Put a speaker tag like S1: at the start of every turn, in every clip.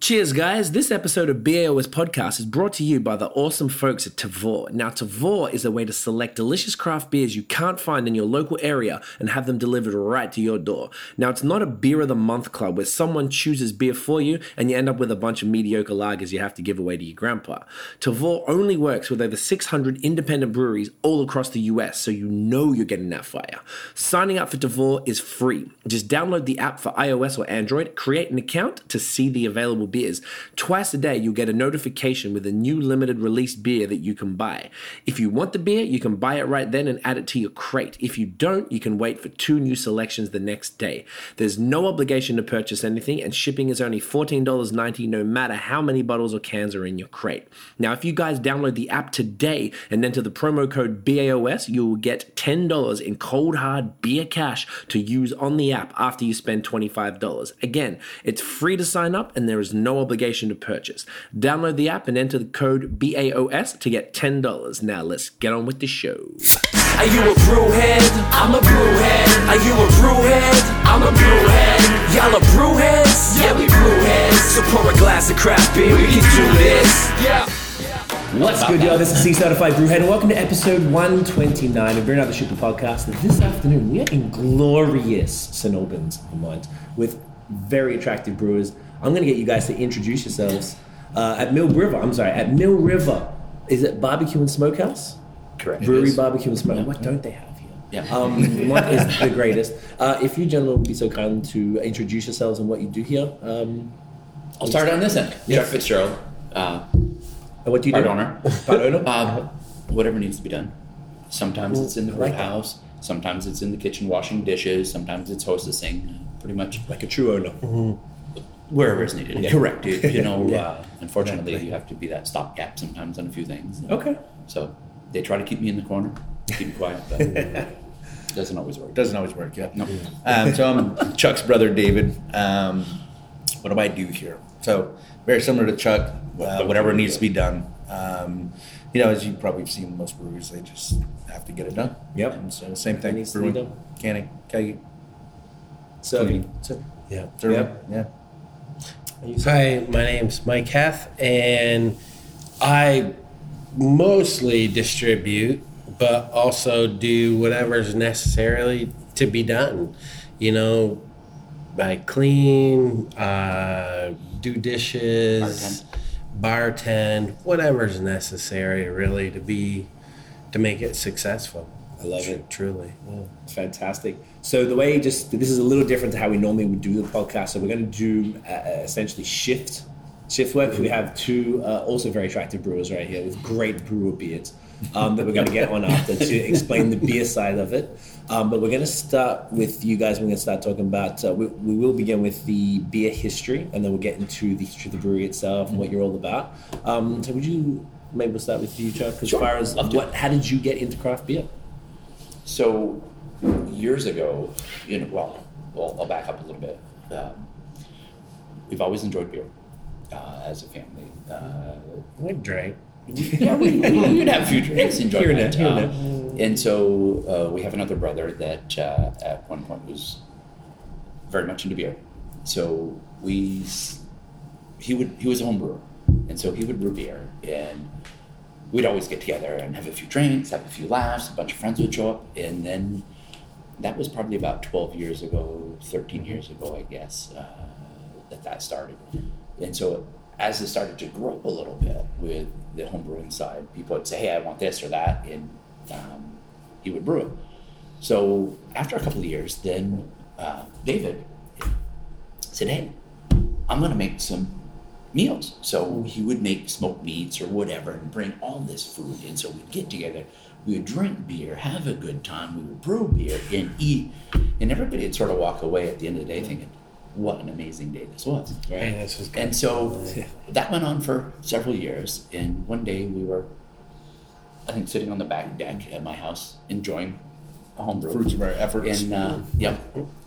S1: Cheers, guys. This episode of BAOS Podcast is brought to you by the awesome folks at Tavor. Now, Tavor is a way to select delicious craft beers you can't find in your local area and have them delivered right to your door. Now, it's not a beer of the month club where someone chooses beer for you and you end up with a bunch of mediocre lagers you have to give away to your grandpa. Tavor only works with over 600 independent breweries all across the US, so you know you're getting that fire. Signing up for Tavor is free. Just download the app for iOS or Android, create an account to see the available beers. Twice a day, you'll get a notification with a new limited release beer that you can buy. If you want the beer, you can buy it right then and add it to your crate. If you don't, you can wait for two new selections the next day. There's no obligation to purchase anything, and shipping is only $14.90 no matter how many bottles or cans are in your crate. Now, if you guys download the app today and enter the promo code BAOS, you will get $10 in cold hard beer cash to use on the app after you spend $25. Again, it's free to sign up and there is no obligation to purchase. Download the app and enter the code BAOS to get $10. Now, let's get on with the show.
S2: Are you a brewhead? I'm a brewhead. Are you a brewhead? I'm a brewhead. Y'all are brewheads? Yeah, we brewheads. So pour a glass of craft beer. We can do this. Yeah.
S1: What's good, y'all? This is C Certified Brewhead, and welcome to episode 129 of Brewing Out the Shooter podcast. And this afternoon, we are in glorious St. Albans, Vermont, with very attractive brewers. I'm going to get you guys to introduce yourselves uh, at Mill River. I'm sorry, at Mill River. Is it Barbecue and Smokehouse?
S3: Correct.
S1: Brewery Barbecue and Smokehouse. What don't they have here? Um, Vermont is the greatest. Uh, if you gentlemen would be so kind to introduce yourselves and what you do here, um,
S3: I'll start on this end.
S1: Yes.
S3: Chuck Fitzgerald, uh,
S1: and what do you
S3: part
S1: do?
S3: owner.
S1: Part owner.
S3: Uh, whatever needs to be done. Sometimes it's in the
S1: I like
S3: whole
S1: that.
S3: house. Sometimes it's in the kitchen washing dishes. Sometimes it's hostessing. Pretty much Mm-hmm.
S1: like a true owner.
S3: wherever is needed.
S1: Correct.
S3: You, you know,
S1: Yeah.
S3: uh, unfortunately, you have to be that stopgap sometimes on a few things.
S1: Okay.
S3: So they try to keep me in the corner, keep me quiet, but doesn't always work.
S4: Doesn't always work, yeah.
S3: No.
S4: Um, so I'm Chuck's brother, David. Um, what do I do here? So very similar to Chuck, uh, whatever needs to be done. Um, you know, as you probably have seen, most breweries they just have to get it done.
S1: Yep.
S4: And so same
S1: It
S4: thing.
S1: needs to be
S4: brewing,
S1: done.
S4: Canning, kegging,
S1: So,
S4: so,
S5: Yeah.
S4: serving,
S1: Yep.
S4: yeah.
S5: Hi, my name's Mike Hath, and I mostly distribute, but also do whatever's necessarily to be done. You know, I clean, uh, do dishes, bartend. whatever's necessary, really, to be to make it successful.
S1: I love it.
S5: truly. Yeah.
S1: Fantastic. So the way just this is a little different to how we normally would do the podcast. So we're going to do uh, essentially shift shift work. We have two uh, also very attractive brewers right here with great brewer beards um, that we're going to get on after to explain the beer side of it. Um, but we're going to start with you guys. We're going to start talking about. Uh, we, we will begin with the beer history, and then we'll get into the history of the brewery itself and what you're all about. Um, so would you? Maybe we'll start with you, Chuck. As far as
S3: Love to.
S1: what, how did you get into craft beer?
S3: So years ago, you know, well, well I'll back up a little bit. Um, we've always enjoyed beer uh, as a family. Uh,
S5: We drank.
S3: yeah, we, we, would have a few drinks, enjoy
S1: Here and
S3: that.
S1: there, here and
S3: Um, and so uh, we have another brother that uh, at one point was very much into beer. So we, s- he would he was a home brewer, and so he would brew beer, and we'd always get together and have a few drinks, have a few laughs. A bunch of friends would show up, and then that was probably about 12 years ago, 13 years ago, I guess, uh, that that started. And so as it started to grow up a little bit with the home brewing side, people would say, hey, I want this or that, and um, he would brew it. So after a couple of years, then uh, David said, hey, I'm going to make some meals. So he would make smoked meats or whatever and bring all this food. And so we'd get together, we would drink beer, have a good time, we would brew beer and eat. And everybody would sort of walk away at the end of the day thinking, what an amazing day this was.
S5: Man, this was good.
S3: And so that went on for several years. And one day we were, I think, sitting on the back deck at my house enjoying a homebrew.
S4: Fruits of our efforts.
S3: And uh, yeah,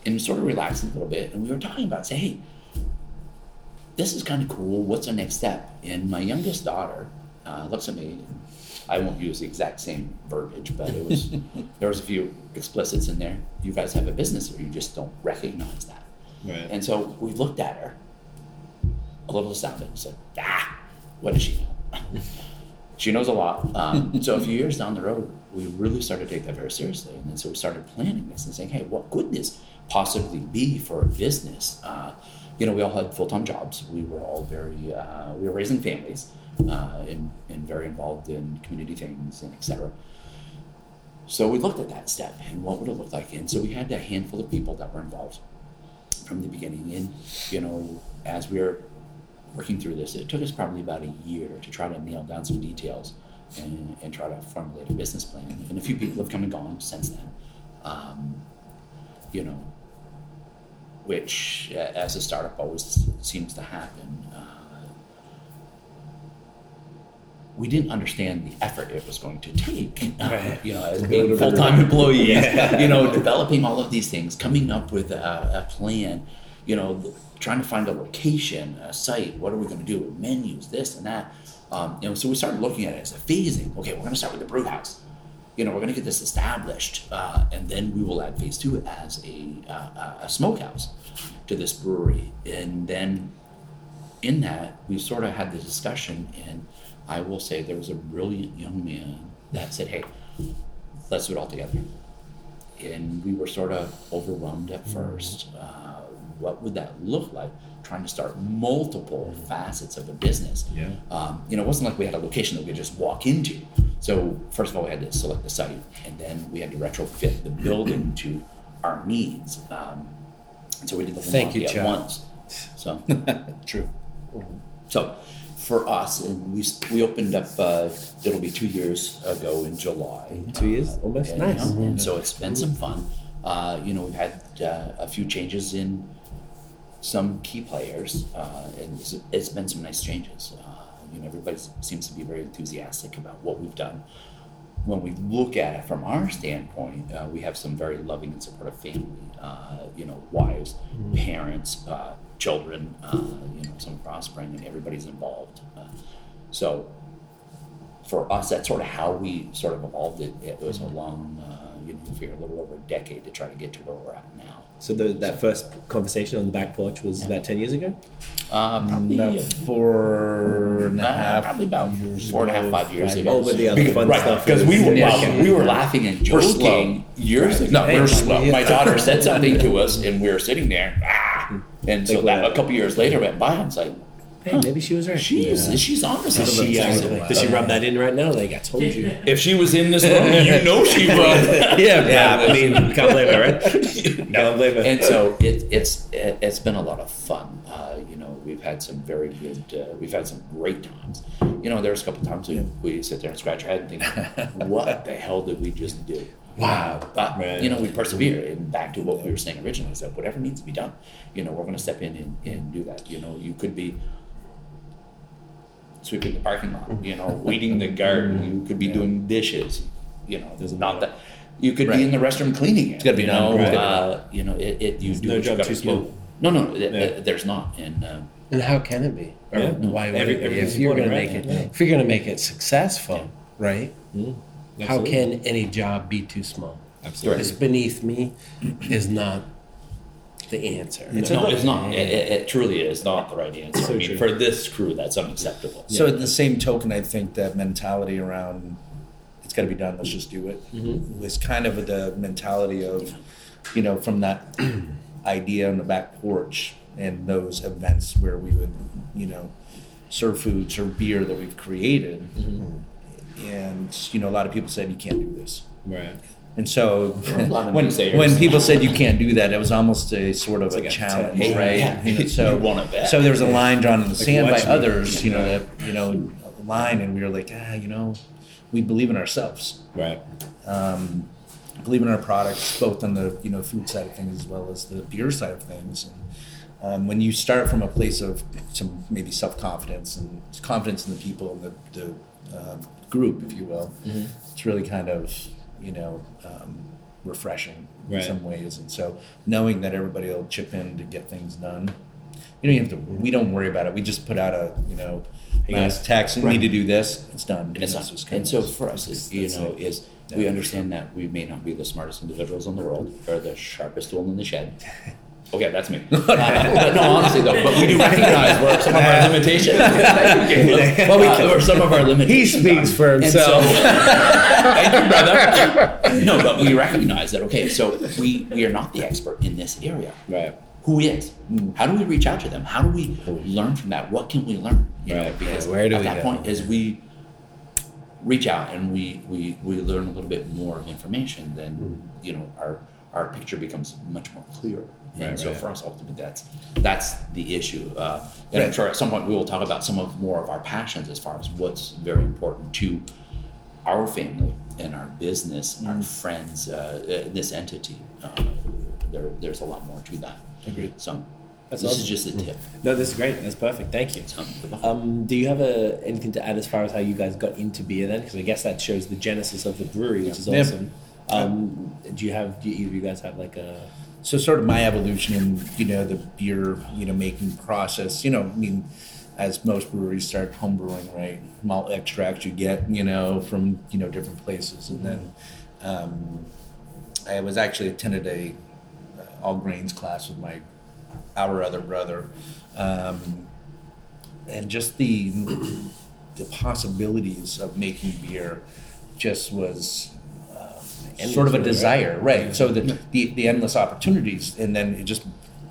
S3: and sort of relaxing a little bit. And we were talking about, say, hey, this is kind of cool. What's our next step? And my youngest daughter uh, looks at me. I won't use the exact same verbiage, but it was there was a few explicits in there. You guys have a business, or you just don't recognize that.
S4: Right.
S3: And so we looked at her a little something. So, ah, what does she know? she knows a lot. Um, so a few years down the road, we really started to take that very seriously, and then so we started planning this and saying, hey, what could this possibly be for a business? Uh, you know, we all had full-time jobs. We were all very, uh, we were raising families, uh, and, and very involved in community things and et cetera. So we looked at that step and what would it look like? And so we had a handful of people that were involved from the beginning. And, you know, as we were working through this, it took us probably about a year to try to nail down some details and, and try to formulate a business plan. And a few people have come and gone since then. Um, you know, which uh, as a startup always seems to happen. Uh, we didn't understand the effort it was going to take, uh, you know, as being full-time employees, you know, developing all of these things, coming up with a, a plan, you know, trying to find a location, a site, what are we going to do with menus, this and that. Um, you know, so we started looking at it as a phasing. Okay, we're going to start with the brew house you know, we're going to get this established, uh, and then we will add phase two as a, uh, a smokehouse to this brewery. And then in that, we sort of had the discussion, and I will say there was a brilliant young man that said, hey, let's do it all together. And we were sort of overwhelmed at first. Uh, what would that look like? Trying to start multiple facets of a business. Yeah. Um, you know, it wasn't like we had a location that we could just walk into. So first of all, we had to select the site, and then we had to retrofit the building to our needs. Um, and so we did the whole
S5: Thank you,
S3: monkey at
S5: Chuck.
S3: once. So true. So for us, and we s- we opened up. Uh, it'll be two years ago in July. Two years, almost nice. Mm-hmm. And so it's been some fun. Uh, you know, we've had uh, a few changes in some key players, uh, and it's, it's been some nice changes. Uh, you know, everybody s- seems to be very enthusiastic about what we've done. When we look at it from our standpoint, uh, we have some very loving and supportive family. Uh, you know, wives, parents, uh, children. Uh, you know, some offspring, and everybody's involved. Uh, so for us, that's sort of how we sort of evolved it. It was a long, uh, you know, for a little over a decade to try to get to where we're at now.
S6: So the, that first conversation on the back porch was about ten years ago.
S3: Uh, probably
S4: About four and a
S3: Uh,
S4: half.
S3: probably about four and a half, five years ago.
S6: Oh, but the other fun
S3: right,
S6: stuff.
S3: because
S6: is-
S3: we were
S6: Yeah.
S3: wow, we were laughing and
S4: We're slow.
S3: joking years ago. No, we were slow. My daughter said something to us, and we were sitting there, ah, and so
S6: Like
S3: that
S6: what?
S3: a couple years later went by. and it's like,
S6: Hey, maybe she was right.
S3: she's she's onto something.
S6: She, uh,
S3: She's-
S6: does she rub that in right now? Like I told you.
S3: if she was in this room, you know she would.
S6: yeah, I mean, can't blame her, right? Can't blame her.
S3: and so it, it's it, it's been a lot of fun. Uh, you know, we've had some very good, uh, we've had some great times. You know, there's a couple times we, we sit there and scratch our head and think, what the hell did we just do? Wow.
S5: Ah,
S3: But, you know, we persevere. And back to what we were saying originally is that whatever needs to be done, you know, we're going to step in and, and do that. You know, you could be sweeping the parking lot, you know, weeding the garden, you could be doing dishes, you know, there's not that. You could be in the restroom cleaning it. It's
S4: gotta be
S3: you
S4: done,
S3: know,
S4: right.
S3: uh, you know, it, it you do
S6: no
S3: what you
S6: job
S3: gotta
S6: too
S3: do.
S6: small.
S3: No, no, th- th- there's not. And uh,
S5: And how can it be? Or
S6: Yeah.
S5: why would
S6: Every-
S5: it be?
S6: everything's
S5: If you're going to
S6: important,
S5: make
S6: right?
S5: it, if you're going to make it successful, right? How
S6: Mm-hmm. Absolutely.
S5: can any job be too small?
S6: Absolutely.
S5: It's beneath me is not the answer.
S3: no, it's not. It, it, it truly is not the right answer. I mean, for this crew, that's unacceptable.
S4: So at the same token, I think that mentality around it's got to be done, let's just do it, was kind of the mentality of, you know, from that idea on the back porch and those events where we would, you know, serve food, serve beer that we've created. And, you know, a lot of people said, you can't do this.
S6: Right.
S4: And so
S3: lot of
S4: when,
S3: naysayers.
S4: when people said you can't do that, it was almost a sort of a challenge,
S3: test.
S4: right?
S3: Yeah.
S4: You know, so
S3: You want it back.
S4: so there was a line drawn in the sand by
S6: watch me.
S4: others, you know, that you know, a line, and we were like, ah, you know, we believe in ourselves, Um,
S6: Right.
S4: believe in our products, both on the you know food side of things as well as the beer side of things. And, um, when you start from a place of some maybe self confidence and confidence in the people and the, the uh, group, if you will,
S3: Mm-hmm.
S4: it's really kind of you know um, refreshing in
S6: Right.
S4: some ways. And so knowing that everybody will chip in to get things done, you don't even have to. We don't worry about it. We just put out a you know mass text. We need to do this. It's done.
S3: And, it's
S4: This is
S3: not-
S4: kind
S3: and
S4: of-
S3: so for us, is, you
S4: that's
S3: know,
S4: it.
S3: is we understand that we may not be the smartest individuals in the world or the sharpest tool in the shed, Okay, that's me. Uh, no, honestly though, but we do recognize where some of our limitations. okay, well, we uh, where some of our
S5: He
S3: limitations.
S5: speaks
S3: are.
S5: for
S3: And
S5: himself.
S3: so- thank you, brother. No, but we recognize that. Okay, so we we are not the expert in this area.
S4: Right.
S3: Who is?
S5: Mm.
S3: How do we reach out to them? How do we learn from that? What can we learn? You know,
S4: Right,
S3: Because
S5: yeah, where do
S3: at
S5: we
S3: that
S5: go?
S3: point is we reach out and we we we learn a little bit more of information then
S6: Hmm.
S3: you know our our picture becomes much more clear and
S4: Right,
S3: so
S4: right.
S3: for us ultimately that's that's the issue uh, and i'm sure at some point we will talk about some of more of our passions as far as what's very important to our family and our business
S4: Hmm.
S3: our friends uh, uh, this entity uh, there, there's a lot more to that Agreed. so
S6: That's
S3: this is
S6: awesome. Hmm.
S3: just a tip
S6: No, this is great. That's perfect. Thank you. Um, do you have a, anything to add as far as how you guys got into beer then? Because I guess that shows the genesis of the brewery, which is
S4: Yeah.
S6: awesome. Um, do you have? Do either of you guys have like a?
S4: so sort of my evolution in you know the beer you know making process you know i mean as most breweries start homebrewing right malt extract you get you know from you know different places and then um, i was actually attended a uh, all grains class with my our other brother um, and just the the possibilities of making beer just was um, sort of a desire, right? So the, the the endless opportunities, and then it just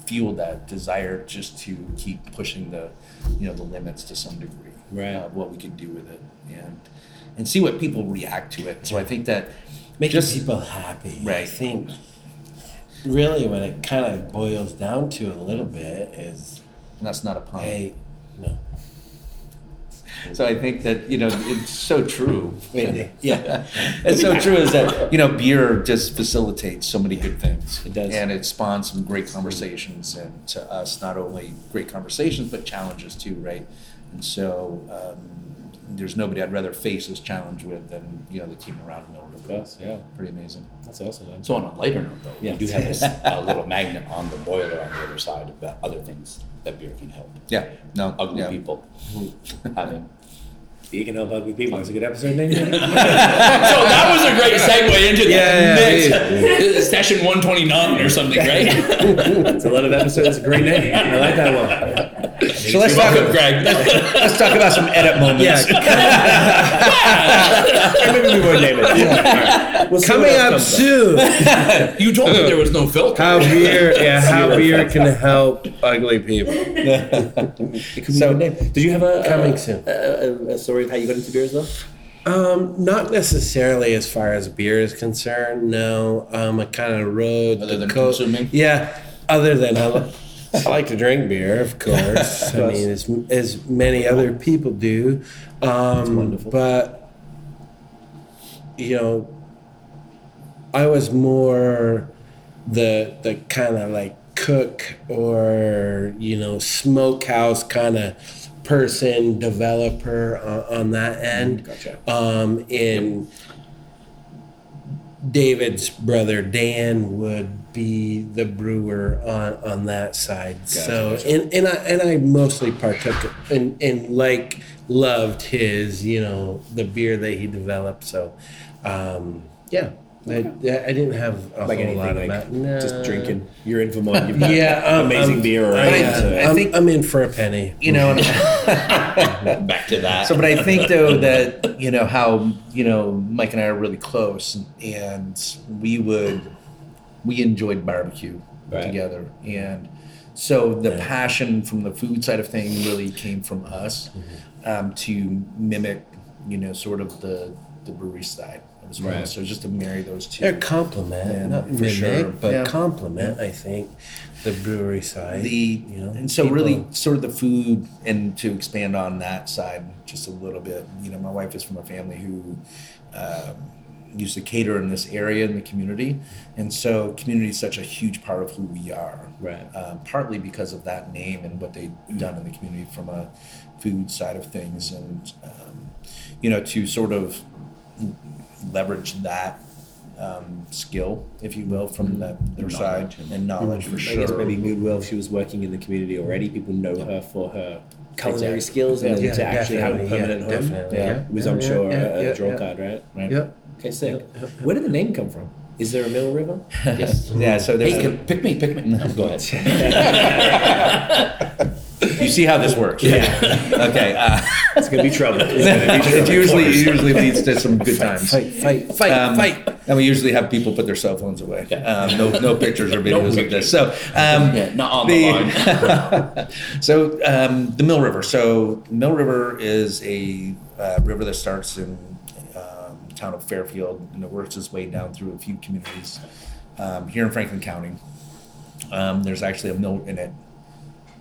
S4: fueled that desire just to keep pushing the you know the limits to some degree,
S6: Right.
S4: Of what we could do with it, and and see what people react to it. So I think that
S5: Making
S4: just
S5: people happy. I
S4: Right.
S5: think really when it kind of boils down to a little bit is
S4: and that's not a pun.
S5: hey, no.
S4: So I think that you know it's so true.
S6: Wait,
S4: yeah, it's so true is that you know beer just facilitates so many good things.
S6: It does.
S4: and it spawns some great conversations, and to us not only great conversations but challenges too, right? And so um, there's nobody I'd rather face this challenge with than you know the team around Mill River.
S6: Yes, yeah.
S4: pretty amazing.
S6: That's awesome. Man.
S3: so on a lighter note though
S6: Yeah.
S3: we do have a s- a little magnet on the boiler on the other side about other things that beer can help
S4: Yeah, no,
S3: ugly
S4: yeah.
S3: people having
S6: You can help ugly people. It's a good episode name. yeah.
S3: So that was a great segue into the
S4: Yeah, yeah,
S3: mix. Session 129 or something, right?
S6: It's a lot of episodes. Great name. I like that one.
S4: So let's talk.
S3: Welcome, Greg.
S4: Let's talk about some edit moments.
S6: Maybe we won't name it. We'll see what
S5: Coming
S6: else
S5: up
S6: comes
S5: soon.
S3: you told me there was no filter.
S5: How beer yeah, how beer can help ugly people.
S6: So, did you have a
S5: Coming
S6: a,
S5: soon.
S6: A, a, a story of how you got into beer as well?
S5: Um, not necessarily as far as beer is concerned. No, um, I kind of rode
S3: Other
S5: the
S3: than
S5: co-
S3: consuming?
S5: Yeah, other than I, li- I like to drink beer, of course. I mean, as as many other people do. Um, but you know, I was more the the kind of like cook or you know smokehouse kind of person developer on, on that end
S6: Mm-hmm. Gotcha.
S5: um in david's brother dan would be the brewer on on that side so and and i and i mostly partook and and like loved his you know the beer that he developed so um yeah I, I didn't have a
S6: Like
S5: whole
S6: anything,
S5: lot of
S6: like
S5: that.
S6: just
S5: No.
S6: drinking. You're in Vermont. You've got
S5: Yeah, um,
S6: amazing
S5: um,
S6: beer. Or
S5: I,
S4: yeah.
S5: I,
S4: I
S5: am
S4: think-
S5: Um, I'm in for a penny.
S4: you know. and-
S3: Back to that.
S4: So, but I think though that you know how you know Mike and I are really close, and we would we enjoyed barbecue
S6: Right.
S4: together, and so the passion from the food side of thing really came from us um, to mimic, you know, sort of the the brewery side. As well. So just to marry those two.
S5: They're compliment,
S4: Yeah,
S5: not
S4: for
S5: mimic,
S4: sure,
S5: but
S4: yeah.
S5: compliment. I think the brewery side.
S4: the
S5: you know,
S4: and so really
S5: people-
S4: sort of the food and to expand on that side just a little bit you know my wife is from a family who um, used to cater in this area in the community and so community is such a huge part of who we are
S6: Right.
S4: um, partly because of that name and what they've done in the community from a food side of things and um, you know to sort of leverage that um, skill if you will from the, their side and knowledge for
S6: I guess
S4: sure
S6: maybe Goodwill, she was working in the community already. People know her for her culinary
S4: Exactly.
S6: skills and
S5: Yeah,
S6: to actually have a
S5: definitely, yeah,
S6: permanent home.
S5: definitely,
S6: Yeah.
S5: yeah.
S6: It was,
S5: Yeah,
S6: I'm
S5: yeah,
S6: sure, uh,
S5: yeah,
S6: a, a
S5: yeah,
S6: draw
S5: yeah.
S6: card, right?
S4: right
S5: Yep.
S6: Okay, sick. Where did the name come from? Is there a Mill River?
S3: Yes.
S4: Yeah, so there's.
S3: Hey, can- pick me, pick me. No, go ahead.
S4: you see how this works. Yeah. okay. Uh,
S6: It's gonna be trouble.
S4: it usually it usually leads to some good times.
S5: Fight, um, fight.
S4: Fight, fight. Um, And we usually have people put their cell phones away. Um, no, no pictures or videos of this. So, um,
S3: Yeah, not on the
S4: line. so um, the Mill River. So Mill River is a uh, river that starts in um, the town of Fairfield and it works its way down through a few communities um, here in Franklin County. Um, there's actually a mill in it.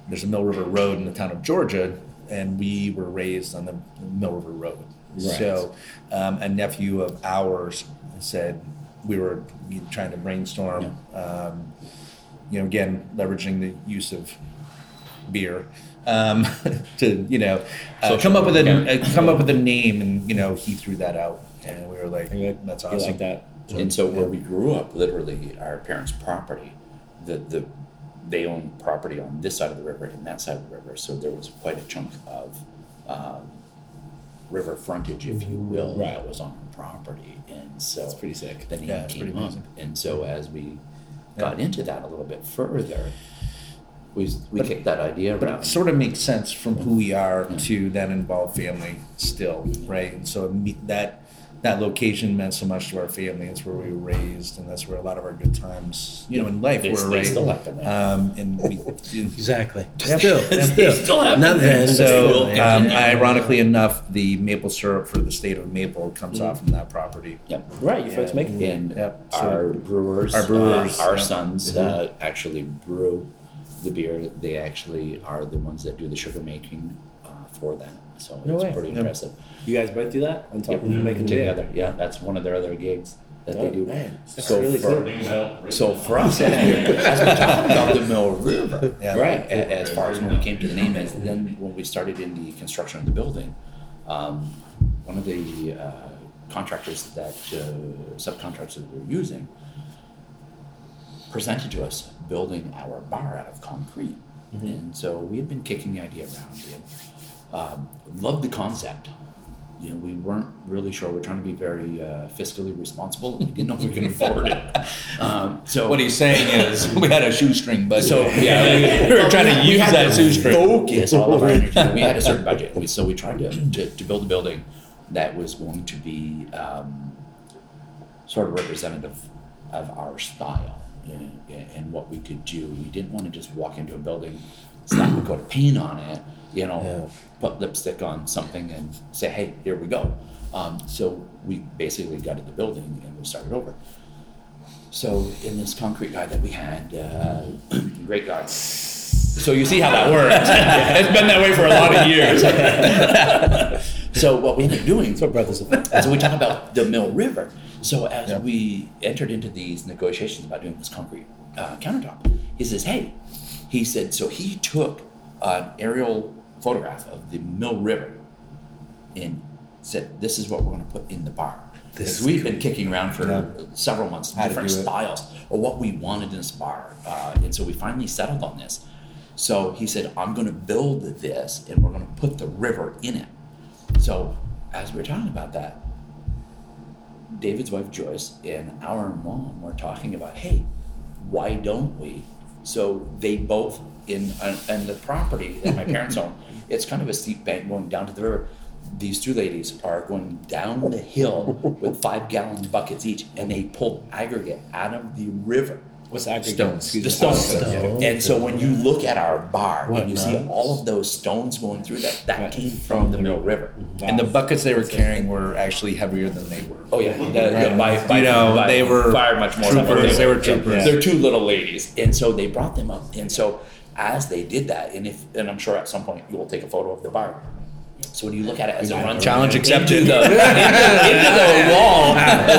S4: There's a Mill River Road in the town of Georgia, and we were raised on the Mill River Road. So, um, a nephew of ours said we were trying to brainstorm. Um, you know, again, leveraging the use of beer um, to you know uh, come up with a uh, come up with a name, and you know, he threw that out, and we were like, "That's
S6: You
S4: awesome."
S6: like that?
S3: and so where we grew up, literally our parents' property, the the they owned property on this side of the river and that side of the river, so there was quite a chunk of um, river frontage, if you will, that was on our property, and so it's
S6: pretty sick.
S3: The name
S4: Yeah, it's
S3: came
S4: pretty
S3: up,
S4: amazing.
S3: and so as we got into that a little bit further, we s- we kicked that idea
S4: But it
S3: around.
S4: sort of makes sense from who we are to that involved family still, right? And so it me- that that location meant so much to our family. It's where we were raised, and that's where a lot of our good times, you know, in life
S3: They-
S4: were
S3: they
S4: raised.
S3: still happen there.
S4: Um, and we,
S5: Exactly. Still, still.
S3: happen
S5: Not then.
S4: so,
S5: So,
S4: um, ironically enough, the maple syrup for the state of Maple comes off from that property.
S3: Yep.
S6: Right, you folks make it.
S3: and
S4: Yep, so-
S3: our brewers,
S4: Our brewers,
S3: uh, our
S4: yeah. Mm-hmm.
S3: sons uh, actually brew the beer. They actually are the ones that do the sugar making uh, for that. So
S6: No
S3: it's
S6: way.
S3: pretty
S4: Yep.
S3: impressive.
S6: You guys both do that on top
S3: Yep.
S6: of making beer.
S3: Together, yeah, that's one of their other gigs that
S6: Oh,
S3: they do.
S6: man, that's
S3: so
S6: really
S3: for so for us, as we're talking about the Mill River,
S4: Yeah.
S3: right? a- As far as when we came to the name, is then when we started in the construction of the building, um, one of the uh, contractors that uh, subcontractors that we were using presented to us building our bar out of concrete.
S6: Mm-hmm.
S3: And so we had been kicking the idea around. We had, um, loved the concept. You know, we weren't really sure. We're trying to be very uh, fiscally responsible. We didn't know if we could afford it. Um, so
S4: What he's saying is, we had a shoestring budget.
S3: So yeah,
S4: we were trying to
S3: we
S4: use
S3: had
S4: that shoestring.
S3: Focus all of our energy. We had a certain budget, We- so we tried to, to, to build a building that was going to be um, sort of representative of our style and, and what we could do. We didn't want to just walk into a building, slap a coat of paint on it, you know, put lipstick on something and say, "Hey, here we go." Um, so we basically gutted the building and we started over. So in this concrete guy that we had, uh, great guy. So you see how that works. It's been that way for a lot of years. so what we ended up doing, so brothers, so we talk about the Mill River. So as we entered into these negotiations about doing this concrete uh, countertop, he says, "Hey," he said. So he took an aerial photograph of the Mill River and said, "This is what we're going to put in the bar." Because we've been kicking around for several months, different
S4: do it.
S3: styles, or what we wanted in this bar, uh, and so we finally settled on this. So he said, "I'm going to build this, and we're going to put the river in it." So as we were talking about that, David's wife Joyce and our mom were talking about, hey, why don't we? So they both in on on the property that my parents own. It's kind of a steep bank going down to the river. These two ladies are going down the hill with five gallon buckets each, and they pulled aggregate out of the river.
S6: What's aggregate?
S4: Stones.
S6: Excuse
S3: The
S6: me. Oh,
S3: stones.
S5: Stones.
S3: And so when you look at our bar and you see all of those stones going through that, that came from the Mill River.
S6: Mm-hmm.
S4: and the buckets they were carrying were actually heavier than they were.
S3: Oh yeah, the, the, by, by,
S4: You know,
S3: by
S4: they were
S3: far much more. than
S4: troopers, they were troopers.
S3: They're two little ladies, and so they brought them up, and so as they did that, and if and I'm sure at some point you will take a photo of the bar. So when you look at it as a run
S4: Challenge accepted.
S3: into the, into, into the wall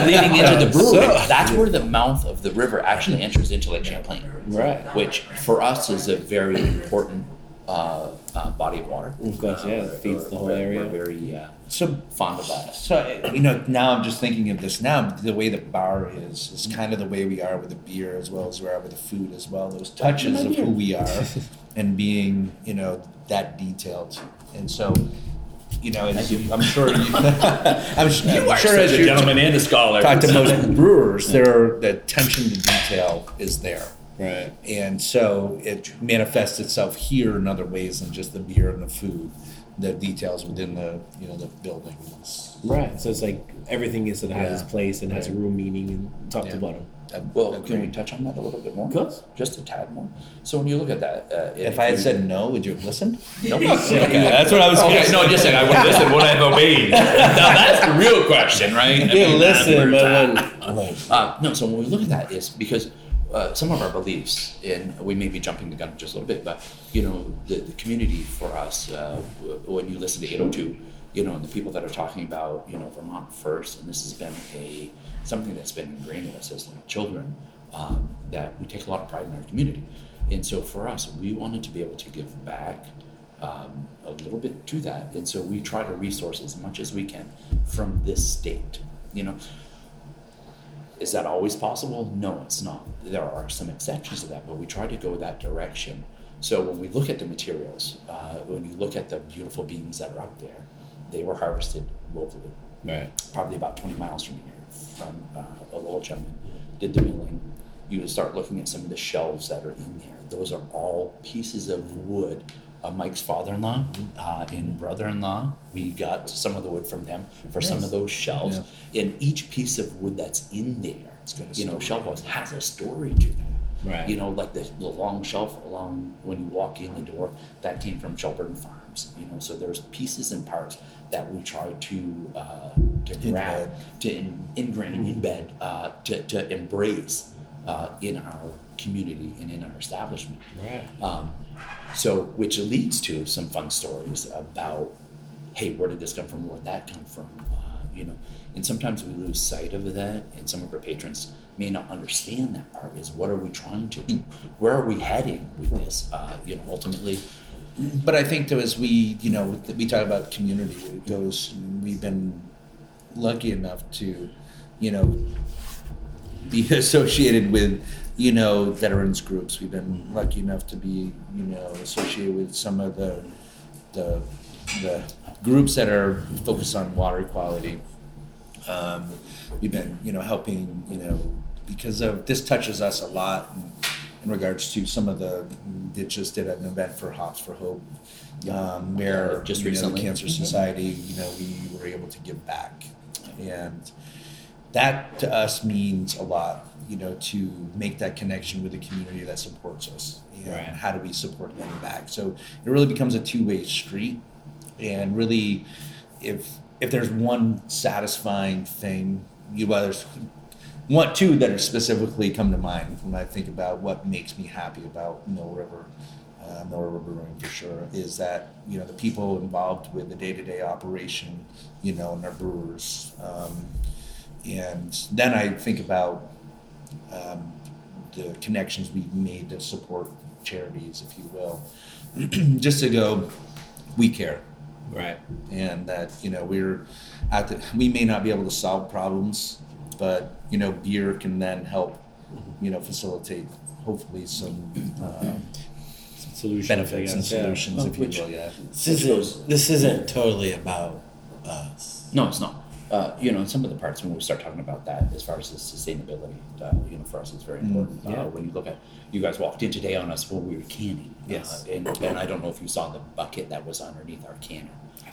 S3: leading into the brewery, that's where the mouth of the river actually enters into Lake Champlain,
S6: Right.
S3: which for us is a very important uh, uh, body of water.
S6: Of course, yeah, it feeds the whole
S3: We're-
S6: area.
S3: We're very uh,
S4: So
S3: fond of that.
S4: So you know, now I'm just thinking of this now. The way the bar is is kind of the way we are with the beer, as well as we are with the food, as well. Those touches of who we are, and being you know that detailed. And so, you know, as you, I'm sure you, I'm, su- I'm sure as
S6: such
S4: you
S6: a gentleman and a scholar.
S4: talk to most brewers, their the attention to detail is there.
S7: Right.
S4: And so it manifests itself here in other ways than just the beer and the food. The details within the you know the building. It's-
S6: Right. So it's like everything is that has its place and has a real meaning and top to
S4: Yeah.
S6: bottom.
S4: that-
S3: Uh, Well,
S4: that
S3: can we
S4: great.
S3: touch on that a little bit more?
S6: course.
S3: Just a tad more. So when you look at that, uh,
S4: if I had said no, would you have listened?
S3: no,
S7: that's what I was. Okay, no, just like I would listen. Would I have obeyed? Now that's the real question, right? I mean,
S5: listen,
S7: that's-
S5: but when-
S3: Uh, no, so when we look at that, it's because uh, some of our beliefs, and we may be jumping the gun just a little bit, but you know, the, the community for us, uh, w- when you listen to 802, you know, and the people that are talking about, you know, Vermont first, and this has been a something that's been ingrained in us as like children, um, that we take a lot of pride in our community. And so for us, we wanted to be able to give back um, a little bit to that. And so we try to resource as much as we can from this state. You know, is that always possible? No, it's not. There are some exceptions to that, but we try to go that direction. So when we look at the materials, uh, when you look at the beautiful beans that are up there, they were harvested locally,
S7: Right.
S3: probably about 20 miles from here, from uh, a little gentleman, did the milling. You would start looking at some of the shelves that are in there. Those are all pieces of wood. Uh, Mike's father-in-law uh, and brother-in-law, we got some of the wood from them for some of those shelves. And each piece of wood that's in there, you know, shelf house has a story to that.
S7: Right.
S3: You know, like the, the long shelf along when you walk in the door, that came from Shelburne Farms. You know, so there's pieces and parts that we try to uh, to grab, to in, ingrain, embed, uh, to, to embrace uh, in our community and in our establishment. Right. Um, so, which leads to some fun stories about, hey, where did this come from? Where did that come from? Uh, you know, and sometimes we lose sight of that, and some of our patrons may not understand that part. Is what are we trying to do? Where are we heading with this? Uh, you know, ultimately,
S4: but I think though, as we you know we talk about community, it goes. We've been lucky enough to, you know, be associated with, you know, veterans groups. We've been lucky enough to be, you know, associated with some of the, the, the groups that are focused on water quality. Um, we've been, you know, helping, you know, because of this touches us a lot in, in regards to some of the that just did an event for Hops for Hope, um, where
S3: Yeah, just
S4: you know, the
S3: recently. Mm-hmm.
S4: Cancer Society, you know, we were able to give back, and that to us means a lot you know to make that connection with the community that supports us and
S7: Right.
S4: how do we support them back so it really becomes a two-way street and really if if there's one satisfying thing you well, there's one two that are specifically come to mind when i think about what makes me happy about mill river uh, mill river brewing for sure is that you know the people involved with the day-to-day operation you know and their brewers um, and then I think about um, the connections we've made to support charities, if you will, just to go, we care,
S7: Right.
S4: and that you know we're at the, we may not be able to solve problems, but you know beer can then help, you know, facilitate hopefully some uh,
S6: Solutions.
S4: benefits
S6: I
S4: and
S6: guess.
S4: solutions, if you
S3: Which-
S4: will. Yeah.
S5: This isn't, this isn't totally about us.
S3: no, it's not. Uh, you know, and some of the parts when we start talking about that, as far as the sustainability, uh, you know, for us, it's very
S4: Mm-hmm.
S3: important.
S6: yeah.
S3: Uh, when you look at, you guys walked in today on us when we were canning.
S4: Yes.
S3: Uh, and, and I don't know if you saw the bucket that was underneath our canner.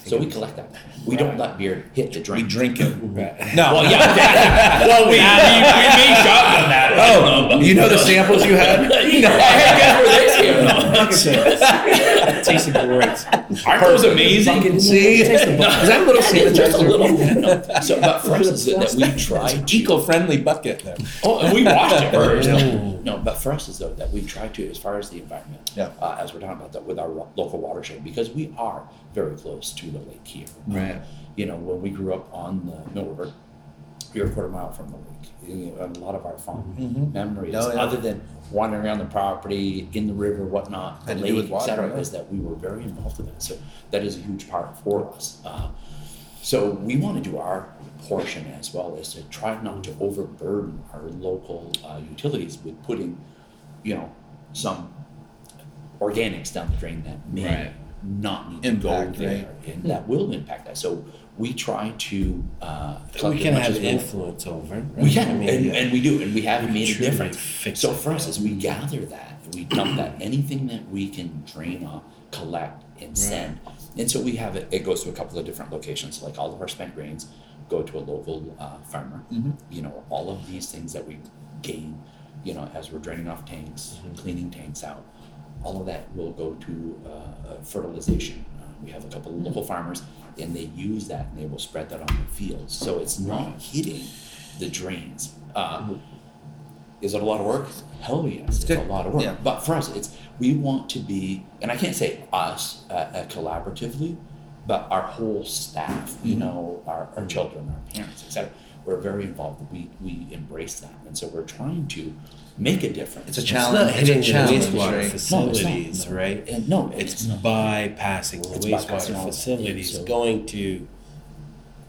S3: So we collect that. We don't let beer hit the
S4: We
S3: drink.
S4: drink it.
S7: No. Well, yeah. yeah. well, we, we, we may shotgun that. Oh, know,
S4: You know the samples you had?
S6: It tasted great.
S7: but aren't those amazing?
S4: See? Is that a little
S3: Just a
S4: sanitizer?
S3: little. No. So, but for us, it's that we try to.
S4: Eco-friendly bucket. There.
S7: Oh, and we watched it first.
S3: No, but for us is though that we try to, as far as the environment,
S4: Yeah.
S3: uh, as we're talking about that with our lo- local watershed, because we are very close to the lake here.
S4: Right.
S3: You know, when we grew up on the Mill River, we were a quarter mile from the lake. You know, and a lot of our fond memories,
S4: Oh, yeah.
S3: other than wandering around the property, in the river, whatnot, the
S4: Had to do
S3: lake,
S4: with
S3: et cetera,
S4: water, yeah.
S3: is that we were very involved in that. So that is a huge part for us. Uh, so we want to do our portion as well as to try not to overburden our local uh, utilities with putting, you know, some organics down the drain that may
S7: Right.
S3: not need
S4: Impact,
S3: to go there, and that will impact that. So we try to uh, collect
S5: we
S3: as
S5: can
S3: much
S5: have
S3: as we-
S5: influence over. it,
S3: we
S5: right?
S3: can,
S5: I mean,
S3: and, and we do, and we have made a
S5: truly
S3: difference.
S5: fix
S3: So
S5: it,
S3: for us, is we gather that, we dump that, anything that we can drain off, collect, and send. And so we have it. It goes to a couple of different locations. Like all of our spent grains go to a local uh, farmer.
S5: Mm-hmm.
S3: You know, all of these things that we gain, you know, as we're draining off tanks,
S5: Mm-hmm.
S3: cleaning tanks out, all of that will go to uh, fertilization. Uh, we have a couple
S5: Mm-hmm.
S3: of local farmers, and they use that, and they will spread that on the fields. So it's not hitting the drains. Uh, is it a lot of work? Hell yes, it's, a
S4: good.
S3: lot of work.
S4: Yeah.
S3: But for us, it's we want to be, and I can't say us uh, uh, collaboratively, but our whole staff, you
S4: Mm-hmm.
S3: know, our, our children, our parents, etc. We're very involved. We we embrace that, and so we're trying to make a difference.
S4: It's a
S5: It's
S4: challenge.
S5: not hitting
S4: it's
S5: the
S4: a challenge,
S5: wastewater
S4: right?
S3: No, it's not.
S5: facilities, right?
S3: And no, it's,
S5: It's bypassing the
S3: It's bypassing
S5: wastewater
S3: all that.
S5: facilities,
S3: So-
S5: going to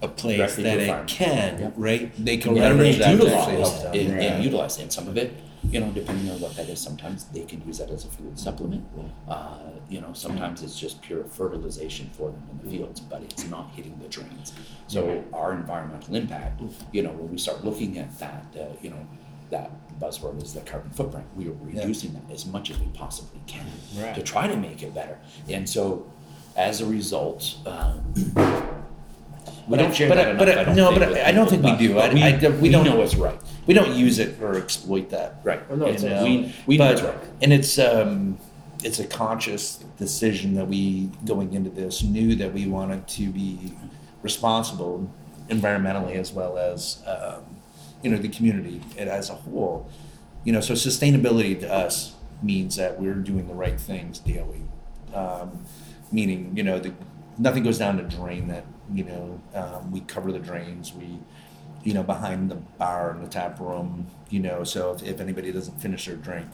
S5: a place
S3: Directly to
S5: that
S3: the
S5: it
S3: farm.
S5: can,
S3: Yep.
S5: right?
S4: They can
S3: and
S4: leverage that to actually help
S3: utilize
S4: them.
S3: and, and
S4: Right.
S3: utilize it. And some of it, you know, depending on what that is, sometimes they can use that as a food supplement. Uh, you know, sometimes it's just pure fertilization for them in the fields, but it's not hitting the drains. So our environmental impact, you know, when we start looking at that, uh, you know, that buzzword is the carbon footprint. We are reducing that as much as we possibly can to try to make it better. And so, as a result, um, we don't share
S4: but
S3: that
S4: I-
S3: enough.
S4: but I-
S3: I don't
S4: no,
S3: think,
S4: but
S3: with
S4: I- I don't
S3: people,
S4: think we do.
S3: but
S4: I-
S3: we,
S4: I- we
S3: we
S4: don't-
S3: know it's right.
S4: We don't use it or exploit that. uh,
S3: Right.
S4: You
S3: it's-
S4: know,
S3: we- we know
S4: but-
S3: it's right.
S4: And it's um, it's a conscious decision that we going into this knew that we wanted to be responsible environmentally as well as um, you know the community and as a whole. You know, so sustainability to us means that we're doing the right things daily. Um, meaning, you know, the, nothing goes down to drain that, you know, um, we cover the drains, we, you know, behind the bar and the tap room, you know, so if, if anybody doesn't finish their drink,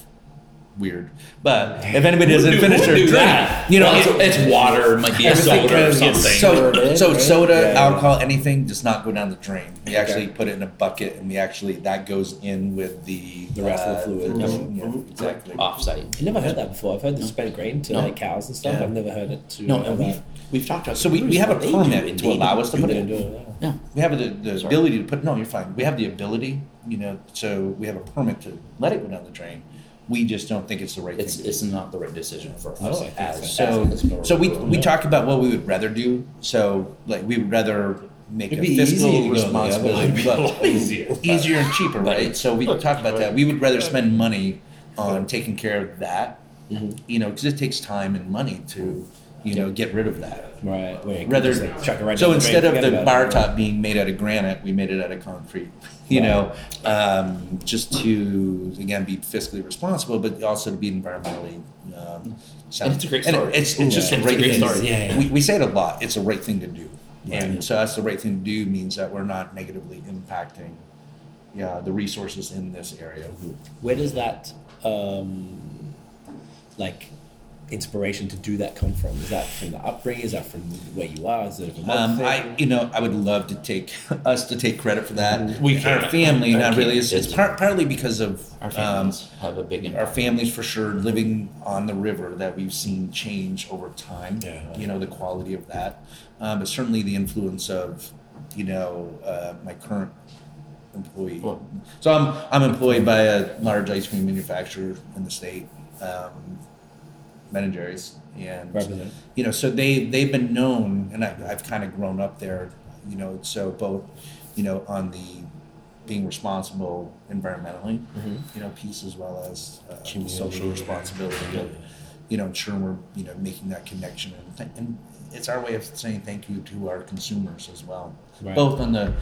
S4: weird. But if anybody doesn't
S7: Who-
S4: finish
S7: who
S4: their
S7: do
S4: drink,
S7: that?
S4: you know,
S7: Well,
S4: it-
S7: it's, it's water, it might be a
S4: everything
S7: soda or
S4: goes-
S7: something.
S4: So, so
S5: right?
S4: soda,
S5: Yeah.
S4: alcohol, anything does not go down the drain. We actually put it in a bucket, and we actually that goes in with the the
S5: rest of the fluid.
S4: Yeah, exactly.
S3: Offsite.
S6: I've never heard that before. I've heard the spent grain to
S3: No.
S6: like cows and stuff.
S4: Yeah.
S6: I've never heard it to.
S3: No,
S6: uh,
S3: and we've, we've talked about.
S4: So we, we have a permit to allow us to put it.
S6: do
S4: in.
S6: it.
S3: Yeah.
S4: We have the, the ability to put. No, you're fine. We have the ability, you know. So we have a permit to let it go down the drain. We just don't think it's the right
S3: It's,
S4: thing. to do.
S3: it's not the right decision for us.
S6: I think
S3: as,
S4: so
S3: as an
S4: so we
S3: overall.
S4: we talk about what we would rather do. So like we would rather make
S3: It'd
S4: a
S3: be easy to
S4: fiscal
S3: go the other
S4: responsibility,
S3: way.
S4: but-
S7: It'd be easier.
S4: easier and cheaper, right? So we could talk about that. We would rather spend money on taking care of that, you know, because it takes time and money to, you know, get rid of that.
S6: Right. Wait,
S4: Rather,
S6: chuck it right
S4: so
S6: down the drain,
S4: instead of
S6: forget
S4: the
S6: about
S4: bar
S6: it.
S4: top being made out of granite, we made it out of concrete. You know, um, just to again be fiscally responsible, but also to be environmentally. Um, sound.
S7: And it's a great
S4: And
S7: story.
S4: it's, it's
S7: It's
S4: just the
S7: a
S4: right
S7: great
S4: thing.
S7: story.
S5: Yeah, yeah.
S4: We, we say it a lot. It's the right thing to do, and to us, the right thing to do means that we're not negatively impacting, yeah, the resources in this area.
S6: Mm-hmm. Where does that um, like inspiration to do that come from? Is that from the upbringing? Is that from where you are? Is it a mom
S4: Um,
S6: thing?
S4: I, you know, I would love to take us to take credit for that.
S7: We
S4: our
S7: can't.
S4: family,
S3: Our
S4: not really. It's,
S3: kids.
S4: it's par- partly because of
S3: Our
S4: um,
S3: families have a big
S4: our
S3: impact.
S4: families for sure living on the river that we've seen change over time
S5: Yeah.
S4: you know the quality of that um, but certainly the influence of you know uh, my current employee so i'm i'm employed by a large ice cream manufacturer in the state um, Ben and Jerry's, and
S6: Represent.
S4: you know, so they they've been known, and I, I've kind of grown up there, you know. So both, you know, on the being responsible environmentally,
S6: Mm-hmm.
S4: you know, piece as well as uh, social responsibility, of, you know, ensuring we're you know making that connection, and, th- and it's our way of saying thank you to our consumers as well,
S6: Right.
S4: both on the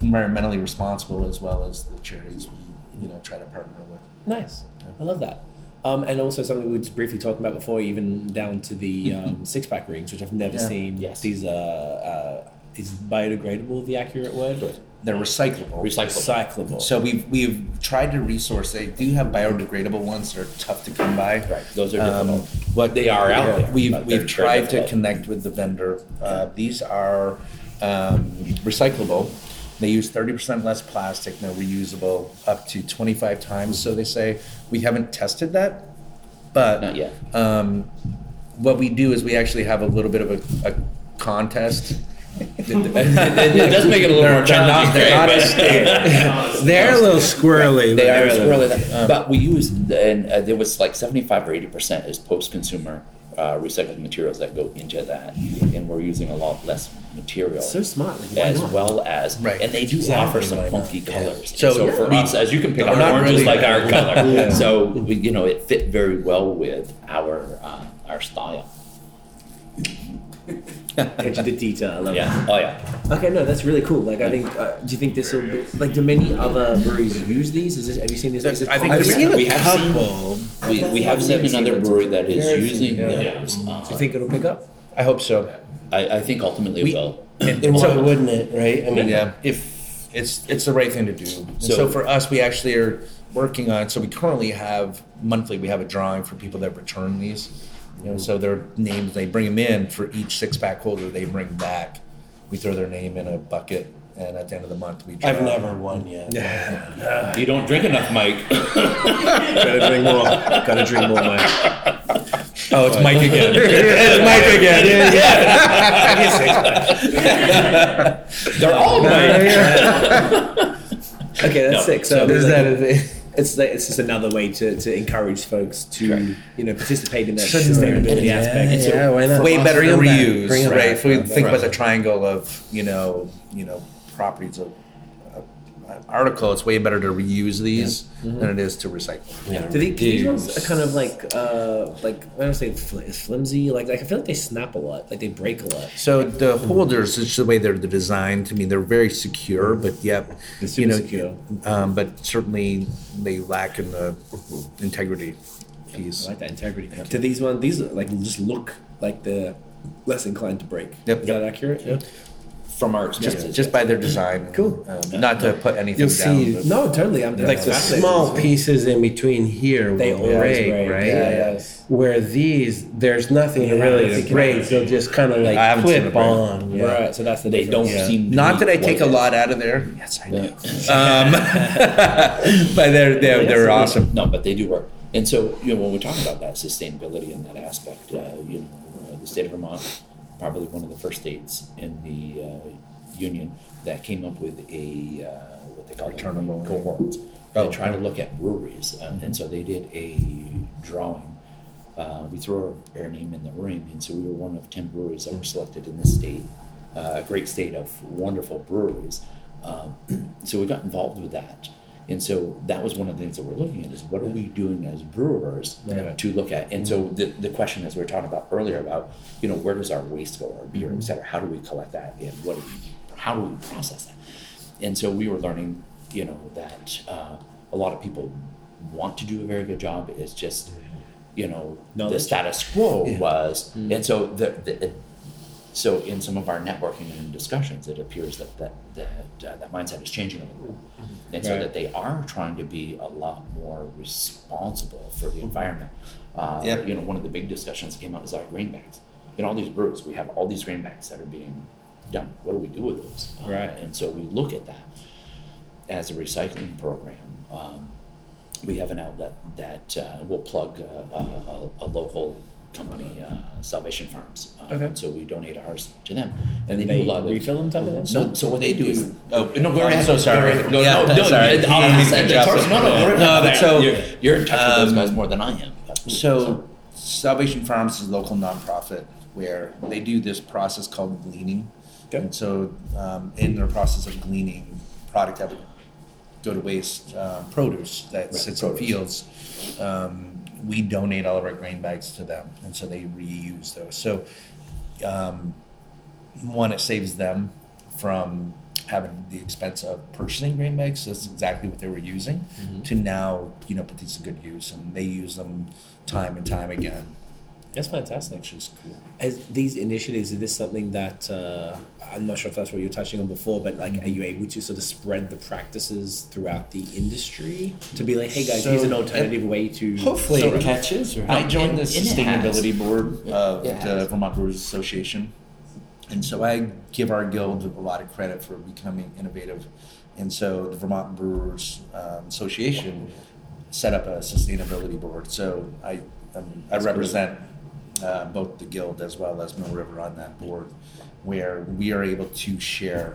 S4: environmentally responsible as well as the charities we you know try to partner with.
S6: Nice. I love that. Um, and also something we were just briefly talking about before, even down to the um, six pack rings, which I've never
S4: Yeah.
S6: seen.
S3: Yes.
S6: These are uh, is biodegradable the accurate word?
S4: They're recyclable.
S3: Recyclable.
S6: Recyclable.
S4: So we've we've tried to resource. They do have biodegradable ones that are tough to come by.
S3: Right. Those are
S4: Um,
S3: difficult.
S4: what
S3: They are out there,
S4: We've
S3: but they're
S4: we've tried to
S3: difficult.
S4: connect with the vendor. Uh, these are um, recyclable. They use thirty percent less plastic. No reusable. Up to twenty five times. So they say we haven't tested that, but
S3: Not yet.
S4: um, what we do is we actually have a little bit of a, a contest.
S7: It does make it a little more challenging.
S4: They're not as
S7: okay,
S5: They're a little squirrely.
S3: They
S5: but-
S3: are squirrely.
S4: Um,
S3: but we use, and uh, there was like 75 or 80 percent is post-consumer uh, recycled materials that go into that, and we're using a lot less material.
S1: So smart. Like, why
S3: as
S1: not?
S3: well as,
S4: Right.
S3: and they do
S4: Exactly.
S3: offer some
S4: Why not?
S3: funky colors.
S4: So
S3: So, so for
S4: we-
S3: us, as you can pick
S4: I'm
S3: out,
S4: not
S3: orange
S4: really-
S3: is like our color.
S4: Yeah.
S3: So we, you know, it fit very well with our uh, our style.
S1: Attention to detail. I love it.
S3: Yeah. Oh yeah.
S1: Okay, no, that's really cool. Like, I think, uh, do you think this will be, like, do many other breweries use these? Is this, have you seen this? Is it
S4: I think
S1: common?
S5: I've
S4: we-
S5: seen
S3: we
S5: a
S3: have seen-
S5: couple.
S3: We, we have seen another brewery that is
S5: Very
S3: using
S5: few, yeah.
S3: those.
S1: Do you
S3: Uh,
S1: think it'll pick up?
S4: I hope so.
S3: I, I think ultimately
S4: We-
S3: will.
S5: It would, wouldn't it? Right? I mean,
S4: Yeah, if it's it's the right thing to do. And so,
S3: So-
S4: for us, we actually are working on. So we currently have monthly. We have a drawing for people that return these. You know, so their names they bring them in for each six pack holder they bring back. We throw their name in a bucket, and at the end of the month we. Draw.
S5: I've never won yet.
S7: You don't drink enough, Mike.
S5: Gotta drink more. Gotta drink more, Mike.
S4: Oh, it's Mike again. it's Mike again. Yeah, yeah.
S3: They're all
S1: Okay, that's
S7: No.
S1: sick. So,
S4: There's
S1: like,
S4: that. advantage.
S1: It's like, it's just another way to, to encourage folks to you know participate in that
S4: Sure.
S1: sustainability aspect.
S5: yeah, why not?
S4: way better to
S5: Bring 'em back.
S4: reuse,
S5: Bring 'em
S4: right?
S5: back.
S4: If we think about the triangle of you know, you know, properties of uh, an article, it's way better to reuse these than it is to recycle.
S1: Do they, these ones are kind of like uh, like I don't say fl- flimsy. Like, like I feel like they snap a lot. Like they break a lot.
S4: So the holders, it's the way they're designed. I mean, they're very secure, but yep, you know,
S1: secure.
S4: Um, but certainly they lack in the integrity piece.
S1: I like that integrity. Do these ones these are, like just look like they're less inclined to break?
S4: Yep.
S1: Is that accurate? Yeah.
S3: from our experience.
S4: Just by their design.
S1: Cool.
S4: Um, not to put anything
S5: You'll
S4: down.
S5: see-
S4: but-
S1: No, totally. I'm
S5: Like the
S1: fascinated.
S5: small pieces in between here
S1: They
S5: will
S1: always
S5: break,
S1: break,
S5: right?
S1: yeah, yes.
S5: Where these, there's nothing
S1: Yeah,
S5: really
S1: it's
S5: to break.
S1: great.
S5: They'll just kind of like
S4: I haven't seen it
S5: clip
S4: break.
S5: on. Yeah.
S1: Right. So that's the
S3: They don't
S1: difference. Yeah.
S3: seem. to be
S4: Not that I take a
S3: quite-
S4: lot out of there. Yes, I
S3: Yeah.
S4: Um, but they're they're, they're awesome.
S3: No, but they do work. And so, you know, when we're talking about that sustainability and that aspect, uh, you know, uh, the state of Vermont, probably one of the first states in the uh, union that came up with a uh, what they call
S4: Returnable.
S3: it, cohorts.
S4: Oh.
S3: They try to look at breweries, um,
S1: Mm-hmm.
S3: and so they did a drawing. Uh, we threw our, our name in the ring, and so we were one of ten breweries that were selected in the state, uh, a great state of wonderful breweries. Um, so we got involved with that. And so that was one of the things that we're looking at is what are we doing as brewers to look at? And so the, the question as we were talking about earlier about, you know, where does our waste go, our beer, et cetera? How do we collect that? And what do we, how do we process that? And so we were learning, you know, that uh, a lot of people want to do a very good job. It's just, you know, the status quo was. And so the, the, so in some of our networking and discussions, it appears that that that, uh, that mindset is changing a little bit, and so that they are trying to be a lot more responsible for the environment. Uh,
S4: Yep.
S3: You know, one of the big discussions that came out is our green bags. In all these brews, we have all these green bags that are being done. What do we do with those? Uh,
S7: Right.
S3: and so we look at that as a recycling program. Um, we have an outlet that uh, will plug uh, a, a, a local company, uh, Salvation Farms. Uh,
S1: Okay.
S3: So we donate ours to them, and they,
S1: They
S3: do a lot of
S1: refill them, type of thing?
S3: No, so what they do is
S4: Oh,
S3: no, go
S4: I'm
S3: ahead.
S4: so sorry.
S3: No,
S4: Yeah,
S3: no, no,
S4: sorry.
S3: no, I'll-
S4: You
S3: I'll
S4: need to
S3: send it.
S4: adjust
S3: Sorry,
S4: it.
S3: no, no, we're-
S4: No, but so-
S3: you're, you're in touch with
S4: um,
S3: those guys more than I am.
S4: So Salvation Farms is a local nonprofit where they do this process called gleaning. And so um, in their process of gleaning, product that would go to waste, um, produce that sits in fields, um, we donate all of our grain bags to them. And so they reuse those. So um, one, it saves them from having the expense of purchasing grain bags. So that's exactly what they were using. To now, you know, put these to good use, and they use them time and time again,
S6: That's fantastic.
S4: which is cool.
S6: As these initiatives, is this something that uh, I'm not sure if that's what you were touching on before, but like, are you able to sort of spread the practices throughout the industry to be like, hey guys, here's an
S4: So-
S6: alternative way to
S4: Hopefully,
S3: catches.
S4: I joined the
S3: sustainability.
S4: sustainability board of
S3: It
S4: the
S3: has.
S4: Vermont Brewers Association, and so I give our guild a lot of credit for becoming innovative. And so the Vermont Brewers um, Association set up a sustainability board. So I um, I represent uh, both the guild as well as Mill River on that board, where we are able to share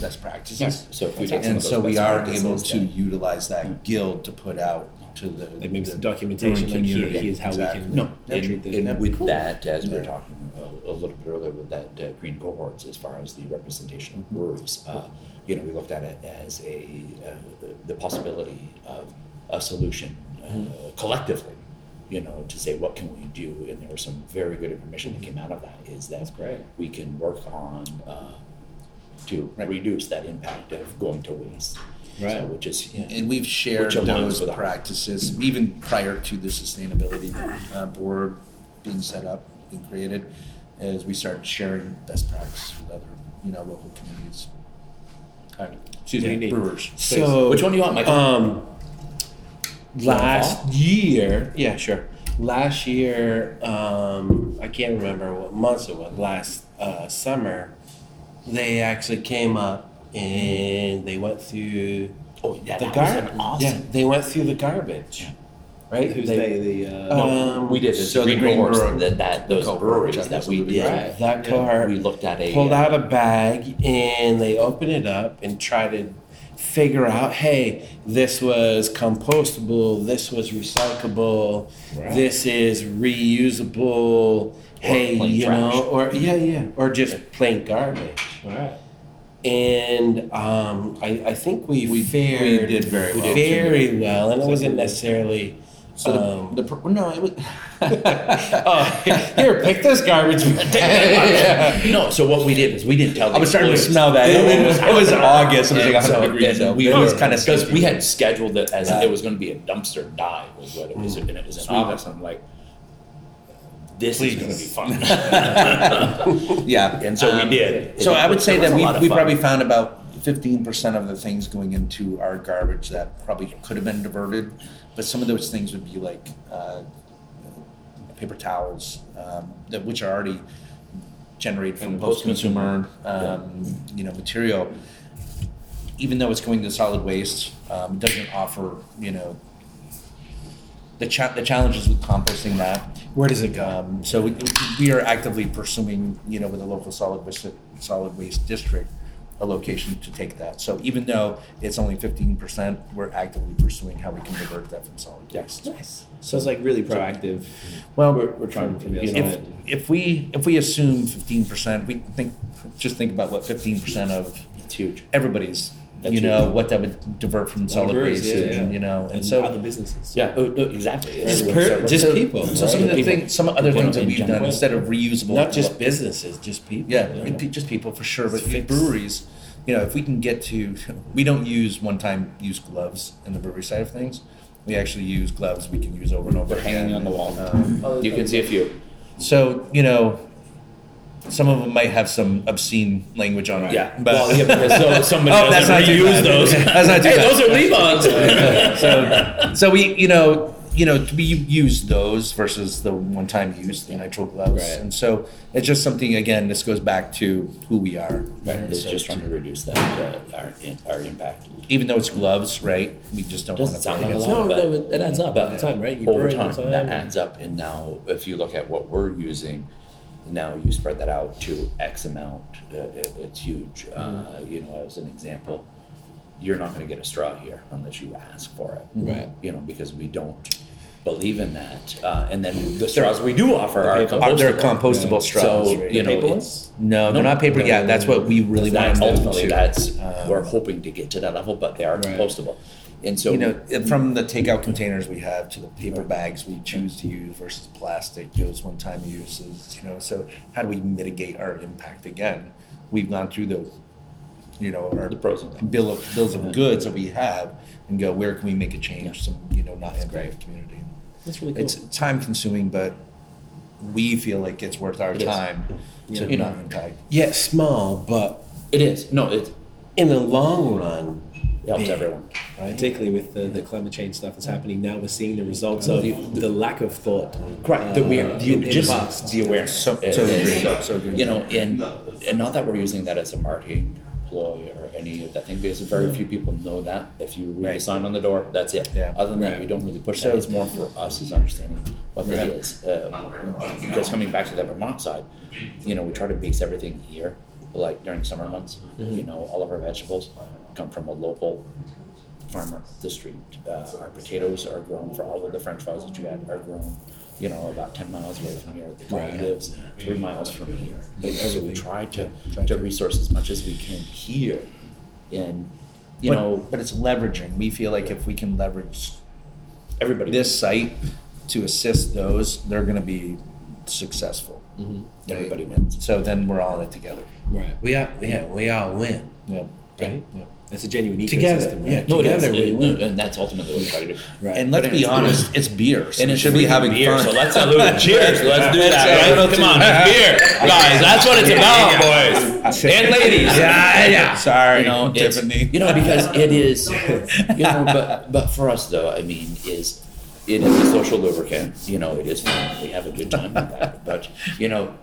S4: best practices.
S3: Yes. So if we take some
S4: and
S3: of those
S4: so we
S3: best
S4: are
S3: practices,
S4: able to
S3: then-
S4: utilize that guild to put out to the
S6: Like maybe some
S4: the
S6: documentation, like here,
S4: community.
S6: here's how
S4: Exactly.
S6: we can
S3: No,
S6: treat
S3: and,
S6: this.
S3: and with that, as we
S4: Yeah.
S3: were talking a, a little bit earlier with that uh, green cohorts, as far as the representation of breweries, uh, you know, we looked at it as a uh, the, the possibility of a solution uh, collectively. You know, to say what can we do, and there was some very good information that came out of that. Is that
S6: great.
S3: we can work on uh, to reduce that impact of going to waste,
S6: Right.
S3: So, which is you know,
S4: and we've shared
S3: Which aligns
S4: those
S3: with ours.
S4: practices even prior to the sustainability uh, board being set up and created, as we started sharing best practice with other you know local communities. Kind of, excuse
S6: Yeah.
S4: me, brewers.
S5: So
S3: which one do you want, Michael?
S5: Um, last year, yeah, sure. Last year, um, I can't remember what month it was. Last uh, summer, they actually came up and they went through
S3: oh, yeah,
S5: the
S3: that was an
S5: garbage.
S3: awesome.
S5: Yeah, they went through the garbage. Right?
S6: Who's
S5: They-
S6: they? The uh,
S5: Um,
S3: we did this
S4: So the
S3: green,
S4: green
S3: cohorts,
S4: brewer-
S3: that, that those
S4: cohort,
S3: breweries
S4: which I
S3: that
S4: guess
S3: we
S4: would be
S3: did.
S5: Yeah, that car.
S3: We looked at a
S5: pulled
S3: uh,
S5: out a bag and they opened it up and tried to figure out hey this was compostable this was recyclable this is reusable hey
S3: plain
S5: you know
S3: trash.
S5: or yeah yeah or just plain garbage
S6: Alright.
S5: and um, I, I think we,
S4: We- we
S5: fared
S4: did very well.
S5: very well and it wasn't necessarily
S4: So the-
S5: um,
S4: the, pr- no, it was
S5: oh here pick this garbage
S3: No, so what we did is we didn't tell.
S4: I was starting to smell that. It, was, it was August. It was like 100 degrees. out.
S3: we
S4: it was kind of
S3: because we had scheduled it as it was going to be a dumpster dive was what it was, and it was in August. I'm like, this is going to be fun.
S4: yeah, Um,
S3: and so we did.
S4: So I would say
S3: It was
S4: that
S3: a
S4: we,
S3: lot of
S4: we
S3: fun.
S4: probably found about fifteen percent of the things going into our garbage that probably could have been diverted, but some of those things would be like uh, paper towels um, that which are already generated from post-consumer, um, you know, material. Even though it's going to solid waste, um, doesn't offer you know the cha- the challenges with composting that.
S5: where does it go
S4: Um, so we, we are actively pursuing, you know, with the local solid waste, solid waste district, a location to take that. So even though it's only fifteen percent, we're actively pursuing how we can divert that from solid waste.
S6: So it's like really proactive.
S4: Well,
S6: we're, we're trying to
S4: You know, if we, if we assume fifteen percent, we think, just think about what fifteen percent of
S3: It's huge.
S4: everybody's, you
S3: huge.
S4: know, what that would divert from solid
S6: breweries,
S4: waste,
S6: yeah, yeah.
S4: and, you know, and
S6: and
S4: so.
S6: other businesses.
S3: Yeah, oh, no, exactly.
S5: just,
S3: Everyone-
S5: per, just people
S4: So some of the
S3: People.
S4: things, some other
S3: People
S4: things that
S3: in
S4: we've done,
S3: general.
S4: instead of reusable.
S5: not just businesses just people
S4: Yeah, and pe- just people for sure. But breweries, you know, if we can get to, we don't use one-time use gloves in the brewery side of things. We actually use gloves we can use over and over.
S3: They're hanging on the wall.
S4: Um,
S6: Oh,
S3: You can see a few.
S4: so you know, some of them might have some obscene language on it.
S3: Yeah.
S4: but
S3: well, yeah, because so, somebody
S4: Oh, that's
S3: doesn't
S4: not too
S3: reuse
S4: bad.
S3: those.
S4: That's not too
S3: hey,
S4: bad.
S3: those are Levi's.
S4: so, so we, you know, you know, we use those versus the one-time use, the nitrile gloves,
S6: Right.
S4: and so it's just something. Again, this goes back to who we are.
S3: Right,
S4: And
S3: it's
S4: so
S3: just trying to reduce that uh, our in, our impact.
S4: even though it's gloves, right? We just don't want
S3: Doesn't
S4: to
S3: sound
S4: sound
S3: like a
S4: against
S3: lot,
S6: No,
S3: but
S6: no, it- it adds up
S3: but
S6: over time, right? You
S3: over
S6: burn
S3: time,
S6: over
S3: that
S6: time.
S3: adds up, and now if you look at what we're using, now you spread that out to X amount. Uh, it, it's huge. Uh,
S6: Mm-hmm.
S3: you know, as an example, you're not going to get a straw here unless you ask for it.
S6: Right.
S3: You know, because we don't believe in that. Uh, and then the straws we do offer are compostable.
S4: They're compostable straws.
S3: So
S4: right?
S3: you know,
S6: Paper
S3: it's,
S4: no, they're not paper. Yeah, that's what we really
S3: that
S4: want them
S3: ultimately
S4: to.
S3: that's we're hoping to get to that level, but they are compostable. And so
S4: you know, from the takeout containers we have to the paper bags we choose to use versus plastic, those one-time uses. You know, so how do we mitigate our impact again? We've gone through those. You know, our
S3: the pros and cons.
S4: bill of bills of goods that we have, and go where can we make a change? Some you know, not impact the community.
S6: That's really cool.
S4: It's time consuming, but we feel like it's worth our
S3: It is.
S4: time to
S3: Yeah.
S4: not impact.
S5: yeah small but
S3: It is. No, it
S5: in the long run
S3: helps
S5: Yeah.
S3: everyone.
S6: particularly with the, the climate change stuff that's happening now, we're seeing the results
S1: Oh,
S6: of the, lack of thought. Uh,
S3: Right. The weird,
S6: in- in
S3: just
S6: the past.
S3: the awareness. So,
S4: so agree, so agree.
S3: You know, and and not that we're using that as a marketing employ or any of that thing because very few people know that. If you read the sign on the door, that's it.
S4: Yeah.
S3: Other than that, we don't really push that. It's more for us is understanding what that is. Um, because coming back to that Vermont side, you know, we try to base everything here. Like during summer months, you know, all of our vegetables come from a local farmer, the street. Uh, our potatoes are grown for all of the French fries that you had are grown, you know, about ten miles away from here. The guy lives three miles from here. But so we try to to resource as much as we can here, and you
S4: but,
S3: know
S4: but it's leveraging. We feel like if we can leverage
S3: everybody.
S4: this site to assist those, they're going to be successful.
S3: Mm-hmm. everybody wins.
S4: So then we're all in it together.
S6: Right.
S5: We all, yeah, we all win.
S4: Yeah.
S6: Right. It's a genuine ecosystem.
S5: Together.
S6: right?
S5: Yeah,
S3: No, it is,
S5: together we
S3: it-
S5: win.
S3: no, and that's ultimately what we try to do.
S4: And let's
S3: But
S4: be
S3: it's-
S4: honest, it's beer. So
S3: And
S4: we
S3: it's
S4: should be
S3: freaking
S4: having
S3: beer,
S4: fun.
S3: so let's salute. it. Cheers. Let's do that. Right? Come on, it's beer, guys. That's what it's about, boys and ladies.
S4: yeah, yeah. Sorry,
S3: You know, it's,
S4: Tiffany.
S3: you know, because it is, you know, but but for us though, I mean, is it is a social lubricant. You know, it is fun. We have a good time with that. But you know,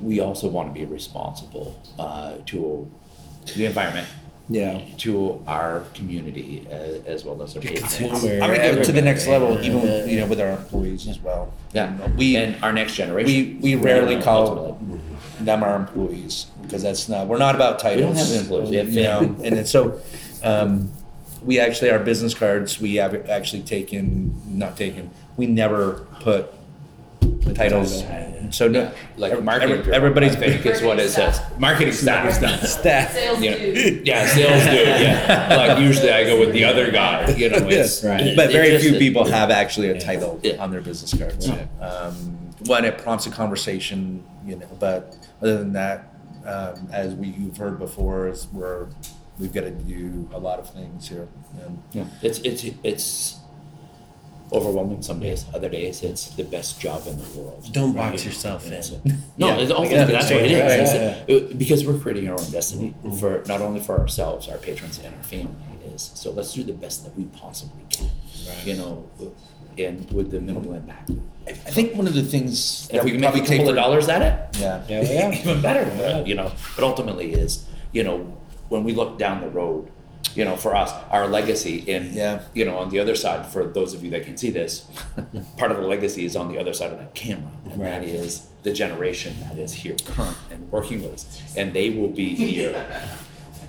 S3: we also want to be responsible uh, to the environment,
S6: Yeah.
S3: to our community, uh, as well as our patients.
S4: I'm gonna go to the next level, even with, you know, with our employees as well. You know,
S3: Yeah,
S4: we
S3: and our next
S4: we
S3: generation.
S4: we rarely
S3: Yeah,
S4: call
S3: ultimately.
S4: them our employees because that's not we're not about
S3: We don't
S4: titles.
S3: have employees, we have
S4: you know,
S3: family.
S4: and it's so. Um, we actually our business cards we have actually taken not taken we never put titles so no
S3: Yeah, like marketing.
S4: every- everybody's
S3: I think is what it says. Marketing staff.
S4: staff
S8: Sales
S3: You know,
S8: dude.
S7: Yeah, sales dude. Yeah, like usually I go with the other guy. You know, it's
S6: Right.
S4: but
S3: It
S4: very
S3: just-
S4: few people have actually a title
S3: Yeah.
S4: on their business cards. Um, one, it prompts a conversation, you know. But other than that, um, as we you've heard before, is we're we've got to do a lot of things here. And
S3: Yeah, it's it's it's overwhelming some days. Other days, it's the best job in the world.
S5: Don't box yourself in.
S3: No,
S6: Yeah,
S3: it's all,
S6: guess
S3: that's what it is.
S6: that's right,
S3: It's-
S6: yeah,
S3: it- because we're creating our own destiny
S4: Mm-hmm.
S3: for not only for ourselves, our patrons, and our family. Is so let's do the best that we possibly can. You know, and with the minimal impact.
S4: I think one of the things
S3: And if we can make a couple of dollars at it,
S4: yeah,
S6: Yeah. Yeah.
S3: even better than that, you know. But ultimately, is you know when we look down the road, you know, for us, our legacy in
S4: Yeah.
S3: you know on the other side. For those of you that can see this, part of the legacy is on the other side of that camera, and that is the generation that is here current and working with us, and they will be here.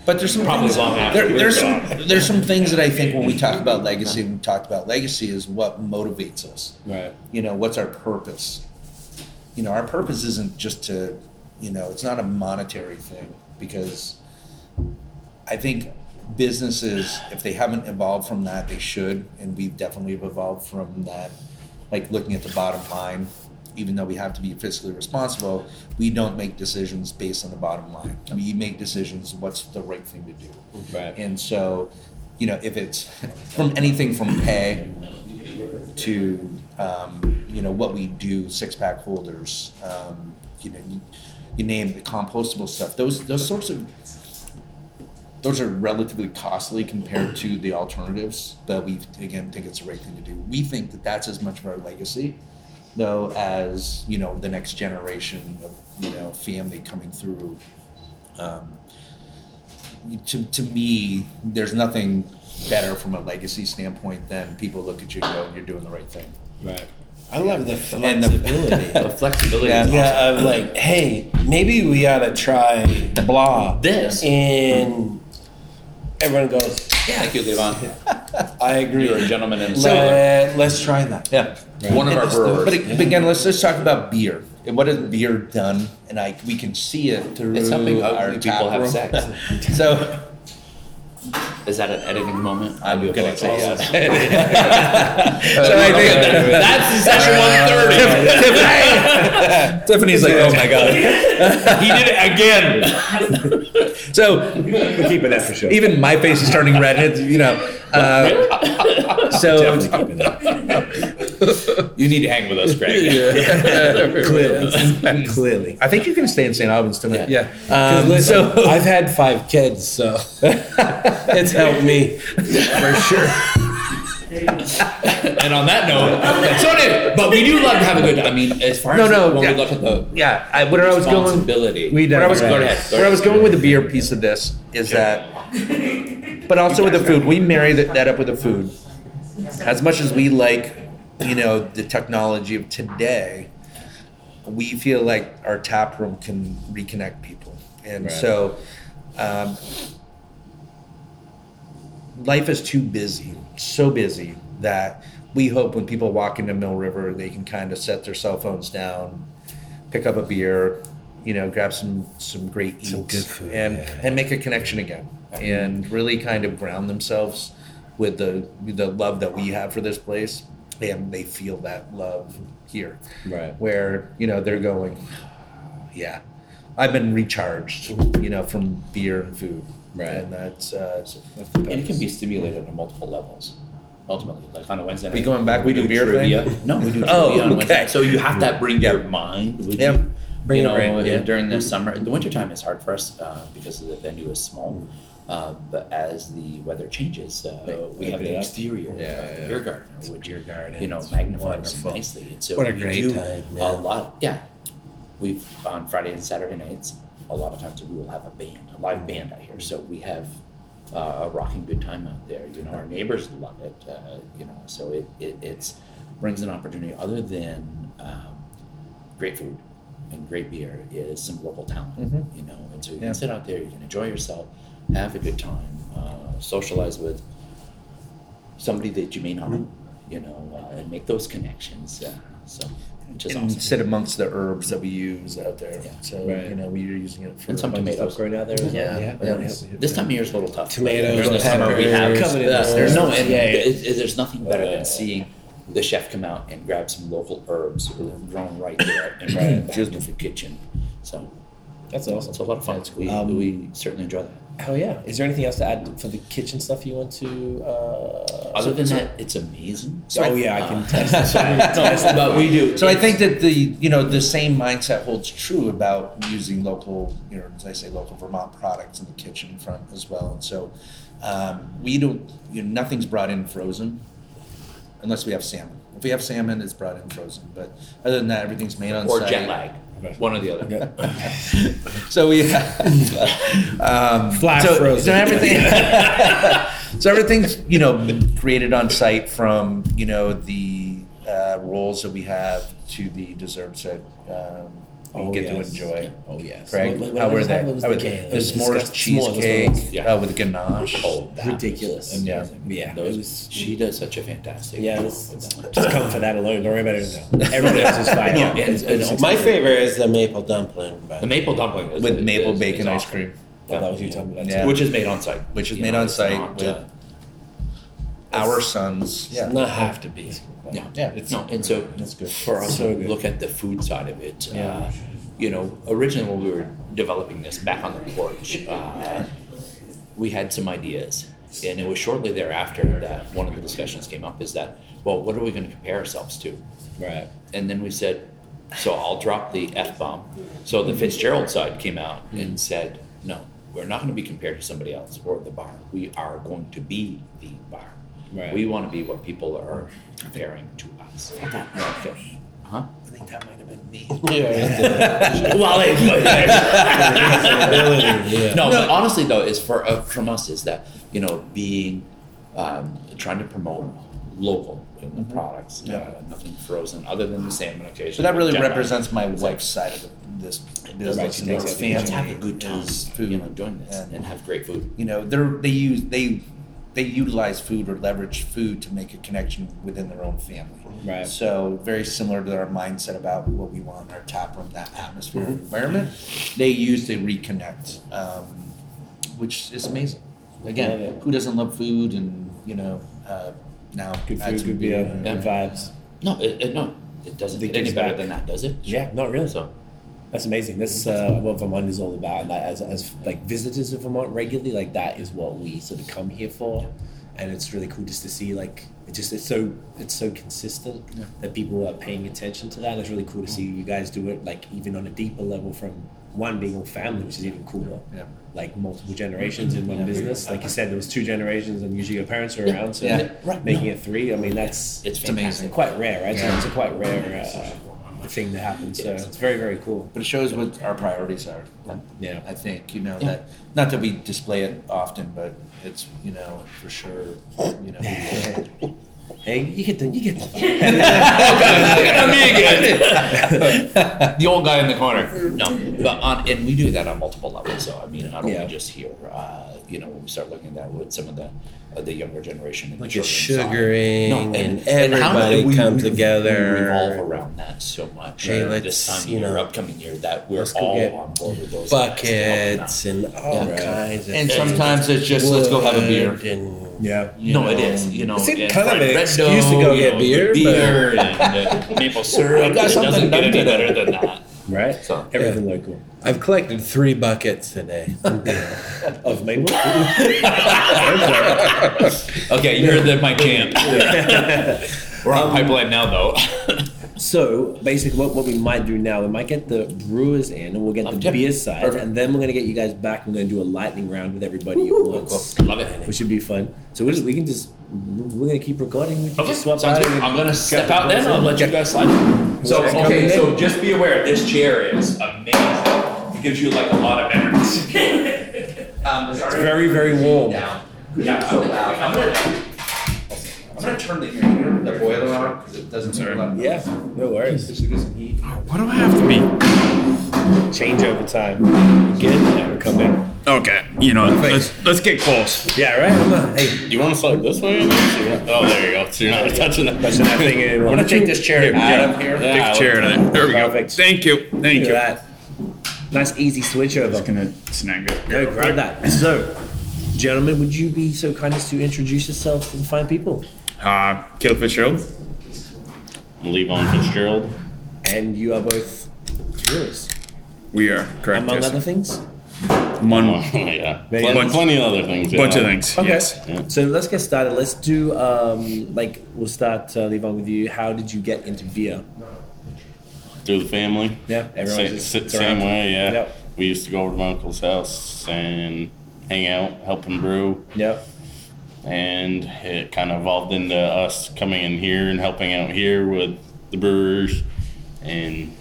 S4: But there's some
S7: Probably
S4: things,
S7: long after
S4: there,
S7: we're
S4: there's
S7: gone.
S4: some there's some things that I think when we talk about legacy, and we talked about legacy is what motivates us.
S6: Right.
S4: you know what's our purpose you know our purpose isn't just to you know it's not a monetary thing because i think businesses if they haven't evolved from that they should and we definitely have evolved from that like looking at the bottom line even though we have to be fiscally responsible we don't make decisions based on the bottom line we make decisions what's the right thing to do
S6: Right.
S4: and so you know if it's from anything from pay to um, you know what we do six pack holders um, you know you, you name the compostable stuff those those sorts of those are relatively costly compared to the alternatives but we again think it's the right thing to do we think that that's as much of our legacy though as you know the next generation of you know family coming through um, to, to me, there's nothing better from a legacy standpoint than people look at you and go, you're doing the right thing.
S6: Right.
S5: I love the
S4: And the-
S5: flexibility.
S3: The flexibility. is awesome.
S5: yeah, of like, hey, maybe we ought to try blah.
S3: This.
S5: And everyone goes,
S3: Thank you, Levon.
S5: I agree.
S3: You're a gentleman and uh, a sailor.
S5: Let, us try that.
S4: Yeah.
S3: One of our brewers.
S4: But ag- but again, let's just talk about beer. And what has beer done? And I, we can see it through
S3: It's something
S4: our
S3: ugly people
S4: tap
S3: have
S4: room.
S3: sex.
S4: So
S3: Is that an editing moment? I'm
S4: gonna say
S3: yes.
S4: So I think-
S7: that's session one thirty.
S4: Tiffany's like, oh my god.
S7: He did it again.
S4: So
S6: We're keeping that for sure.
S4: even my face is turning red. It's, you know. Uh, so
S7: You need to hang with us, Greg.
S6: Clearly. Clearly.
S4: I think you can stay in St. Albans tonight.
S5: Yeah.
S4: Um,
S5: listen,
S4: so
S5: I've had five kids, so it's helped me for sure.
S7: And on that note, so anyway, but we do love to have a good. I mean, as far
S4: No,
S7: as
S4: no,
S7: when
S4: yeah.
S7: we look at the
S4: yeah, I, where I was going,
S7: responsibility,
S4: we done
S7: where I was
S4: that.
S7: go ahead.
S4: Where I was going with the beer piece of this is that, but also with the food, we marry that, that up with the food. As much as we like, you know, the technology of today, we feel like our tap room can reconnect people, and so. Um, life is too busy, so busy that we hope when people walk into Mill River, they can kind of set their cell phones down, pick up a beer, you know, grab some some great eats,
S5: good food,
S4: and
S5: yeah.
S4: and make a connection again, and really kind of ground themselves with the with the love that we have for this place, and they feel that love here,
S6: Right.
S4: Where you know they're going, yeah, I've been recharged, you know, from beer and food,
S6: Right.
S4: And that's uh, that's the
S3: And it can
S4: best.
S3: be stimulated on multiple levels. Ultimately, like on a Wednesday night,
S4: We going back
S3: we
S4: to
S3: do
S4: the beer
S3: trivia. No, we do trivia
S4: Oh,
S3: on Wednesday.
S4: okay.
S3: night. So you have to bring your mind. With
S4: Yep.
S3: You,
S4: Bring
S3: you
S4: it
S3: know,
S4: right, yeah.
S3: during the summer, the winter time is hard for us uh, because the venue is
S4: Mm.
S3: small. Uh, but as the weather changes, uh, we have the exterior of the beer garden, which
S4: Beer garden,
S3: you know
S4: it's
S3: magnifies
S4: wonderful.
S3: nicely. And so
S5: What a
S3: we
S5: great
S3: do
S5: time,
S3: A
S5: yeah.
S3: lot, yeah. We've on Friday and Saturday nights. A lot of times we will have a band, a live band out here. So we have uh, a rocking good time out there. You know, our neighbors love it. Uh, you know, so it, it it's brings an opportunity other than um, great food and great beer is some local talent. You know, and so you
S4: Yeah.
S3: can sit out there, you can enjoy yourself, have a good time, uh, socialize with somebody that you may not, you know, uh, and make those connections. Uh, so, which is
S4: and
S3: awesome.
S4: sit amongst the herbs that we use out there. So you know, we're using it for
S3: And some tomatoes.
S6: Going out there. as well.
S3: Yeah.
S4: Yeah.
S3: This time of year is a little tough.
S5: Tomatoes,
S3: During the summer, we have
S5: peppers,
S3: this.
S5: covered
S3: There's
S5: in
S3: no,
S5: herbs.
S3: and
S5: Yeah, Uh, yeah.
S3: it- it- there's nothing better than seeing the chef come out and grab some local herbs grown right there and bring it back to the kitchen. So
S6: That's
S3: it's
S6: awesome.
S3: a lot of fun. We,
S6: Um,
S3: we certainly enjoy that.
S6: Hell yeah! Is there anything else to add for the kitchen stuff you want to? Uh,
S3: Other than that, it's amazing.
S6: oh yeah, I can
S3: Uh,
S6: test.
S3: no, but we do.
S4: So I
S3: it's-
S4: think that the you know the same mindset holds true about using local you know as I say local Vermont products in the kitchen front as well. And so um, we don't you know nothing's brought in frozen unless we have salmon. If we have salmon, it's brought in frozen. But other than that, everything's made on
S3: or
S4: site.
S3: jet lag, one or the other.
S4: So we have um, so,
S5: frozen.
S4: So everything, so everything's you know created on site from you know the uh, rolls that we have to the desserts that um, we
S6: Oh,
S4: get
S6: yes.
S4: to enjoy.
S6: Oh yes.
S4: Craig,
S6: What- what-
S4: how
S6: what
S4: were
S6: was
S4: they?
S6: that? What was
S4: How
S6: the
S4: were
S6: game?
S4: they?
S6: It
S4: The
S6: was
S4: s'mores
S6: disgusting. S'mores was what it
S4: cheesecake
S6: was.
S3: Yeah.
S4: uh, with ganache.
S3: Oh, that was
S6: Ridiculous.
S4: Yeah.
S3: amazing.
S6: Yeah,
S3: Those-
S6: it was-
S3: she does such a fantastic
S6: Yeah,
S3: job
S6: it's-
S3: with that one.
S6: Just come for that alone. Don't worry about it. Everyone else is fine.
S3: Yeah, it's- it's-
S5: My favorite is the maple dumpling. But
S7: The maple dumpling is,
S4: with
S7: is-
S4: maple
S7: is
S4: bacon ice
S7: awesome.
S4: cream,
S6: Oh, that was you talking about.
S4: Yeah.
S3: which is made on site.
S4: which is
S3: You
S4: made
S3: know,
S4: on
S3: it's
S4: site
S3: not,
S4: with
S3: uh,
S4: our sons.
S5: It does not have to be.
S3: Yeah,
S4: Yeah,
S3: It's, no, and so
S4: that's good.
S3: for us
S6: So
S3: to
S6: good.
S3: look at the food side of it,
S6: Yeah.
S3: uh, you know, originally when we were developing this back on the porch, uh, we had some ideas, and it was shortly thereafter that one of the discussions came up is that, well, what are we going to compare ourselves to?
S6: Right.
S3: and then we said, so I'll drop the F bomb. So the Fitzgerald side came out
S4: Hmm.
S3: and said, no, we're not going to be compared to somebody else or the bar. We are going to be the bar.
S6: Right.
S3: We want to be what people are comparing to us. Okay. Huh?
S4: I think that might have been me.
S3: well,
S5: Yeah.
S3: no, but honestly though, is for uh, from us is that you know being um, trying to promote local products, uh, nothing frozen other than the salmon occasion.
S4: So that really
S3: Jack-
S4: represents my wife's side of the- this business. and
S3: Let's
S4: her
S3: have a
S4: family
S3: good time,
S4: is
S3: you
S4: food.
S3: know, doing this
S4: And-
S3: and have great food.
S4: You know, they're, they use, they, they utilize food or leverage food to make a connection within their own family.
S6: Right.
S4: So very similar to our mindset about what we want in our tap room, that atmosphere and
S6: Mm-hmm.
S4: environment. They use to reconnect, um, which is amazing. Again,
S6: Love it.
S4: who doesn't love food and, you know, uh, now.
S6: Good
S4: add
S6: food,
S4: some
S6: good beer,
S4: and-
S6: good vibes.
S3: No, it, it- no, it doesn't
S6: They
S3: get any
S6: give
S3: better
S6: back.
S3: than that, does it?
S6: Yeah, not really.
S3: So,
S6: That's amazing. That's uh, what Vermont is all about. Like as, as like visitors of Vermont regularly, like that is what we sort of come here for, and it's really cool just to see like it just it's so it's so consistent that people are paying attention to that. It's really cool to see you guys do it like even on a deeper level from One being all family, which is even cooler.
S4: Yeah.
S6: Like multiple generations in one business. Like you said, there was two generations, and usually your parents are around, so
S4: Yeah.
S3: Right.
S6: making it three. I mean, that's
S3: It's
S6: fantastic.
S3: amazing.
S6: Quite rare, right? So
S4: Yeah.
S6: it's a quite rare uh, thing that happens. So it's very, very cool.
S4: But it shows what our priorities are.
S6: Yeah.
S4: I think you know that. Not that we display it often, but it's you know for sure. You know.
S6: Hey, you get the you get the
S7: Look at me again. the old guy in the corner.
S3: No, but on, and we do that on multiple levels. So I mean, not only
S6: Yeah.
S3: just here. Uh, you know, when we start looking at that with some of the uh, the younger generation, and the
S5: Like a
S3: children's side.
S5: sugaring
S3: No,
S5: and,
S3: how
S5: everybody
S3: do we-
S5: come
S3: we
S5: together.
S3: revolve around that so much.
S5: Hey,
S3: uh,
S5: let's,
S3: this time of
S5: you
S3: year,
S5: know,
S3: upcoming year, that we're
S5: let's go
S3: all
S5: get
S3: on board with those
S5: buckets and all
S4: Yeah.
S5: kinds of
S4: And sometimes it's just let's go have a beer.
S5: wood and-
S6: yeah.
S3: You no, it is. You know,
S5: It's
S3: and
S5: kind of
S3: fried
S5: an
S3: red
S5: excuse to
S3: dough,
S5: go
S3: you
S5: get
S3: know,
S5: beer, but-
S7: Beer and uh, maple syrup. It
S4: got
S7: doesn't
S4: something
S7: get
S4: done
S7: any
S4: today.
S7: better than that.
S6: Right.
S7: So-
S6: Everything local.
S5: I've collected three buckets today.
S6: Um, Of maple.
S7: Okay, you heard that my camp. We're
S2: Um,
S7: on pipeline now, though.
S6: So basically, what, what we might do now, we might get the brewers in, and we'll get the
S3: Okay.
S6: beer side,
S3: Perfect.
S6: and then we're gonna get you guys back. and We're gonna do a lightning round with everybody at once,
S7: Love it.
S6: which should be fun. So we just we can just we're gonna keep recording. We can
S7: Okay,
S6: just swap
S7: sounds
S6: out
S7: good.
S6: and-
S7: I'm gonna step out then. I'll let you guys slide. So
S6: Who's
S7: okay,
S6: coming
S7: so just be aware, this chair is amazing. It gives you like a lot of memories. um, it's
S6: very very warm.
S3: Down. Yeah, I'm, I'm gonna. I'm gonna turn the heater, the boiler on, because it doesn't turn on.
S6: Yeah, no worries.
S3: Just to get some heat.
S7: What do I have to be?
S6: Change over time. Get in there, come in.
S7: Okay, you know, let's let's get close.
S6: Yeah, right. I'm not, hey,
S8: You want to slide this way? in there? So you're- Oh, there you go. So you're not touching that.
S6: touching that thing in.
S8: I'm gonna take this chair out
S3: yeah.
S8: of here.
S3: Yeah,
S8: Take
S3: I
S8: the chair out of there. There we go.
S6: Perfect.
S8: Thank you. Thank
S6: Look
S8: you.
S6: at that. Nice easy switch over.
S8: gonna snag it.
S6: No, grab that. So, gentlemen, would you be so kind as to introduce yourself to the fine people?
S8: Uh, Caleb Fitzgerald. Levon Fitzgerald.
S6: And you are both brewers,
S8: We are correct.
S6: among
S8: yes.
S6: other things.
S8: Mon- Oh, yeah. Plenty,
S6: Bunch-
S8: plenty of other things. yeah. Bunch of things.
S6: Okay.
S8: Yes. Yeah.
S6: So let's get started. Let's do um, like we'll start uh, Levon with you. How did you get into beer?
S8: Through the family.
S6: Yeah, everyone's
S8: Sa-
S6: just
S8: sa-
S6: around.
S8: same way. Yeah.
S6: Yep.
S8: We used to go over to my uncle's house and hang out, help him brew.
S6: Yep.
S8: and it kind of evolved into us coming in here and helping out here with the brewers and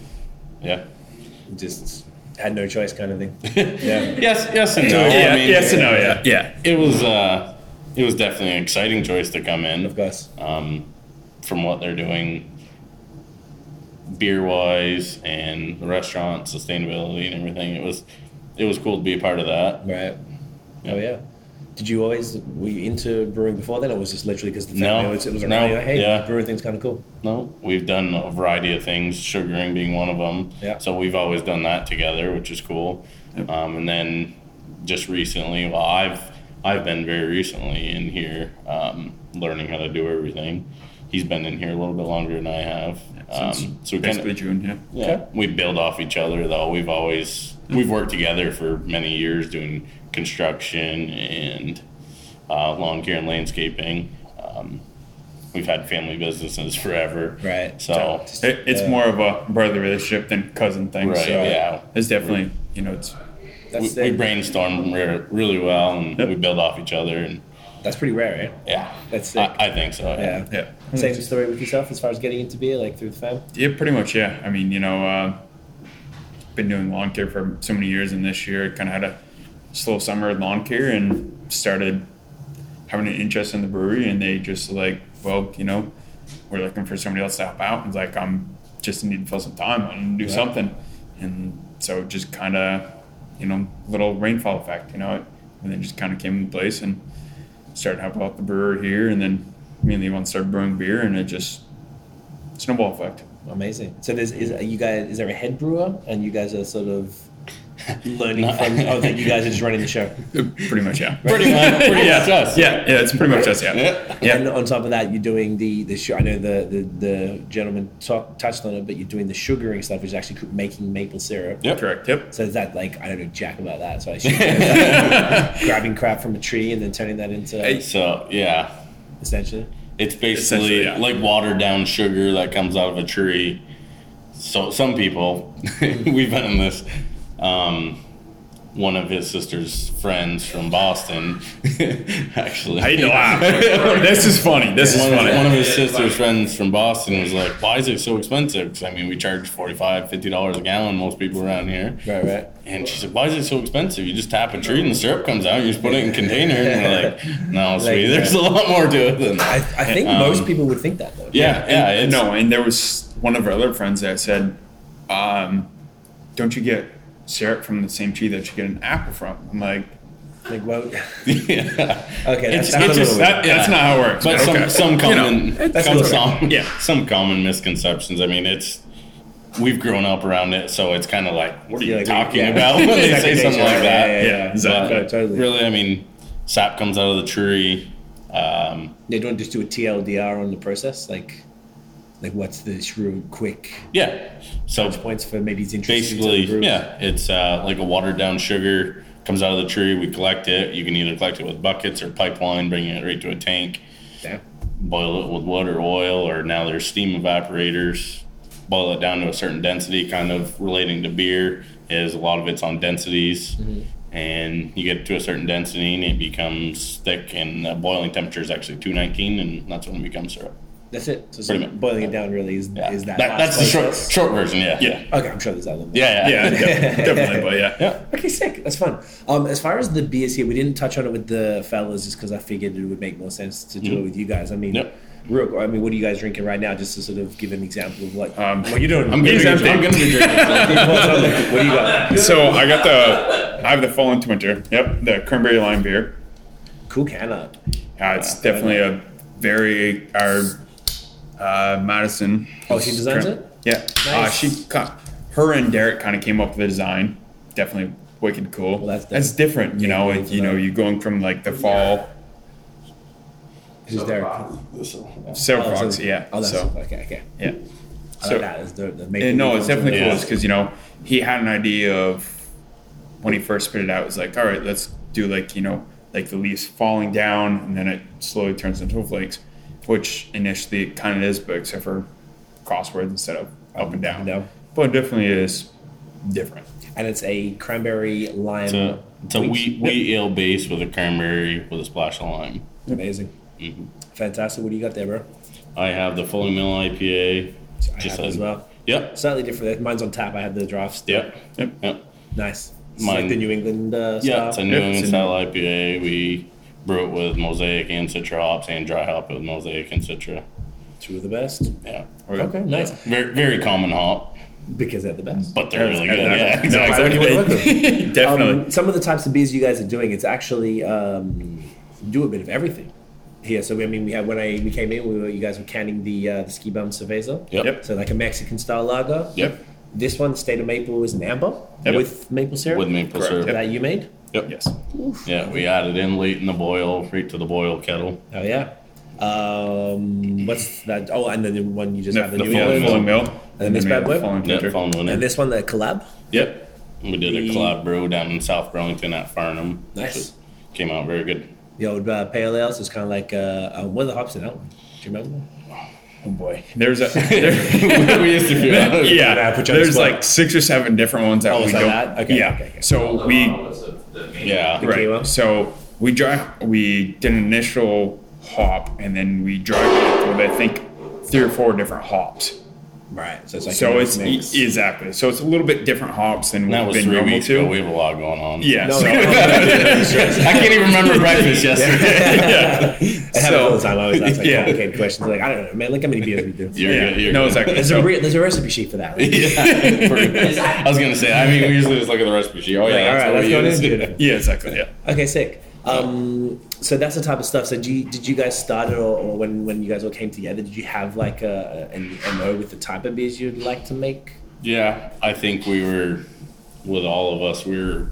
S8: yeah
S6: Just had no choice, kind of thing. Yeah.
S8: yes yes and no
S6: Yeah,
S8: I mean,
S6: yes and no,
S8: yeah yeah it was uh it was definitely an exciting choice to come
S6: Of
S8: in
S6: course.
S8: um, from what they're doing beer wise and the restaurant sustainability and everything it was it was cool to be a part of that
S6: Right. Oh yeah. Did you always were you into brewing before then, or was this literally because the
S8: No.
S6: family was it was
S8: No.
S6: around? you, Hey,
S8: Yeah.
S6: brewing thing's kind of cool.
S8: No, we've done a variety of things, sugaring being one of them.
S6: Yeah.
S8: So we've always done that together, which is cool. Um, and then just recently, well, I've I've been very recently in here um, learning how to do everything. He's been in here a little bit longer than I have. Um, so we kind of
S7: June, yeah.
S8: yeah,
S6: Okay.
S8: we build off each other though. We've always we've worked together for many years doing construction and uh, lawn care and landscaping. Um, we've had family businesses forever,
S6: Right.
S8: So
S9: It, it's more of a brotherly relationship than cousin thing.
S8: right,
S9: so
S8: yeah,
S9: It's definitely, you know, it's
S8: we,
S6: That's
S8: we
S6: it.
S8: brainstorm re- really well and
S9: Yep.
S8: we build off each other and
S6: That's pretty rare, right?
S8: yeah,
S6: That's sick.
S8: I, I think so.
S6: Yeah.
S9: yeah.
S8: Uh,
S6: Same story with yourself as far as getting into beer, like through the fam.
S9: Yeah, pretty much. Yeah. I mean, you know, uh, been doing lawn care for so many years, and this year kind of had a slow summer in lawn care and started having an interest in the brewery. And they just like, well, you know, we're looking for somebody else to help out. And it's like, I'm just need to fill some time and do something. And so just kind of, you know, little rainfall effect, you know, and then just kind of came in place and started helping out the brewer here. And then me and Levon started brewing beer, and it just snowball effect.
S6: Amazing. So there's is are you guys is there a head brewer and you guys are sort of learning from oh that you guys are just running the show.
S9: Pretty much, yeah.
S8: pretty much, pretty much us.
S9: Yeah, yeah, it's pretty much us, yeah.
S8: Yeah.
S6: And on top of that, you're doing the the su- I know the the, the gentleman talk, touched on it, but you're doing the sugaring stuff, which is actually coo- making maple syrup.
S8: Yep.
S9: Correct, yep.
S6: So is that like I don't know jack about that. So I should grabbing crap from a tree and then turning that into
S8: So yeah,
S6: essentially.
S8: It's basically
S9: Essentially, yeah.
S8: like watered down sugar that comes out of a tree. So some people, we've been in this. um, one of his sister's friends from Boston, actually.
S9: I need to laugh. Ah. this is funny. This is
S8: one, of, one
S9: funny.
S8: of his sister's friends from Boston was like, why is it so expensive? 'Cause, I mean, we charge $45, $50 a gallon, most people around here.
S4: Right, right.
S8: And she said, why is it so expensive? You just tap a tree and the syrup comes out. You just put it in a container. And we're like, no, sweetie, there's a lot more to it than
S6: I,
S8: that.
S6: I think
S8: Um,
S6: most people would think that though.
S8: Yeah, yeah.
S9: And-
S8: it's-
S9: no, and there was one of our other friends that said, um, "Don't you get syrup from the same tree that you get an apple from?" I'm like,
S6: Like, well, okay,
S8: yeah.
S6: that's,
S8: It's-
S6: that's
S8: it's
S6: a
S8: just
S6: little
S9: that, "That's not how it works."
S8: But
S9: okay.
S8: some some common
S9: that's
S8: some,
S9: okay.
S8: some-
S9: Yeah.
S8: some common misconceptions. I mean, it's we've grown up around it, so it's kind of like what are you
S6: Yeah, like,
S8: talking
S6: yeah.
S8: about when they
S6: Second
S8: say something
S6: nature.
S8: like that?
S6: Yeah,
S9: yeah, exactly.
S8: But Really, I mean, sap comes out of the tree. Um,
S6: They don't just do a TLDR on the process, like, like what's the shrewd quick
S8: yeah. So
S6: points for maybe it's interesting. to the
S8: basically,
S6: group?
S8: yeah, it's uh, like a watered down sugar comes out of the tree. We collect it. You can either collect it with buckets or pipeline, bringing it right to a tank.
S6: Damn.
S8: boil it with water, oil, or now there's steam evaporators. Boil it down to a certain density, kind of relating to beer, is a lot of it's on densities.
S6: Mm-hmm.
S8: And you get to a certain density and it becomes thick, and the boiling temperature is actually 219, and that's when it becomes syrup.
S6: That's it. So,
S8: Pretty
S6: so
S8: much.
S6: boiling it down really is,
S8: Yeah.
S6: is that. last
S8: That- that's the short,
S6: process.
S8: short version, yeah. Yeah.
S6: Okay, I'm sure there's other. ones.
S8: Yeah, yeah.
S9: yeah, de- definitely. But yeah,
S8: Yeah.
S6: Okay, sick. That's fun. Um, as far as the BSC, we didn't touch on it with the fellas just because I figured it would make more sense to do it with you guys. I mean,
S8: Mm-hmm. Yep.
S6: real. I mean, what are you guys drinking right now? Just to sort of give an example of like,
S9: Um,
S6: well, you don't.
S8: I'm gonna,
S9: He's
S8: be,
S9: empty.
S8: I'm gonna be drinking.
S6: what do you got?
S9: So I got the I have the fall into winter. Yep, the cranberry lime beer.
S6: Cool can up.
S9: Uh, it's definitely a very our uh, Madison.
S6: Oh, she designs it?
S9: Yeah, uh,
S6: Nice.
S9: she ki- her and Derek kind of came up with the design. Definitely wicked cool.
S6: Well, that's
S9: that's different, you know. Like, you know, you going from like the fall
S6: This is Derek.
S9: silk
S6: Oh, so-
S9: fox, yeah.
S6: Oh, that's
S9: so
S6: okay, okay.
S9: yeah,
S6: I
S9: So-
S6: like that. It's the, the
S9: And
S6: maple
S9: no,
S6: leaf ones.
S9: it's definitely cool
S8: Yeah.
S9: because you know he had an idea of when he first spit it out. It was like, all right, let's do like you know like the leaves falling down, and then it slowly turns into flakes, which initially it kind of is, but except for crosswords instead of up and down.
S6: no.
S9: But it definitely is different.
S6: and it's a cranberry lime.
S8: it's a, it's a wheat, wheat ale base with a cranberry with a splash of lime.
S6: Amazing.
S8: Mm-hmm.
S6: Fantastic. What do you got there, bro?
S8: I have the Fully Mill IPA.
S6: I
S8: Just
S6: have
S8: a-
S6: as well.
S8: Yep.
S6: Slightly different. Uh, Mine's on tap. I have the drafts.
S8: Yep.
S9: Yep.
S8: Yep.
S6: Nice. It's
S8: Mine-
S6: like the New England uh,
S8: Yeah, it's a
S6: style.
S8: New
S9: Yep,
S8: England
S9: it's a
S8: style IPA. We brew it with mosaic and citra hops and dry hop it with mosaic and citra.
S6: Two of the best.
S8: Yeah.
S6: Okay, nice.
S8: Very, very common hop,
S6: Because they're the best.
S8: but they're really good.
S9: Yeah,
S8: Yeah,
S9: exactly.
S8: exactly.
S9: definitely.
S6: Um, some of the types of beers you guys are doing, it's actually um, do a bit of everything here. So I mean, we had when I we came in, we were you guys were canning the uh, the ski bum cerveza.
S8: Yep.
S6: So like a Mexican style lager.
S8: Yep.
S6: This one, state of maple, is an amber
S9: Yep.
S6: with maple syrup
S8: With maple
S9: Correct.
S8: syrup.
S6: that you made.
S8: Yep.
S9: yes.
S8: Yeah, we added in late in the boil, right to the boil kettle.
S6: Oh yeah. Um, what's that? Oh, and then the one you just
S9: The,
S6: have the,
S9: the
S6: New
S9: full,
S6: England.
S9: full mill.
S6: then this
S9: we have
S6: bad boy?
S9: the falling
S8: Yep.
S9: winter.
S8: Following one in.
S6: And this one, the collab.
S8: Yep. We did a
S6: The-
S8: collab brew down in South Burlington at Farnham.
S6: Nice.
S8: So it Came out very good.
S6: The old uh, pale ales is kind of like uh, uh, what are the hops in that one? Do you remember?
S9: Oh boy, there's a there,
S8: we used to do that.
S9: yeah.
S6: put you on the
S9: there's
S6: spot.
S9: like six or seven different ones that
S6: Oh,
S9: we
S6: it's like
S9: don't.
S6: that? Okay,
S9: yeah.
S6: okay, okay.
S9: So we
S8: Yeah.
S9: right.
S6: Kilo?
S9: So we dry we did an initial hop and then we dry hopped with I think three or four different hops.
S6: Right. So it's like
S9: So
S6: a
S9: it's e-
S6: mix.
S9: exactly so it's a little bit different hops than
S8: That
S9: we've
S8: was
S9: been
S8: three
S9: normal
S8: weeks ago. We
S9: to.
S8: have a lot going on.
S9: Yeah.
S6: No,
S9: so,
S6: no, no,
S8: I can't even remember breakfast yesterday.
S9: yeah.
S6: I have it all the time. I always ask like
S9: e- Yeah.
S6: complicated questions. Like I don't know, man. Look how many beers we do.
S8: You're
S9: yeah.
S8: good, you're
S9: no,
S8: good.
S9: exactly.
S6: There's
S9: so,
S6: a re- there's a recipe sheet for that. Right?
S8: Yeah, pretty much. I was gonna say. I mean, we usually just look at the recipe sheet. Oh yeah,
S6: Like, all
S8: that's
S6: right,
S8: what
S6: let's go
S8: we use.
S6: into it.
S9: yeah, exactly. Yeah.
S6: Okay, sick. Um, so that's the type of stuff. So do you, did you guys start it, or, or when when you guys all came together, did you have like a an MO with the type of beers you'd like to make?
S8: Yeah, I think we were with all of us. We were.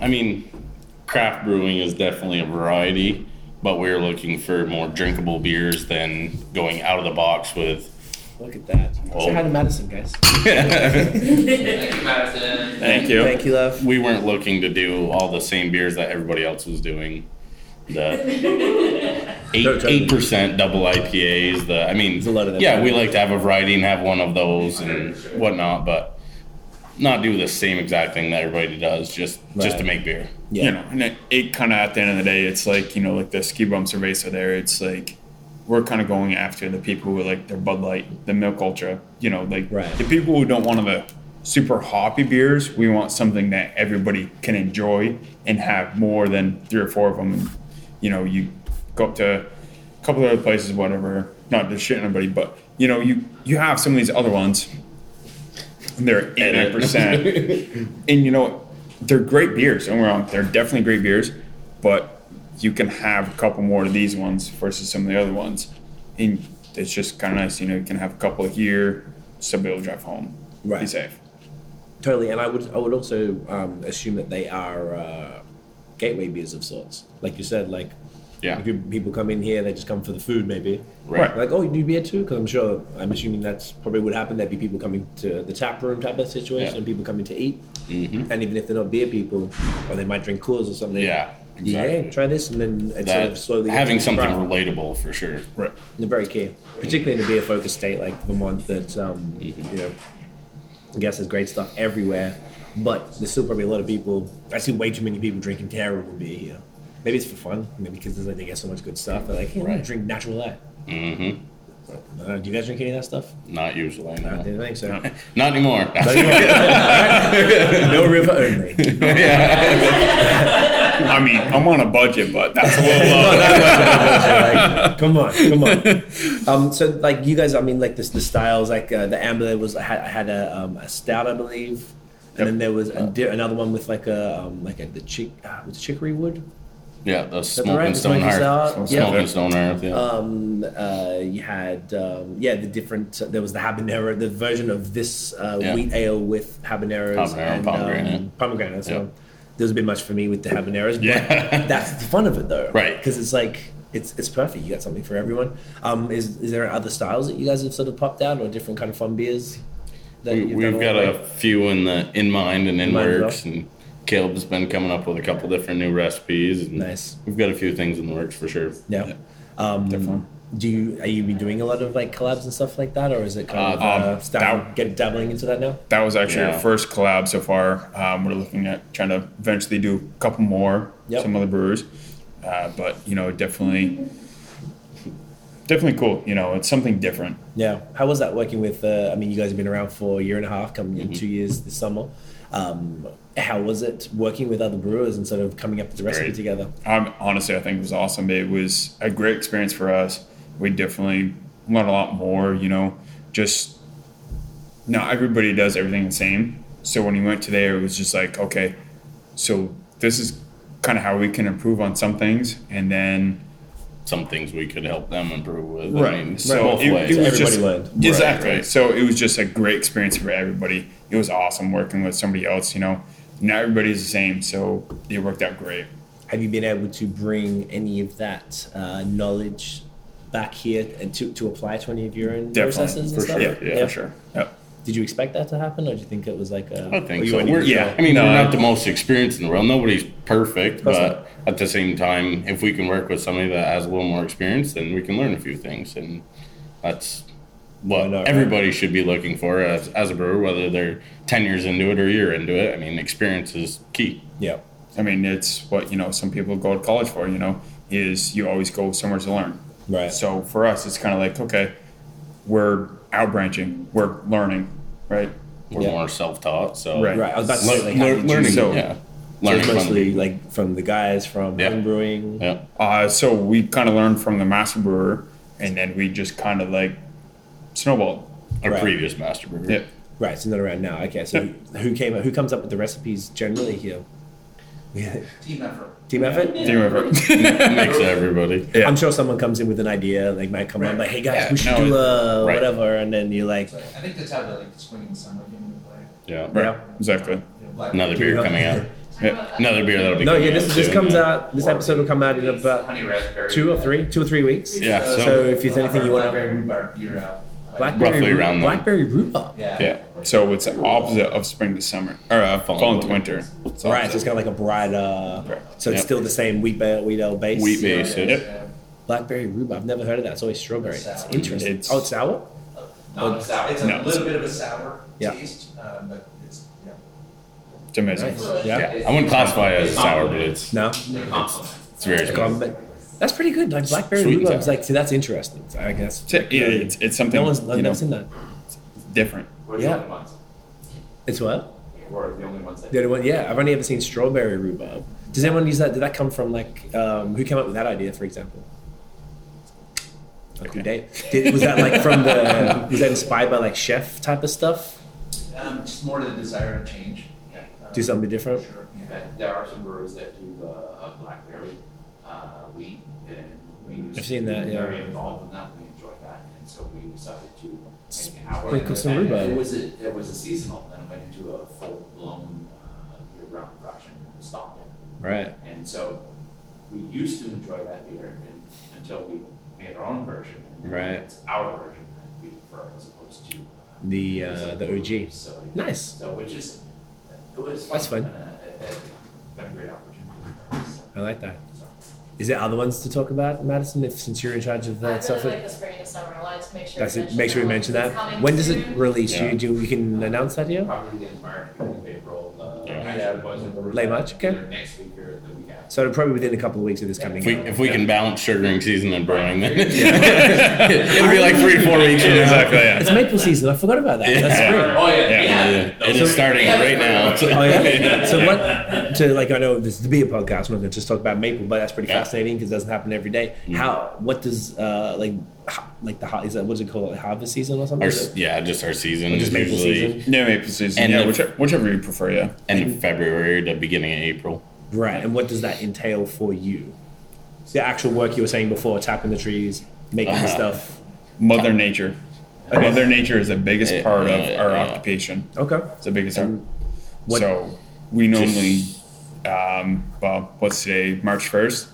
S8: I mean, craft brewing is definitely a variety, but we were looking for more drinkable beers than going out of the box with.
S6: Look at that. Say
S8: Whoa.
S6: hi to Madison, guys.
S9: Thank you.
S6: Thank you, love.
S8: We weren't looking to do all the same beers that everybody else was doing. The eight eight percent double IPAs. The I mean,
S6: a lot of them.
S8: yeah, we like to have a variety and have one of those and whatnot. But not do the same exact thing that everybody does just just to make beer.
S9: you know, and it, it kind of at the end of the day, it's like you know, like the ski bumps are based there. It's like we're kind of going after the people who like their Bud Light, the Milk Ultra. You know, like
S6: Right.
S9: the people who don't want the super hoppy beers. We want something that everybody can enjoy and have more than three or four of them. And, you know, you go up to a couple other places, whatever. Not to shit anybody, but you know, you you have some of these other ones. and They're eight nine percent and you know they're great beers don't get me wrong they're definitely great beers but you can have a couple more of these ones versus some of the other ones and it's just kind of nice you know you can have a couple here somebody will drive home be
S6: Right.
S9: safe
S6: Totally, and I would I would also um, assume that they are uh, gateway beers of sorts. Like you said, like
S8: Yeah.
S6: if you- people come in here, they just come for the food, maybe.
S8: Right.
S6: Like, oh, you do beer too? Because I'm sure I'm assuming that's probably would happen. There'd be people coming to the tap room type of situation,
S8: Yeah. Mm-hmm.
S6: and people coming to eat. And even if they're not beer people, or they might drink Coors or something.
S8: Yeah,
S6: Yeah, try this, and then it's sort of
S8: That,
S6: slowly
S8: having
S6: gets
S8: something
S6: spread.
S8: relatable for sure.
S9: right
S6: They're very key, particularly in a beer focused state like Vermont that, um, you know, I guess there's great stuff everywhere, but there's still probably a lot of people. I see way too many people drinking terrible beer here. Maybe it's for fun, maybe because there's like they get so much good stuff. They're like, hey, I'm gonna drink natural light. Mm-hmm. Uh, do you guys drink any of that stuff?
S8: Not usually.
S6: I
S8: No.
S6: didn't think so.
S8: Not anymore.
S6: no river only.
S9: i mean i'm on a budget but that's a little low
S6: Like, come on, come on. Um, so like you guys, I mean, like this, the styles, like uh, the Ambler was I had, I had a, um, a stout, I believe, and then there was a, di- another one with like a um, like a, the chick uh, was it chicory wood.
S8: yeah, the
S6: right?
S8: smoking
S6: The
S8: stone
S6: smoking
S8: hearth.
S6: sour?
S8: Smoking
S9: Yeah.
S8: stone hearth. Yeah.
S6: Um, uh, you had um, yeah the different. There was the habanero, the version of this uh,
S8: Yeah.
S6: wheat ale with habaneros
S8: Habanero and
S6: Um,
S8: pomegranate.
S6: pomegranate. So
S8: Yeah.
S6: there's been much for me with the habaneros.
S8: Yeah.
S6: but that's the fun of it though,
S8: Right.
S6: Because it's like it's it's perfect. You got something for everyone. Um, is is there other styles that you guys have sort of popped out or different kind of fun beers? That
S8: we,
S6: you've
S8: we've
S6: done
S8: got
S6: along the
S8: a
S6: way?
S8: few in the in mind and in
S6: Mind as
S8: works, and Caleb's been coming up with a couple different new recipes. And
S6: Nice.
S8: We've got a few things in the works for sure.
S6: yeah. Um, do you are you be doing a lot of like collabs and stuff like that, or is it kind of
S9: um,
S6: uh, starting,
S9: that-
S6: get dabbling into that now?
S9: that was actually
S8: Yeah.
S9: our first collab so far. Um, we're looking at trying to eventually do a couple more,
S6: Yep.
S9: some other brewers. Uh, but you know, definitely, definitely cool. You know, it's something different.
S6: Yeah. How was that working with? Uh, I mean, you guys have been around for a year and a half, coming in two years this summer. Um, how was it working with other brewers and sort of coming up with the recipe
S8: Great.
S6: together?
S9: Um, honestly, I think it was awesome. It was a great experience for us. We definitely learned a lot more. You know, just not everybody does everything the same. So when we went to there, it was just like, okay, so this is kind of how we can improve on some things, and then
S8: Some things we could help them improve with. I
S9: Right.
S8: mean,
S9: right.
S8: it's
S9: So
S8: both
S9: it,
S8: ways.
S9: it was
S6: Everybody
S9: just
S6: learned.
S9: exactly.
S8: Right, right.
S9: So it was just a great experience for everybody. It was awesome working with somebody else. You know, not everybody's the same, so it worked out great.
S6: Have you been able to bring any of that uh, knowledge back here and to, to apply to any of your own
S9: Definitely,
S6: processes and
S9: for
S6: stuff?
S9: sure. Yeah, for sure. Yep.
S6: Did you expect that to happen, or do you think it was like a?
S8: I think
S6: or you
S8: so.
S6: already-
S8: We're,
S9: yeah.
S8: I mean,
S9: No,
S8: we're
S9: I-
S8: not the most experienced in the world. Nobody's perfect,
S6: course
S8: but at the same time, if we can work with somebody that has a little more experience, then we can learn a few things, and that's what
S6: not, right?
S8: everybody should be looking for as, as a brewer, whether they're ten years into it or a year into it. I mean, experience is key.
S6: yeah.
S9: I mean, it's what you know. Some people go to college for. You know, is you always go somewhere to learn.
S6: Right.
S9: So for us, it's kind of like okay, we're out branching. We're learning. Right.
S8: We're
S6: Yeah.
S8: more self-taught, so
S9: Right.
S6: Right. I was about to
S8: Le-
S6: say like,
S8: lear-
S6: how did you-
S8: learning,
S9: so-
S8: yeah,
S6: so
S8: learning
S6: it's
S8: from
S6: mostly
S8: people.
S6: like from the guys from
S8: Yeah.
S6: home brewing.
S8: yeah.
S9: Uh, so we kind of learned from the master brewer, and then we just kind of like snowballed.
S8: Our
S6: Right.
S8: previous master brewer.
S9: Yeah.
S6: Right, so not around now. Okay, so who came? Who comes up with the recipes generally here?
S2: Team effort.
S6: Team effort.
S9: Team effort.
S8: Makes everybody.
S9: Yeah.
S6: I'm sure someone comes in with an idea, like might come up, like, "Hey guys,
S9: Yeah,
S6: we should
S9: no,
S6: do a
S8: right.
S6: whatever," and then you're like,
S2: I think that's how the like swinging summer came into play.
S8: Yeah.
S9: Right.
S6: Yeah.
S9: Exactly.
S2: You know, black
S8: Another beer coming out.
S9: Yeah.
S8: Another beer that'll be.
S6: "No, yeah,
S8: coming
S6: this
S8: out
S6: this
S8: soon,
S6: comes
S8: yeah.
S6: out. This episode will come out in about
S2: honey raspberry.
S6: two or three, two or three weeks."
S8: Yeah.
S2: So-
S8: So,
S6: So if there's anything you want
S2: Blackberry
S6: to,
S2: rhubarb beer out.
S6: blackberry,
S8: Roughly
S6: Rhubarb-
S8: around then.
S6: blackberry rhubarb.
S2: Yeah.
S9: Yeah. So it's the opposite of spring to summer or uh, fall, into winter. It's
S6: Right, so
S9: opposite.
S6: it's kind of like a brighter.
S9: Correct.
S6: So it's
S8: Yep.
S6: still the same wheat ale, wheat ale base.
S8: wheat base. yeah.
S9: Yep.
S6: Blackberry rhubarb. I've never heard of that. It's always strawberry. That's
S2: Sour.
S6: interesting.
S9: It's-
S6: oh, it's sour.
S2: Not a sour. It's a
S9: No.
S2: little bit of a sour
S6: Yeah.
S2: taste, um, but it's yeah.
S9: It's amazing.
S4: Yeah.
S8: I wouldn't classify it as sour, but it's
S6: No,
S8: it's very good.
S6: but that's pretty good. Like blackberry
S8: Sweet
S6: rhubarb
S8: sour.
S6: is like, see, that's interesting. So I guess
S9: It's, yeah, it's, it's something
S6: no one's I've
S9: you know,
S6: never seen that.
S9: different.
S6: Yeah, it's what
S7: We're the only ones that.
S6: the only one. Yeah, I've only ever seen strawberry rhubarb. Does anyone use that? Did that come from like um, who came up with that idea? For example, Uncle Dave. Did, was that like from the? was that inspired by like chef type of stuff?
S10: Um, just more to the desire to change. Um,
S6: Do something different.
S10: Sure. Yeah, There are some brewers that do uh, a blackberry uh, wheat, and we.
S6: I've seen that, yeah.
S10: We're very involved in that, we enjoy that, and so we decided to make an hour.
S6: Sprinkle some
S10: and
S6: rhubarb.
S10: It was a, it was a seasonal, then it went into a full-blown uh, year-round production stop.
S6: Right.
S10: And so we used to enjoy that beer and, until we made our own version. and
S6: Right.
S10: It's our version that we prefer as opposed to. uh,
S6: The uh, the OG.
S10: So,
S6: Nice.
S10: So which is, it was.
S6: That's fun.
S10: Uh, it- it- been a great opportunity. So,
S6: I like that.
S10: so.
S6: Is there other ones to talk about, Madison? If since you're in charge of
S11: I
S6: that stuff,
S11: really like the spring and summer. I wanted to make sure.
S6: that's
S11: we
S6: it. Make sure we mention
S11: It's
S6: that.
S11: coming
S6: When does it
S11: soon.
S6: release?
S8: Yeah.
S6: You do we can announce that here.
S10: Probably the environment of April, uh,
S8: Yeah.
S10: actually it was in-
S6: Late March, okay.
S10: either Next week or the week after.
S6: So probably within a couple of weeks of this coming.
S8: If we,
S6: out.
S8: if we can balance sugaring season and brewing, then it'll be like three to four weeks. from now.
S9: Exactly. Yeah.
S6: It's maple season. I forgot about that. That's
S8: Yeah.
S6: spring.
S10: Oh, yeah,
S9: Yeah.
S8: Yeah,
S10: yeah.
S8: yeah. It is starting right now.
S6: Oh yeah. So what? To like, I know this is the beer podcast. We're not going to just talk about maple, but that's pretty
S8: Yeah. Mm-hmm.
S6: fascinating because it doesn't happen every day. How? What does uh like ha- like the har- is that what's it called? Like harvest season or something?
S8: Our, s- yeah, just our season
S6: Or
S8: is
S6: just maple
S8: usually
S6: season?
S9: Yeah, maple season.
S8: And
S9: yeah,
S8: the-
S9: whichever, whichever you prefer. Yeah.
S8: end of February to beginning of April.
S6: Right. And what does that entail for you? The actual work you were saying before, tapping the trees, making the
S8: Uh-huh.
S6: stuff.
S9: Mother Nature. Mother Nature is the biggest
S8: Yeah,
S9: part of
S8: yeah,
S9: our
S8: yeah.
S9: occupation.
S6: Okay.
S9: It's the biggest part.
S6: what-
S9: so we normally, um, well, what's today? March 1st?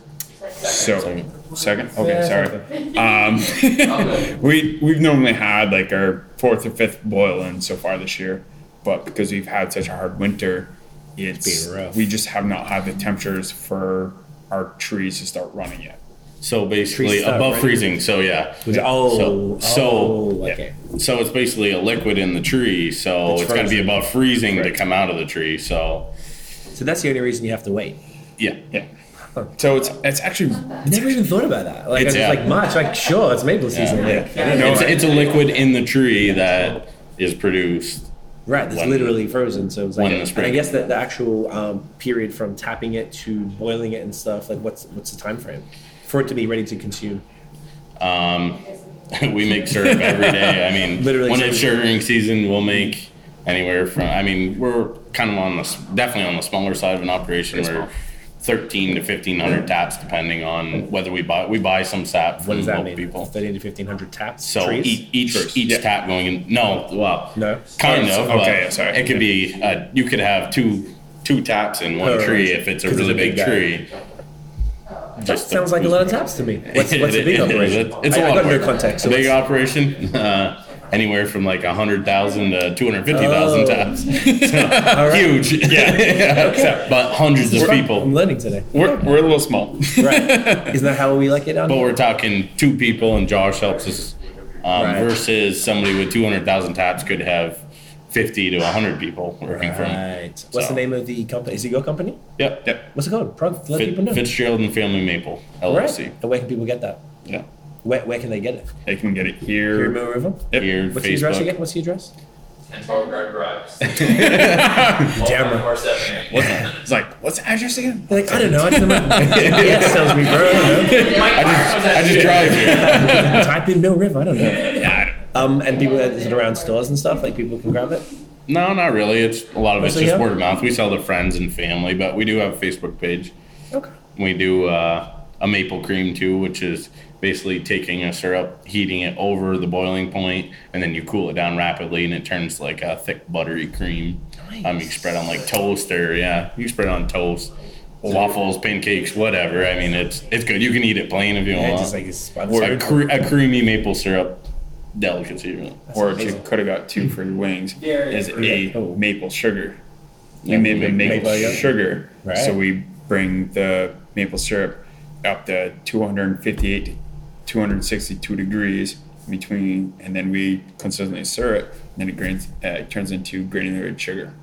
S9: So, second? Okay, sorry. Um, we, we've normally had like our fourth or fifth boil in so far this year, but because we've had such a hard winter, it's,
S6: been rough.
S9: we just have not had the temperatures for our trees to start running yet.
S8: So basically
S6: Freeze up,
S8: above
S6: right?
S8: freezing. So yeah.
S6: Oh,
S8: So- so-
S6: oh, okay.
S8: So it's basically a liquid in the tree. So
S6: It's
S8: it's got to be
S6: frozen.
S8: above freezing to
S9: Correct.
S8: come out of the tree. So
S6: So that's the only reason you have to wait.
S8: yeah.
S9: Yeah. So it's it's actually
S6: Never even thought about that. Like,
S8: It's-
S6: I was
S8: yeah.
S6: like March, like sure, it's maple season.
S8: Yeah.
S6: Like,
S8: It's, it's a liquid in the tree that is produced.
S6: right, it's
S8: When-
S6: literally frozen. So it's
S8: when
S6: like,
S8: the
S6: and I
S8: spring-
S6: guess that the actual um, period from tapping it to boiling it and stuff, like what's what's the time frame for it to be ready to consume?
S8: Um, we make syrup every day. I mean,
S6: Literally
S8: when it's
S6: syrup.
S8: sugaring season, we'll make anywhere from. I mean, we're kind of on the s- definitely on the smaller side of an operation where. 13 to 1500 taps depending on whether we buy we buy some sap
S6: What
S8: from
S6: does that
S8: local
S6: mean?
S8: people
S6: Thirteen to fifteen hundred taps.
S8: So
S6: trees?
S8: each each,
S9: Trees,
S8: each
S9: yeah.
S8: tap going in. No, well,
S6: No?
S8: kind
S9: Oh,
S8: of.
S9: okay,
S8: but
S9: sorry.
S8: It could be uh, you could have two two taps in one
S6: Oh,
S8: tree
S6: right.
S8: if it's a
S6: 'Cause it's
S8: really
S6: a big
S8: big,
S6: guy.
S8: tree.
S6: that sounds like a lot of taps to me. What's, what's the big
S8: It is.
S6: operation?
S8: It's- It's
S6: I,
S8: a
S6: I
S8: lot
S6: got
S8: of work.
S6: no context.
S8: a
S6: So
S8: big
S6: what's-
S8: operation, uh, anywhere from like hundred thousand to two hundred fifty thousand
S6: Oh.
S8: taps. So,
S6: All right.
S8: Huge, yeah. So, but hundreds of
S6: I'm
S8: people.
S6: learning today.
S9: we're, we're a little small.
S6: Right. Isn't that how we like it down
S8: But
S6: here?
S8: we're talking two people, and Josh helps us. Um,
S6: Right.
S8: Versus somebody with two hundred thousand taps could have fifty to hundred people working from.
S6: Right. What's the
S8: So-
S6: name of the company? Is it your company?
S8: Yep.
S9: Yep.
S6: What's it called? Prog, let people know.
S8: Fit, Fitzgerald and Family Maple LLC.
S6: Right. And where can people get that?
S9: Yeah.
S6: Where, where can they get it?
S9: They can get it
S6: Here in
S9: here.
S6: Mill River?
S9: Yep.
S8: Here,
S6: What's the address again?
S8: Facebook.
S6: What's the address?
S7: And Beauregard Drive.
S6: Damn right.
S7: Or seven.
S9: What's that? It's like, what's the address again?
S6: Like, I don't know. I don't know. yeah, it sounds me, bro. I don't
S8: I just, I just drive here.
S6: know. Type in Mill River. I don't know.
S9: Yeah, I don't-
S6: Um, and people, is it around stores and stuff? Like, people can grab it?
S8: No, not really. It's a lot of it's
S6: Mostly
S8: just
S6: him?
S8: word of mouth. We sell to friends and family, but we do have a Facebook page.
S6: Okay.
S8: We do uh, a maple cream too, which is basically taking a syrup, heating it over the boiling point, and then you cool it down rapidly, and it turns like a thick buttery cream. Um, you can spread on like toast or yeah, you can spread on toast, waffles, pancakes, whatever. I mean, it's it's good. You can eat it plain if you
S6: Yeah,
S8: want.
S6: just like it's
S8: a, cre- a creamy maple syrup delicacy. Really.
S9: or if you could have got two
S6: Hmm.
S9: for your wings, is a
S6: Oh.
S9: maple sugar. We made the maple,
S6: maple, yeah.
S9: sugar,
S6: Right.
S9: so we bring the maple syrup up to 258 to 262 degrees between, and then we consistently stir it, and then it, grains, uh, it turns into granulated sugar.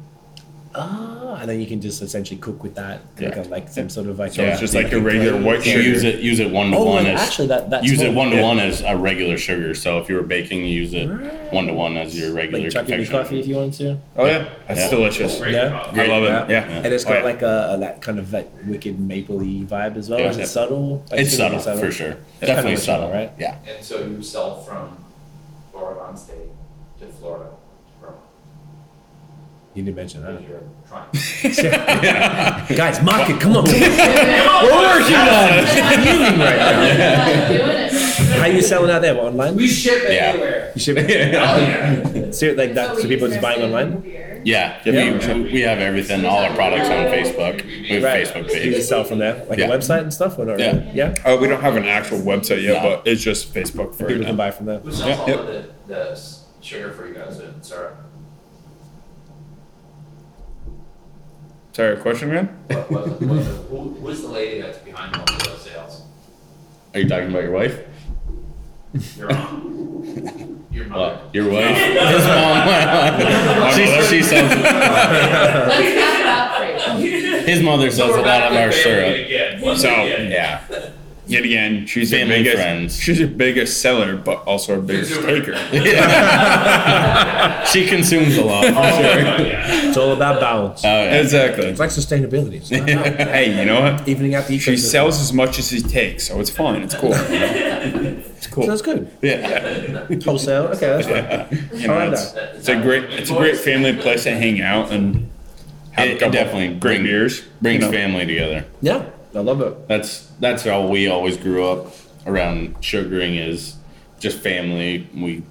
S6: Ah, and then you can just essentially cook with that, like, a,
S8: Correct.
S6: like some sort of like.
S8: Yeah. You use it use it one to
S6: Oh, and
S8: one as
S6: actually that that's
S8: use it
S6: what-
S8: one to
S6: yeah.
S8: one as a regular sugar. So if you were baking, you use it one to one as your regular
S6: Like chocolate
S8: confection.
S6: coffee if you wanted to.
S8: Oh, yeah. That's delicious.
S6: Yeah,
S8: Great. I love it. Yeah.
S6: and it's
S8: Oh,
S6: got
S8: yeah.
S6: like a, a that kind of like wicked mapley vibe as well.
S8: Yeah.
S6: Is it
S8: Yeah.
S6: subtle? Like,
S8: It's
S6: really
S8: subtle, for sure. Definitely
S6: kinda
S8: subtle.
S6: right?
S8: Yeah.
S10: And so you sell from Oregon State to Florida, from
S6: You didn't mention that.
S10: you're trying.
S6: Guys, market, come on.
S10: That's-
S6: Fuming right now.
S10: Yeah.
S6: How you selling out there? What, online?
S10: We ship it
S8: Yeah.
S10: anywhere.
S6: You ship it. Ser- like that, so people just buying online.
S8: Yeah,
S6: Yeah.
S8: We, we have everything, all our products on Facebook. We have a Facebook
S6: You
S8: page.
S6: just sell from there, like
S8: Yeah.
S6: a website and stuff, or not?
S8: Yeah.
S6: Really? Yeah.
S9: Uh, we don't have an actual website yet,
S8: No.
S9: but it's just Facebook for
S6: People
S9: now.
S6: can buy from there.
S10: Who sells all of the, the s- sugar for you guys at Sarah?
S9: Sorry, question again?
S10: What, what, what, who, who's the lady that's behind all of those sales?
S8: Are you talking about your wife?
S10: Your mom? Your mother?
S8: What? Uh, Your wife? His mom. she, she sells,
S11: Let's talk about freedom.
S8: his mother sells a lot of
S10: Family
S8: our syrup.
S10: again. Once
S9: So-
S10: again.
S8: Yeah.
S9: Yet again, she's
S8: Family
S9: your biggest
S8: friends.
S9: she's your biggest seller, but also our biggest
S10: Consumer.
S9: taker.
S8: Yeah. she consumes a lot. For sure.
S10: Oh, yeah.
S6: It's all about balance.
S8: Oh, yeah.
S9: Exactly.
S6: it's like sustainability. It's not about
S9: Hey, you know what?
S6: evening out the
S9: She
S6: ecosystem.
S9: sells as much as he takes, so it's fine. It's cool.
S6: It's cool. So that's good.
S8: yeah.
S6: Wholesale. Okay, that's fine.
S9: You know, it's, it's a great it's a great family place to hang out and have
S8: It-
S9: a
S8: it
S9: couple
S8: definitely
S9: great
S8: bring-
S9: beers.
S8: Brings
S9: you know.
S8: family together.
S6: Yeah, I love it.
S8: That's that's how we always grew up around sugaring is just family. We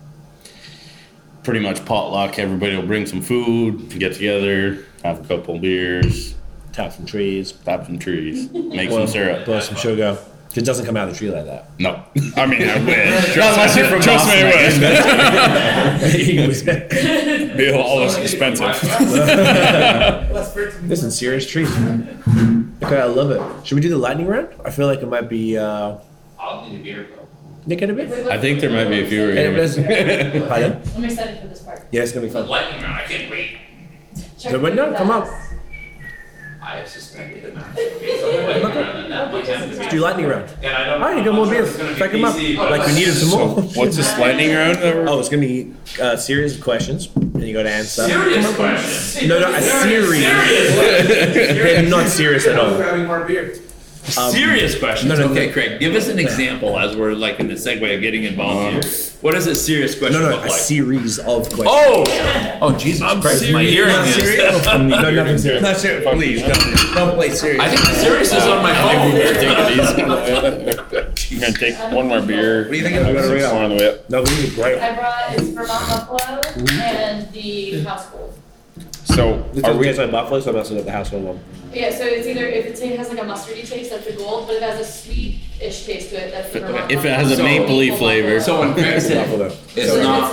S8: pretty much potluck. Everybody will bring some food, get together, have a couple beers,
S6: Tap some trees,
S8: tap some trees, make
S6: boil
S8: some syrup.
S6: boil some sugar. 'Cause It doesn't come out of the tree like that.
S8: No,
S9: I mean, I wish.
S8: Not unless you're from
S9: Trust me,
S8: Boston, I
S9: it would.
S6: Listen,
S9: Be all less expensive.
S6: serious trees. Okay, I love it. Should we do the lightning round? I feel like it might be uh,
S10: I'll need a beer, bro.
S6: Nick and a bit.
S8: I think there might be a few right
S6: And it
S8: here.
S6: does- Pardon?
S11: I'm excited for this part.
S6: Yeah, it's gonna be
S10: The
S6: fun.
S10: lightning round, I can't wait.
S11: Check
S6: The window?
S11: the
S6: Come up.
S11: glass.
S10: I have suspended the match. Do
S6: Do lightning round.
S10: And I don't.
S6: All right, you
S10: I'm
S6: got
S10: not
S6: more
S10: sure
S6: beers.
S10: it's gonna be
S6: Check them up.
S10: easy, but
S6: Like we needed some
S9: So,
S6: more.
S9: what's this lightning round? that we're-
S6: Oh, it's gonna be a series of questions, and you got to answer.
S10: Serious questions.
S6: No, no, a series. They're not serious at all.
S10: Grabbing more beer.
S11: Um,
S12: Serious questions.
S6: no, no,
S12: okay,
S6: no.
S12: Craig, give us an example as we're like in the segue of getting involved here. What does a serious question
S6: No, no,
S12: look
S6: a
S12: like?
S6: series of questions.
S12: oh, oh, Jesus Christ, my hearing
S6: Not
S12: is.
S6: serious? No, nothing serious.
S4: Not serious. Please don't, don't play serious.
S12: I think the serious is on my phone.
S9: You're gonna take one more beer. What
S4: do you think I'm gonna
S9: Six
S4: read out?
S9: more on the way up.
S6: No, we need break.
S11: I brought is Vermont Buffalo and the household.
S9: So,
S6: This
S9: are
S6: doesn't
S9: we?
S6: taste like buffalo, so I'm messing up the household one.
S11: Yeah, so it's either if it's- it has like a mustardy taste, that's the gold, but it has a sweet-ish taste to it, that's the Vermont.
S8: If it has a
S11: Buffalo.
S8: mapley
S11: So-
S8: flavor.
S12: So when Craig said
S6: Buffalo.
S12: it's not a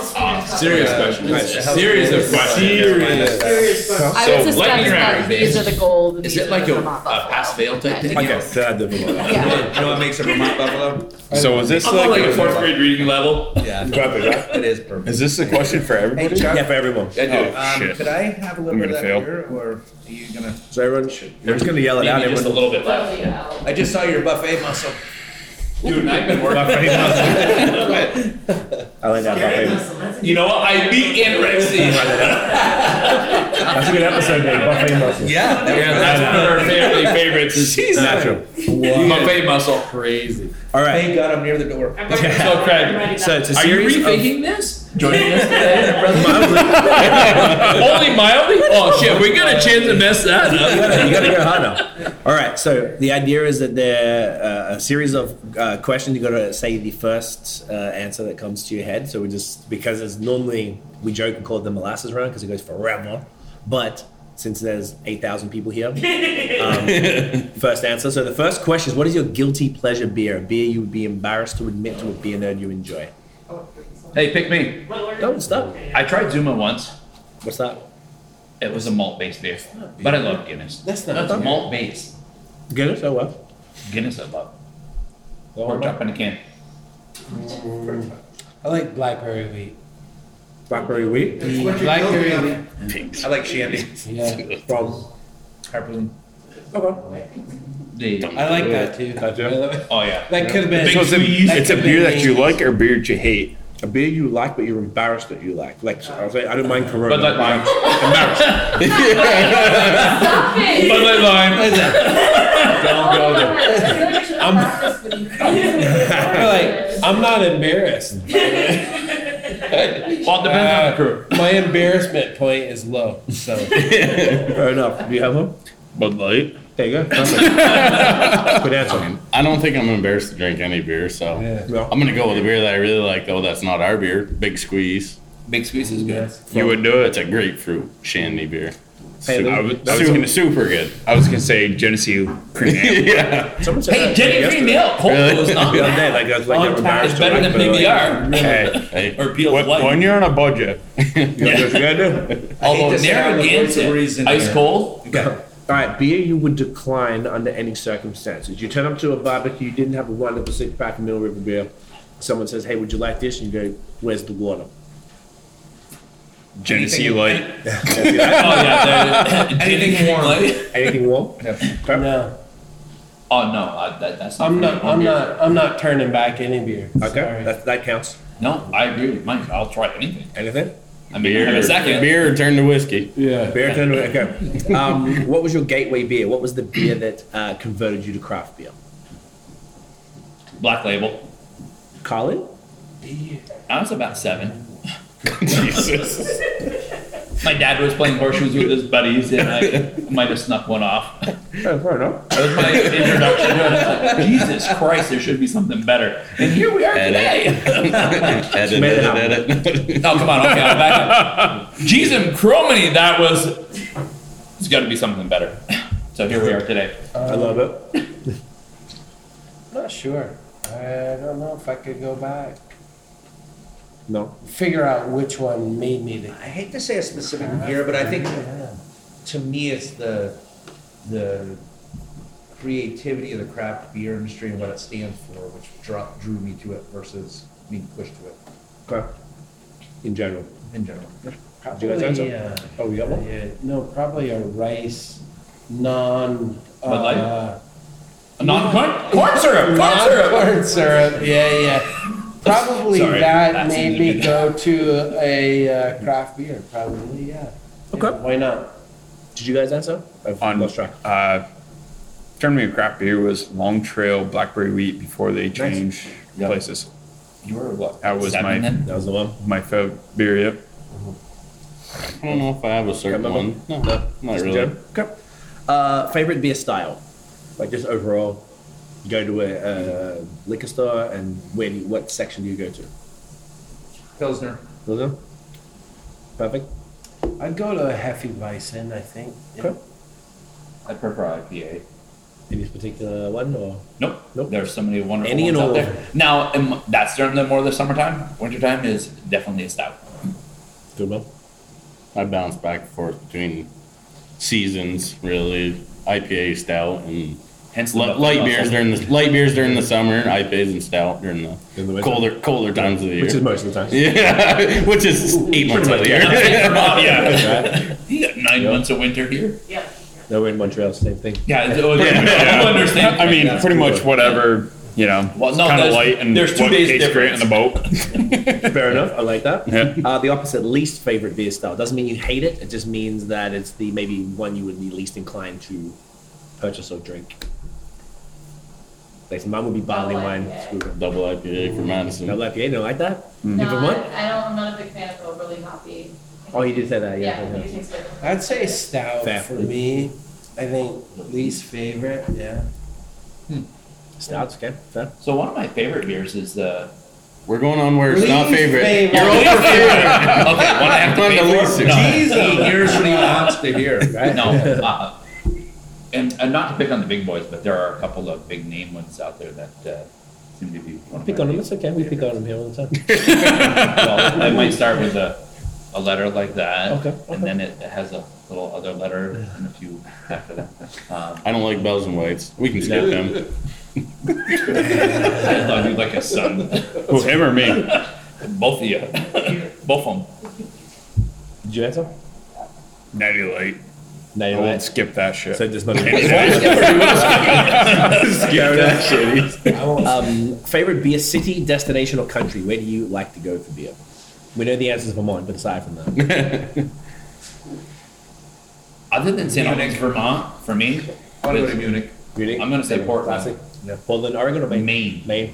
S12: serious question, it's a series of questions.
S9: Serious.
S11: I would
S12: So, lightning
S11: suspect that
S12: round,
S11: these are the gold. and
S12: Is
S11: these
S12: it
S11: are
S12: like
S11: the
S12: a, a
S11: Vermont Buffalo.
S12: pass fail type thing?
S6: Okay, so I did Vermont.
S11: Yeah.
S4: You know what makes a Vermont Buffalo?
S9: So is this
S12: I'm on
S9: like?
S12: like a fourth grade reading level.
S4: Yeah.
S6: Perfect, right?
S4: It is perfect.
S9: Is this a question for
S4: Hey,
S9: everybody?
S4: Chuck,
S6: Yeah, for everyone.
S12: I do.
S9: Oh,
S4: um,
S9: shit.
S4: could I have a little
S9: I'm
S4: bit
S9: gonna
S4: of that
S9: fail.
S4: beer, or are you gonna?
S6: So everyone, we're just gonna yell it out.
S12: Maybe just a
S6: Everyone,
S12: little bit left.
S11: Buffalo, yeah.
S4: I just saw your buffet muscle.
S12: Dude, and I've been working.
S6: I like that. Buffet.
S12: You know what? I beat anorexia.
S6: That's a good episode, babe. Buffet muscle.
S4: Yeah, that
S12: Yeah,
S4: was
S12: that's one of our family favorites. is
S6: Natural.
S12: Buffet muscle. Crazy.
S6: All right.
S4: Thank God I'm near the door.
S12: So, Craig,
S6: So it's a
S12: are you
S6: series of.
S12: rethinking this? Joining us today? Only mildly? Oh, shit. We're going to chance to mess that
S6: you
S12: up.
S6: gotta, you gotta go hard now. All right. So the idea is that they're uh, a series of uh, questions. You gotta say the first uh, answer that comes to your head. So we just because it's normally we joke and call it the molasses round because it goes forever, but since there's eight thousand people here, um, first answer. So the first question is: What is your guilty pleasure beer? A beer you would be embarrassed to admit to a beer nerd you enjoy.
S12: Hey, pick me.
S6: Don't stop.
S12: I tried Zuma once.
S6: What's that?
S12: It was a malt based beer. But I love Guinness. That's not That's malt based.
S6: Guinness. Oh well.
S12: Guinness I love.
S6: Oh,
S12: Or
S6: well.
S12: drop in a can.
S5: I like blackberry wheat. Blackberry wheat.
S4: Blackberry
S5: Pinks.
S4: I like shandy. Yeah,
S5: from
S4: Harpoon.
S5: Okay.
S4: I like that too.
S3: Oh yeah,
S4: That could've been-
S6: So it's a,
S4: That could've
S6: it's a
S4: been
S6: beer that you
S4: dangerous.
S6: like or a beer that you hate. A beer you like, but you're embarrassed that you like. Like I was like, I don't mind Corona.
S3: Bud Light Lime.
S6: Embarrassed.
S3: Bud Light Lime.
S5: Don't go there. I'm, like, I'm not embarrassed.
S3: well, depends on the crew.
S9: Uh,
S5: My embarrassment point is low, so.
S6: Fair enough. Do you have one?
S8: Bud Light.
S6: There you go. Good
S9: Um,
S6: answer.
S8: I don't think I'm embarrassed to drink any beer, so I'm gonna go with a beer that I really like. Though that's not our beer. Big Squeeze.
S13: Big Squeeze is good.
S8: You would do it. It's a grapefruit shandy beer.
S6: Hey,
S8: Su-
S6: I was- I was
S8: super,
S6: gonna-
S8: super good.
S9: I was gonna say Genesee cream ale.
S8: yeah.
S6: Someone
S9: Hey,
S6: that
S9: Jenny
S6: yesterday.
S9: Cream Ale, cold
S6: Really?
S9: was not
S6: The
S9: bad.
S6: other day, like, I was like,
S9: On
S6: I'm
S9: tap,
S6: embarrassed
S9: it's
S6: to
S9: better
S6: like, but,
S9: than PBR.
S6: like, Hey,
S8: or Peel's
S6: when,
S8: Light.
S6: when you're on a budget, you know what you gotta do?
S3: Although Narragansett, ice cold.
S6: Okay. All right, beer you would decline under any circumstances. You turn up to a barbecue, you didn't have a wonderful six pack of Mill River beer. Someone says, "Hey, would you like this?" And you go, "Where's the water?"
S9: Genesee Light.
S6: oh
S3: yeah, there- Anything warm.
S6: Anything warm?
S5: No.
S3: Oh no, I, that, that's not.
S5: I'm
S3: for me.
S5: not, I'm not, I'm not turning back any beer.
S6: Okay, that, that counts.
S3: No, I agree with Mike. I'll try anything.
S6: Anything?
S3: I mean, I have a second.
S8: Beer turned to whiskey.
S5: Yeah.
S6: Beer turned to okay. Um, what was your gateway beer? What was the beer that uh, converted you to craft beer?
S3: Black Label.
S6: Colin?
S3: I was about seven.
S8: Jesus.
S3: My dad was playing horseshoes with his buddies, and I might have snuck one off.
S6: Oh, fair enough.
S3: That was my introduction. to it. I was like, Jesus Christ, there should be something better. And here we are today.
S8: Edit,
S3: Made it
S8: edit, edit.
S3: No, come on. Okay, I'm back up. Jesus Cromany, that was. There's got to be something better. So here we are today.
S6: I
S5: Uh,
S6: love it.
S5: I'm not sure. I don't know if I could go back.
S6: No.
S5: Figure out which one made me the.
S4: I hate to say a specific year, but I think to me it's the the creativity of the craft beer industry and what it stands for, which draw, drew me to it versus being pushed to it
S6: Okay. In general.
S4: in general.
S6: Do you guys answer?
S5: Probably, uh,
S6: Oh, you got one?
S5: yeah, no, probably a rice non.
S3: Bud Light?
S5: uh,
S3: Non corn corn syrup. Corn syrup.
S5: Corn syrup. Yeah, yeah. Probably
S3: Sorry,
S5: that
S3: that's in
S5: made
S3: the
S5: me go to a uh, craft beer. Probably, yeah.
S6: Okay.
S5: Why not?
S6: Did you guys answer? I've
S9: on
S6: lost track.
S9: uh turned me a craft beer was Long Trail Blackberry Wheat before they changed places.
S3: You were what?
S9: That was
S3: seven
S9: my
S3: then?
S6: That was the one.
S9: my favorite beer. Yep.
S8: I don't know if I have a certain
S6: Remember?
S8: one. No, not
S6: Just in
S8: really.
S6: general? Okay. Uh, favorite beer style? Like just overall, you go to a uh, liquor store and where do you, what section do you go to?
S4: Pilsner.
S6: Lizzo? Perfect.
S5: I'd go to a Hefty Bison, I think.
S6: Okay.
S3: I prefer IPA.
S6: Any particular one or?
S3: Nope.
S6: Nope.
S3: There's so many wonderful
S6: Any
S3: ones
S6: and
S3: out
S6: all.
S3: there. Now, in- that's during the more the summertime. Wintertime is definitely a stout.
S6: Good one.
S8: I bounce back and forth between seasons, really. IPA, stout, and
S3: Hence the
S8: li-
S3: Buffalo
S8: light beers
S3: Buffalo.
S8: during the light beers during the summer, and IPAs and stout during the,
S6: In the winter.
S8: colder colder times of the year.
S6: Which is most of the time.
S8: yeah, which is eight months out of the year.
S3: yeah.
S6: Right?
S3: You got nine months of winter here.
S7: Yeah.
S6: No, we're in Montreal, same thing.
S3: Yeah, it's- oh, yeah,
S9: Yeah.
S3: I understand.
S9: I mean, pretty much whatever you know,
S3: Well, no,
S9: kind of
S3: there's-
S9: light and
S3: there's two
S9: what
S3: days
S9: tastes great in the boat.
S6: Fair enough. I like that.
S9: Yeah.
S6: Uh, the opposite, least favorite beer style. Doesn't mean you hate it. It just means that it's the maybe one you would be least inclined to purchase or drink. Like mine would be barley
S7: Double
S6: wine.
S7: IPA.
S6: Screw it.
S8: Double IPA for Madison.
S6: Double IPA. You don't like that?
S7: No,
S6: You
S7: I,
S6: Vermont?
S7: I don't, I'm not a big fan of overly hoppy.
S6: Oh, you did say that. Yeah.
S7: Yeah,
S6: yeah.
S7: you taste it.
S5: I'd say stout
S6: Fair.
S5: for me. I think least favorite. Yeah.
S6: Stouts, okay. Fair.
S3: So one of my favorite beers is the.
S8: We're going on where it's not
S5: Least
S8: favorite.
S5: favorite.
S8: You're over favorite.
S3: okay, one I have to
S8: On
S3: pay
S8: the
S3: for?
S8: least.
S3: No.
S4: Here's what he wants to hear, right?
S3: No, uh, and, and not to pick on the big boys, but there are a couple of big name ones out there that uh, seem to be. One of
S6: Pick
S3: my
S6: on them.
S3: favorites.
S6: It's okay. We pick on them here all the time.
S3: well, I might start with a, a letter like that,
S6: Okay, okay.
S3: and then it has a little other letter and a few after that. Um,
S8: I don't like bells and whites. We can skip them.
S3: I love you like a son,
S9: Who, him or me?
S3: both of you, both of them.
S14: Did you answer?
S9: Natty Light.
S14: Natty
S9: I won't
S14: Light.
S9: skip that shit.
S14: So just not even-
S9: skip that shit.
S6: um, favorite beer city, destination, or country? Where do you like to go for beer? We know the answers for mine, but aside from that,
S3: Other than St. Albans, Vermont, for me,
S6: I wanna go
S3: is-
S6: to Munich. Munich?
S3: I'm going to say
S6: Yeah, classic.
S3: Portland.
S6: Portland, Oregon, or Maine?
S3: Maine.
S6: Maine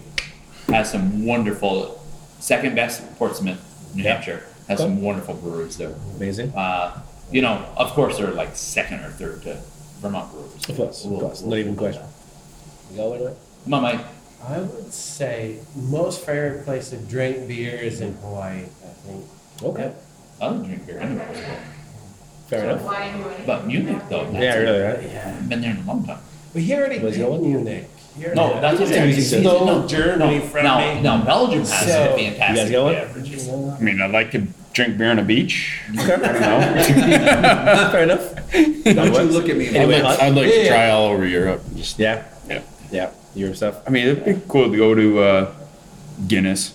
S3: has some wonderful, second best Portsmouth, New
S6: Yeah.
S3: Hampshire has
S6: Okay.
S3: some wonderful breweries there.
S6: Amazing.
S3: Uh, you know, of course, they're like second or third to Vermont breweries.
S6: Of course, of
S3: We'll-
S6: course,
S3: we'll-
S6: not even question. You go with it?
S3: Come on, Mike.
S5: I would say most favorite place to drink beer is in Hawaii. I think.
S6: Okay.
S3: I don't drink beer anywhere.
S6: Fair enough.
S3: But Munich, though. that's
S6: Yeah,
S3: it.
S6: really, right?
S3: Yeah. Been there in a long time.
S5: But he already
S6: Was
S5: did
S6: your one?
S5: Munich. He already-
S3: No, that's
S5: he
S3: what
S5: did.
S3: I'm
S5: He
S3: saying.
S5: stole
S3: No,
S5: Germany
S3: no,
S5: from
S3: no,
S5: me.
S3: no, Belgium has
S5: So-
S3: fantastic
S5: You guys got one?
S3: beverages.
S9: I mean, I'd like to drink beer on a beach. I don't know.
S6: Fair enough. Don't you look at me.
S8: I'd like, I'd like to try all over Europe. Just
S6: Yeah.
S8: yeah.
S6: Yeah. Europe stuff.
S9: I mean, it'd be cool to go to uh, Guinness.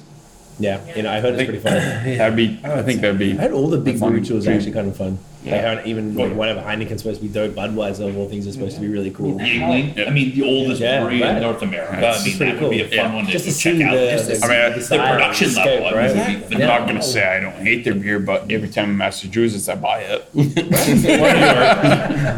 S6: Yeah, you know, I heard it's pretty fun.
S9: That'd be.
S6: Oh,
S9: I think that'd be.
S6: I heard all the big
S9: fun
S6: brew tours are
S9: too.
S6: actually kind of fun. Like
S9: Yeah.
S6: how even like, whatever Heineken's supposed to be dope, Budweiser, of all things are supposed to be really cool.
S3: Yingling, I mean, the oldest
S6: Yeah,
S3: brewery
S6: right.
S3: in North America.
S6: That's
S3: I mean,
S6: pretty
S3: that
S6: cool.
S3: would be a fun
S6: Yeah.
S3: one to
S6: Just to
S3: go check
S6: see
S3: out.
S6: the-
S3: Just to
S6: the-
S3: see
S9: I
S3: the
S9: mean,
S6: the
S3: production
S6: scope,
S3: level. I mean,
S6: right?
S3: it would be
S6: Exactly.
S9: I'm
S3: phenomenal.
S9: not gonna say I don't hate their beer, but every time I'm in Massachusetts, I buy it. or New York,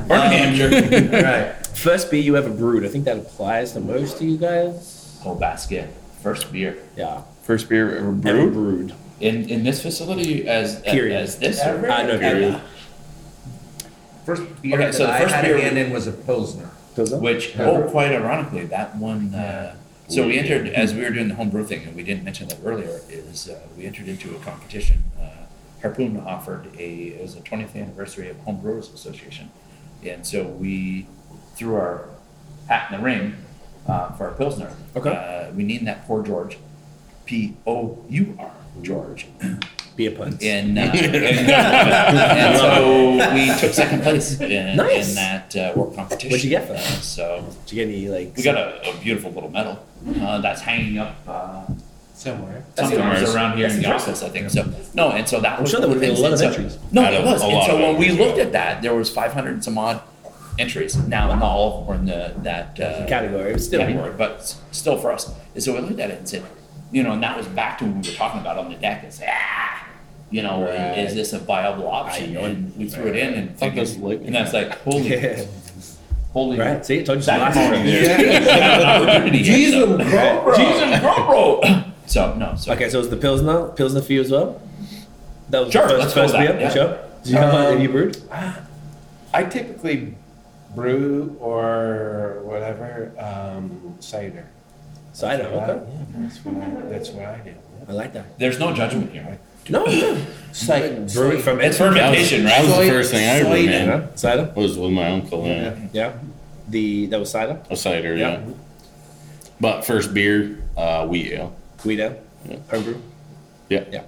S9: or New Hampshire.
S6: right. First beer you ever brewed. I think that applies the most to you guys.
S3: Whole basket. First beer.
S6: Yeah.
S9: First beer ever brewed.
S6: Ever brewed.
S3: In, in this facility, as
S6: Period.
S3: as this,
S6: Ever? I know, period.
S4: First beer
S3: Okay,
S4: that
S3: so the
S4: I
S3: first
S4: had
S3: beer-
S4: a hand in was a Pilsner.
S3: which oh, quite ironically, that one. Uh, so we entered as we were doing the homebrew thing, and we didn't mention that earlier. Is uh, we entered into a competition. Uh, Harpoon offered a it was the 20th anniversary of Homebrewers Association, and so we threw our hat in the ring uh, for our pilsner. Okay. Uh, we named that poor George, P O U R George.
S6: Beer puns.
S3: And, uh, and, uh, and so we took second place in,
S6: Nice.
S3: in that uh, work competition.
S6: What'd you get for that?
S3: Uh, so
S6: Did you get any like?
S3: we got a, a beautiful little medal uh, that's hanging up uh,
S6: somewhere.
S3: somewhere around here in the office, I think. So no, and so that
S6: I'm
S3: was
S6: sure there
S3: one
S6: would've been
S3: the
S6: a lot
S3: things.
S6: of
S3: And so-
S6: entries.
S3: No,
S6: Out
S3: it
S6: of-
S3: was.
S6: a
S3: And
S6: lot
S3: so
S6: of
S3: when we
S6: entries,
S3: looked at that, there was 500 and some odd entries. Now, not all of them were in the, that uh,
S6: Category, but still.
S3: category, but s- still for us. And so we looked at it and said, you know, and that was back to what we were talking about on the deck. and said, ah, you know,
S6: Right.
S3: is this a viable option? And we threw it in, and figured- and that's like, holy, holy,
S6: Right. See, I told you some
S3: that
S6: last
S3: morning.
S6: year.
S3: Jesus,
S6: Jesus, bro, bro.
S3: Jesus, bro, bro. So no. So
S6: Okay, so it was the Pilsner, Pilsner for you as well? That was
S3: Sure,
S6: the
S3: let's
S6: first,
S3: go
S6: first
S3: with
S6: beer?
S3: that, yeah. Um,
S6: Sure. Did you have one that you brewed?
S5: I typically brew or whatever um, cider.
S6: Cider,
S5: That's what I-
S6: okay.
S5: yeah, that's what I, that's what I do.
S6: I like that.
S3: There's no judgment here.
S6: No, no.
S5: Cider.
S6: Brew it from
S3: It's
S8: fermentation, right? That was the first thing I ever made.
S6: Cider?
S8: was with my uncle. Yeah.
S6: Yeah. yeah. The, that was cider?
S8: A cider,
S6: Yeah.
S8: yeah. But first beer, uh, wheat ale.
S6: Wheat ale? Homebrew?
S8: Yeah.
S6: Yeah.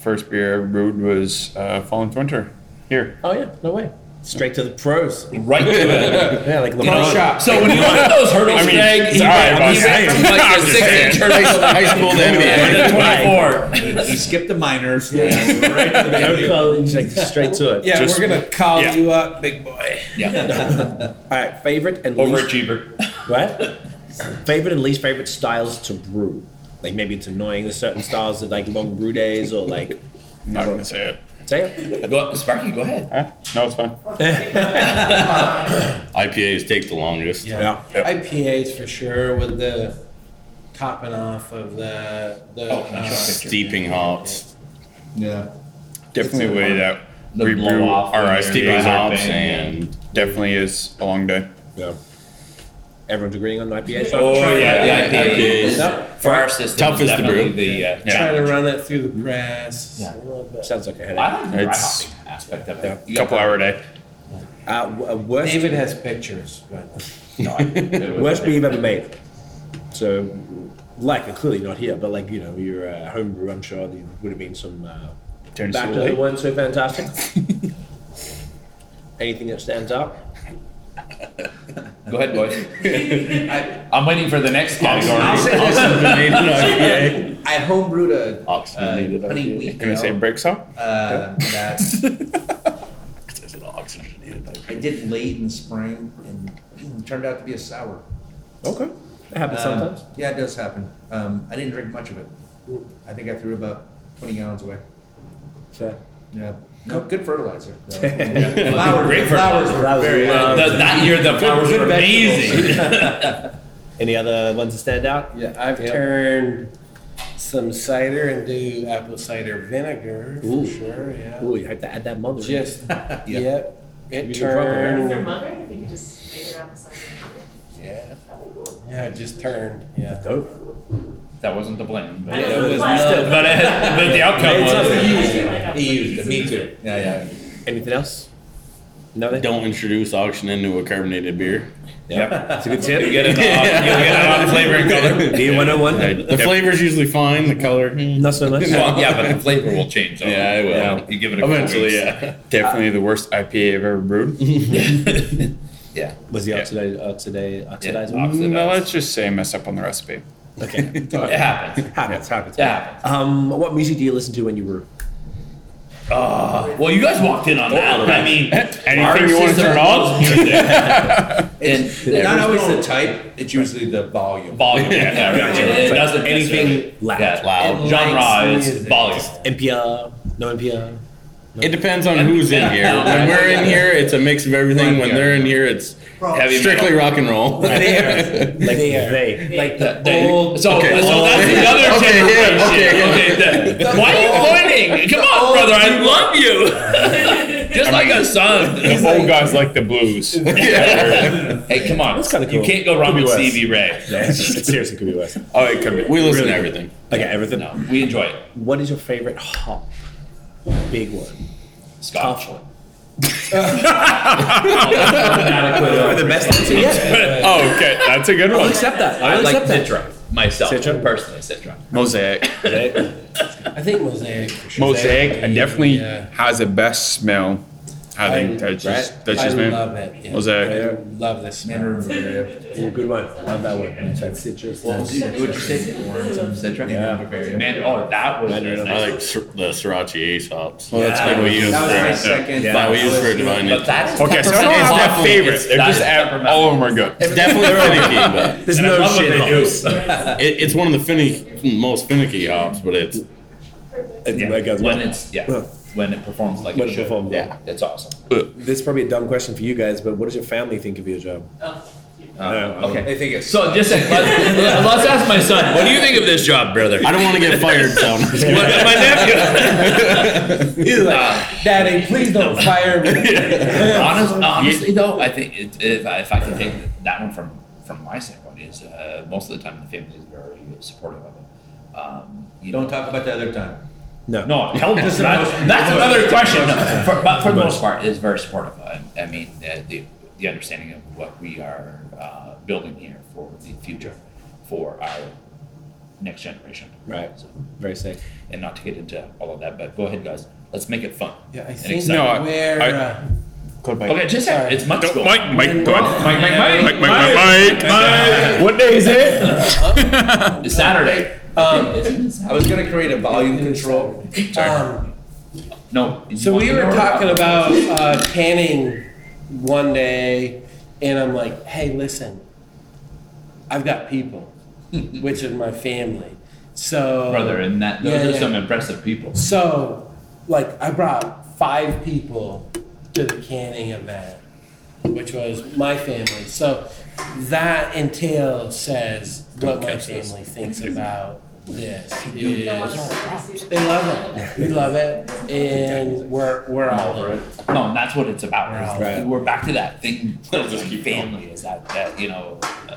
S9: First beer I ever brewed was uh, Fallen Winter here.
S6: Oh, yeah, no way. Straight to the pros.
S3: Right to it.
S6: yeah, like LeBron.
S3: So when you look at those hurdles,
S6: I mean,
S3: Greg, he
S6: sorry
S3: went-
S6: about
S3: he
S6: that.
S3: went from
S6: I
S3: like
S6: was
S3: the
S6: just saying.
S3: six inch hurdles of
S6: High school to NBA.
S3: Twenty four.
S4: You skipped the minors.
S6: No college, like straight to it.
S4: Yeah,
S6: Just-
S4: we're gonna
S9: Oh,
S4: call
S6: yeah.
S9: uh,
S4: you up, big boy.
S3: Yeah.
S6: All right, Uh, favorite and least,
S3: Overachiever.
S6: what? favorite and least favorite styles to brew. Like maybe it's annoying. There's certain styles that like long brew days or like.
S9: I'm not gonna say it.
S6: Say it.
S3: Go, Sparky, go ahead.
S9: Huh? No, it's fine.
S8: IPAs take the longest.
S5: Yeah. IPAs for sure with the topping off of the the
S6: Oh,
S5: uh,
S8: Steeping hops.
S4: Yeah.
S9: Definitely way that
S8: The
S9: we brew
S8: blow off
S9: our
S8: and
S9: IPAs
S8: steeping
S9: up
S8: hops
S9: and definitely is a long day.
S6: Yeah. Everyone's agreeing on IPA.
S3: Oh yeah,
S6: yeah,
S3: the
S6: yeah.
S3: IPA.
S6: Yeah.
S3: For our system, is
S6: Toughest to brew.
S3: definitely the uh,
S5: trying to
S3: challenge.
S5: run it through the press.
S3: Yeah.
S9: Oh.
S6: Sounds like a headache.
S3: I like the dry
S9: It's-
S3: hopping aspect of it. You got
S9: Couple
S3: that.
S9: hour day.
S6: Uh, w- uh, worst
S5: David has pictures. But
S6: worst beer you've ever made. So, likely, clearly not here, but like you know, your uh, homebrew. I'm sure there would have been some. Uh,
S9: Turn
S6: back
S9: so
S6: to the
S9: late.
S6: one so fantastic. Anything that stands out?
S3: Go ahead, boys. I'm waiting for the next category.
S4: I'll say this.
S3: Oxygenated
S4: I homebrewed a
S3: Oxygenated
S4: uh, honey
S3: IPA.
S4: wheat.
S9: Can I say
S4: ale,
S9: brick song?
S4: Uh, that I did late in the spring and it turned out to be a sour.
S5: Okay. It happens
S3: Um,
S4: Uh,
S5: sometimes.
S4: Yeah, it does happen. Um, I didn't drink much of it.
S9: Mm.
S4: I think I threw about 20 gallons away.
S5: Fair.
S4: Yeah. No, good fertilizer. though.
S5: Yeah.
S4: Flowers-
S5: Great
S4: flowers
S5: fertilizer.
S4: were very
S5: That
S3: um,
S5: was-
S4: good.
S5: that year the
S4: Good-
S5: flowers
S4: good
S5: were
S4: vegetables.
S5: Any other ones that stand out?
S6: Yeah,
S5: I've
S6: turned
S5: some cider into apple cider vinegar.
S6: Ooh.
S5: For sure, yeah.
S6: Ooh,
S5: you have to add that mother.
S6: in.
S5: Just,
S6: Yeah.
S5: yep.
S6: Maybe
S5: It
S6: the proper
S5: turned.
S6: vinegar.
S7: Mother, if you could just figure it out the second.
S5: Yeah. Yeah, it just turned. Yeah.
S3: That wasn't the plan, but,
S5: Yeah, it was
S3: but,
S5: not.
S3: it- but the outcome
S5: Made something.
S3: was.
S5: He used it. He used it. Me too.
S4: Yeah, yeah.
S5: Anything else? Nothing.
S8: Don't introduce oxygen into a carbonated beer.
S5: Yep. That's a good tip.
S8: You get an odd, you get an odd flavor and color.
S5: D101.
S8: The flavor's usually fine. The color,
S3: hmm.
S8: mm,
S5: not so much.
S8: No.
S3: Yeah, but the flavor will change. though.
S8: Yeah, it will.
S3: You give it a couple
S8: Eventually,
S3: weeks.
S8: yeah.
S9: Definitely the worst IPA I've ever brewed.
S3: Yeah.
S5: Was the oxidized, oxidized, oxidized?
S9: No, let's just say I messed up on the recipe.
S5: Okay. it
S3: happens.
S5: Happens. Happens.
S3: Yeah.
S5: Um, what music do you listen to when you brew?
S3: Uh, well, you guys walked in on that. I mean,
S9: Anything
S3: our
S9: you wanna
S3: system
S9: turn on?
S3: loves music.
S4: It's
S3: And-
S4: not always the
S3: There's no-
S4: type, it's usually the volume.
S3: Volume, yeah, yeah, right. It- it doesn't necessarily-
S5: Anything loud.
S3: Yeah, loud.
S5: And
S3: Genre
S5: lights,
S3: is
S5: music.
S3: volume.
S5: NPR. No NPR.
S8: It depends on who's in here. When we're in here, it's a mix of everything. When they're in here, it's
S3: Heavy
S8: strictly
S3: metal.
S8: rock and roll.
S3: Like
S5: Like they.
S4: Like the
S3: They-
S4: old.
S3: So,
S8: Okay.
S3: so that's the other
S8: Okay, yeah,
S3: generation.
S8: okay, yeah.
S3: okay, the- why are you pointing? Come on, brother, I love you. Just like a son.
S9: The old guys like the blues.
S3: Hey, come on.
S5: That's kinda
S3: You
S5: cool.
S3: can't go wrong
S5: Could be
S3: with
S5: worse.
S3: CB Ray.
S5: it seriously could be worse.
S9: Oh, it could be.
S8: We listen
S5: Really?
S8: to everything.
S5: Okay, everything.
S3: No, we enjoy it.
S5: What is your favorite hop? Big one.
S3: Scotch.
S5: the best ones. Yeah.
S9: Oh, okay. That's a good
S5: I'll
S9: one.
S5: accept that.
S3: I
S5: I'll
S3: like
S5: accept that.
S3: Citra myself,
S5: Citra?
S3: personally. Citra.
S9: Mosaic.
S5: I think mosaic. for sure.
S9: Mosaic definitely
S5: Yeah.
S9: has the best smell. I think
S5: I-
S9: that's just, that's
S5: I
S9: just me.
S5: love it, yeah.
S9: Mosaic.
S5: I love this smell. Ooh, good one. Love that one. That's citrus.
S3: What was it? Would you say worms and Citra? Man, oh, that was
S8: I like ser- the sriracha ace hops.
S3: Oh, that's
S8: That
S3: good.
S8: we use
S3: That was my
S8: for-
S3: second.
S8: yeah, that we use for divine.
S3: But that is
S9: Okay, so
S3: peppermint.
S9: it's
S3: It's
S9: my
S3: awful.
S9: favorite.
S3: It's-
S9: They're
S3: that
S9: just
S3: is
S9: ab-
S3: peppermint.
S9: all of them are good.
S8: It's definitely finicky, but
S5: There's
S3: And I
S5: no
S3: love what
S5: shit
S3: they
S5: on
S3: do.
S5: this.
S8: it, it's one of the finicky, most finicky hops. But it's
S3: Yeah,
S5: Like as
S3: When
S5: well.
S3: it's, yeah,
S5: Well.
S3: when it performs like
S5: When
S3: it
S5: it
S3: should.
S5: performs well.
S3: Yeah, it's awesome.
S5: This is probably a dumb question for you guys, but what does your family think of your job?
S3: Uh, Okay.
S4: They think it's.
S3: So just let's, let's ask my son. What do you think of this job, brother?
S8: I don't want to get fired, so I'm just
S3: What, my nephew.
S5: He's
S3: Uh,
S5: Daddy, please don't fire me.
S3: Honest, honestly, though, I think it, if, I, if I can take that one from from my standpoint is uh, most of the time the family is very supportive of it. Um, you
S4: Don't talk about the other time.
S3: No, tell them
S4: Just
S3: that-
S4: emotion-
S3: That's
S4: emotion.
S3: another question. No, for, but for the most part, it's very supportive. I, I mean, uh, the, the understanding of what we are uh, building here for the future, for our next generation.
S5: Right.
S3: So,
S5: Very sick.
S3: and not to get into all of that, but go ahead, guys. Let's make it fun.
S5: Yeah, I
S3: and
S5: think
S3: exciting.
S9: No, I-
S5: Where
S9: I-
S5: uh,
S3: Okay, just sorry. it's Mike's
S9: Don't-
S3: goal.
S9: Mike, Mike, go on.
S3: Mike, Mike, Mike,
S9: Mike, Mike, Mike, Mike. What day is it?
S3: It's Saturday.
S4: Um, I was gonna create a volume control.
S5: um,
S3: No.
S5: so we were talking about uh, tanning one day, and I'm like, "Hey, listen, I've got people, which is my family." So
S3: brother, and that those
S5: Yeah,
S3: are
S5: yeah.
S3: some impressive people.
S5: So, like, I brought five people to the canning event, which was my family. So, that entail says what my family thinks about this. Is they love it. We love it, and we're we're all in.
S3: No, and that's what it's about. We're,
S5: Right.
S3: we're back to that thing.
S8: They'll just keep
S3: family is that that you know, uh,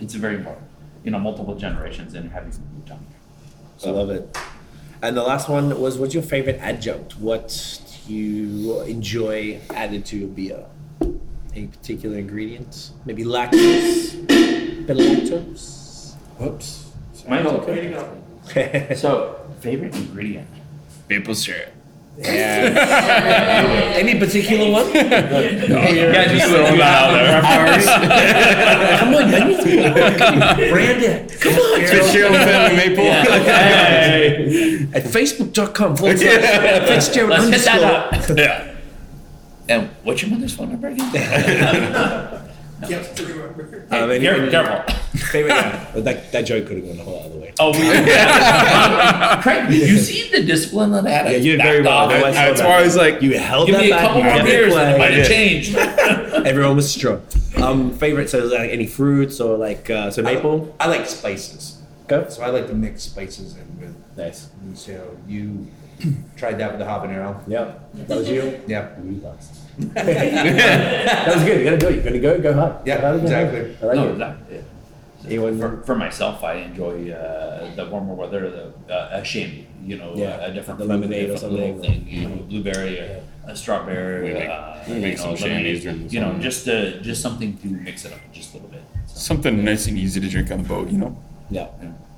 S3: it's very important. You know, multiple generations and having done.
S5: I love it. And the last one was, what's your favorite adjunct? What do you enjoy added to your beer? Any particular ingredients? Maybe lactose? bit of lactose? Whoops.
S3: Michael, so favorite ingredient.
S9: Maple syrup.
S15: Yeah. Any particular one?
S1: Yeah, just throwing that out there.
S15: Come on, man. Brandon. Come on.
S1: Fitzgerald Family Maple.
S15: At facebook.com
S1: forward slash Yeah. Fitzgerald Let's hit that underscore. up.
S3: Yeah. And what's your mother's phone number again?
S5: Um, and-
S3: Careful, careful.
S5: They were- yeah, but that, that joke could have gone a whole other way.
S3: Oh, we. Craig, you see the discipline that I had?
S5: Yeah, you did
S3: Backed
S5: very well.
S3: off.
S5: That was-
S3: That's
S5: that-
S3: why I was like,
S5: you held
S3: give
S5: that
S3: me a
S5: back.
S3: couple
S5: You
S3: more
S5: did
S3: beers and it
S5: play.
S3: might
S5: Yeah.
S3: have changed.
S5: Everyone was strong. Um, favorite, so like any fruits or like, uh, so maple?
S4: I like spices.
S5: Okay.
S4: So I like to mix spices in with. Nice. So you tried that with the habanero.
S5: Yep. That was you?
S4: Yep.
S5: that was good. You gotta do it. You're gonna go, go hard. Go hard, go hard. I like
S3: No,
S5: it.
S3: that- yeah. For, for myself, I enjoy uh, the warmer weather, the uh, a shandy, you know,
S5: Yeah.
S3: a different
S5: The
S3: fruit, a
S5: lemonade or
S3: different little
S5: something.
S3: thing, you know, blueberry, a, a
S8: We
S3: strawberry,
S8: make-
S3: uh,
S8: we make
S3: you know,
S8: some
S3: lemonade,
S8: shandies during the
S3: you know,
S8: summer.
S3: just uh, just something to mix it up just a little bit.
S9: Something nice and easy to drink on the boat, you know?
S5: Yeah.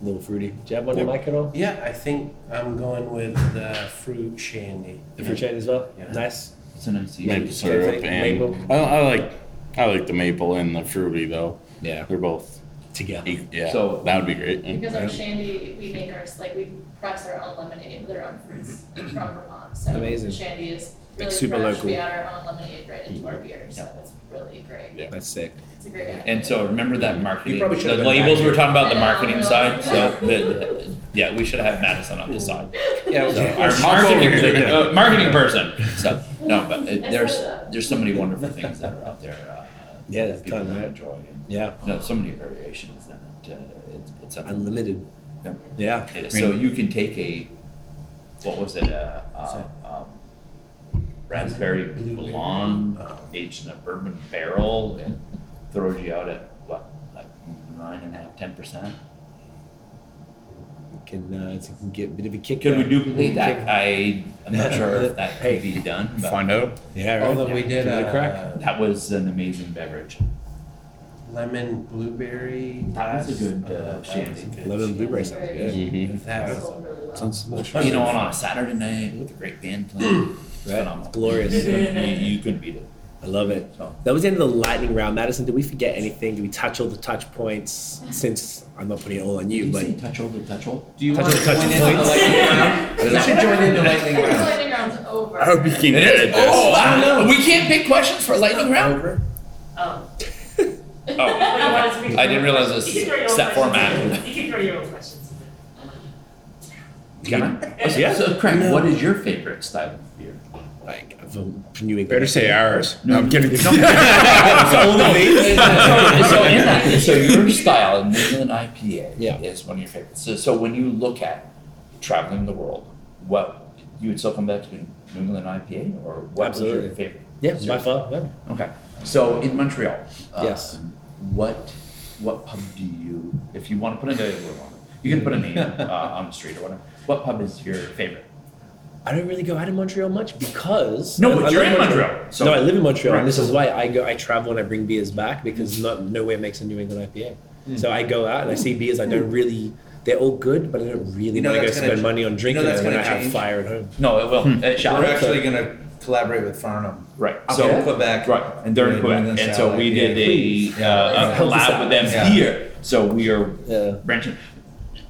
S5: A little fruity. Do you have one,
S9: Yeah.
S5: Mike, at all?
S16: Yeah, I think I'm going with the fruit shandy.
S5: The fruit shandy as well? Nice.
S3: It's a nice
S8: maple syrup and
S16: Maple.
S8: I, I like I like the maple and the fruity though.
S3: Yeah,
S8: they're both
S5: together.
S8: Yeah,
S3: So-
S8: that would be great.
S6: Because our shandy, we make our, like, we press our own lemonade with our own fruits from Vermont, so.
S5: Amazing.
S6: Shandy is
S5: Like
S6: really
S5: super
S6: fresh,
S5: local.
S6: we add our own lemonade right into our beer, so it's really great.
S5: That's sick.
S6: It's a great idea.
S3: And so remember that marketing.
S5: You probably should
S3: the
S5: have been
S3: labels
S5: back
S3: we were talking about the
S6: here.
S3: marketing side. So
S6: Yeah.
S3: the, the- yeah, we should have Madison on this side.
S5: Yeah,
S3: So
S5: yeah.
S3: our
S5: She's over
S3: marketing,
S5: here.
S3: uh, marketing person. So no, but it,
S5: I
S3: there's
S5: saw that.
S3: there's so many wonderful things that are out there. Uh, that
S5: Yeah, there's a
S3: people
S5: ton,
S3: can
S5: right?
S3: enjoy. And,
S5: Yeah.
S3: no, so many variations that uh, it's it's
S5: Unlimited.
S3: Yeah.
S5: Yeah.
S3: Yeah, So you can take a what was it? Uh, uh, um, raspberry blonde aged in a bourbon barrel and throws you out at what, like nine and a half, ten percent?
S5: Can, uh, it's- can get a bit of a kick.
S3: Could we
S5: out.
S3: duplicate that?
S5: Kick.
S3: I, I'm not sure if that
S5: Hey.
S3: could be done. but-
S9: Find out.
S5: Yeah,
S16: right. Although we did,
S3: Give it a crack.
S16: uh,
S3: That was an amazing beverage.
S16: Lemon blueberry.
S3: That was a good, uh,
S16: that was
S3: shandy.
S16: a good
S5: Lemon blueberry sounds
S16: shandy.
S5: good. Mhm.
S16: That was-
S5: Sounds
S3: You know, on a Saturday night with a great band playing, it's
S5: Right.
S3: phenomenal.
S5: It's glorious.
S3: You, you couldn't beat it.
S5: I love it. That was the end of the lightning round. Madison, did we forget anything? Did we touch all the touch points? Since I'm not putting it all on you, but
S3: touch all the touch all.
S5: Do you touch
S4: want
S5: all
S4: to
S5: the touch
S4: join in on the
S5: points?
S4: lightning round? You should join in the lightning round.
S6: Lightning round's over.
S9: I hope you can
S3: It is-
S9: edit this.
S3: Oh, I don't know. We can't pick questions for lightning round.
S6: Oh.
S3: Oh, I didn't realize this
S7: You can throw your own
S3: is set
S7: questions.
S3: format.
S7: You can throw your own questions.
S3: Can I? Yeah. So, Craig, what is your favorite style of beer?
S5: Like, New England.
S9: Better say ours. No, I'm kidding.
S3: so, no. so, so in that, so your style, New England IPA, is one of your favorites. So, so when you look at traveling the world, what you would still come back to New England IPA, or what was your
S5: Absolutely.
S3: favorite?
S5: Yeah, by far. yeah.
S3: Okay. So in Montreal, uh,
S5: Yes.
S3: What what pub do you, if you want to put a name on it, you can put a name uh, on the street or whatever. What pub is your favorite?
S5: I don't really go out of Montreal much because
S3: No,
S5: I-
S3: but
S5: I
S3: you're
S5: live
S3: in Montreal, so-
S5: no, I live in Montreal,
S3: Right.
S5: and this is why I go. I travel and I bring beers back because not nowhere makes a New England IPA.
S4: Mm.
S5: So I go out and I see beers. I don't really. They're all good, but I don't really
S4: You know
S5: want to go
S4: that's gonna
S5: spend
S4: ch-
S5: money on
S4: you know
S5: drinking
S4: that's
S5: them when I
S4: gonna
S5: have
S4: change.
S5: fire at home.
S3: No, it will.
S9: Hmm.
S3: It shall.
S4: We're actually going to collaborate with Farnham.
S3: Right.
S4: So Quebec.
S3: Right. And they're in Quebec. And so we did a, uh, a collab with them here. So we are branching.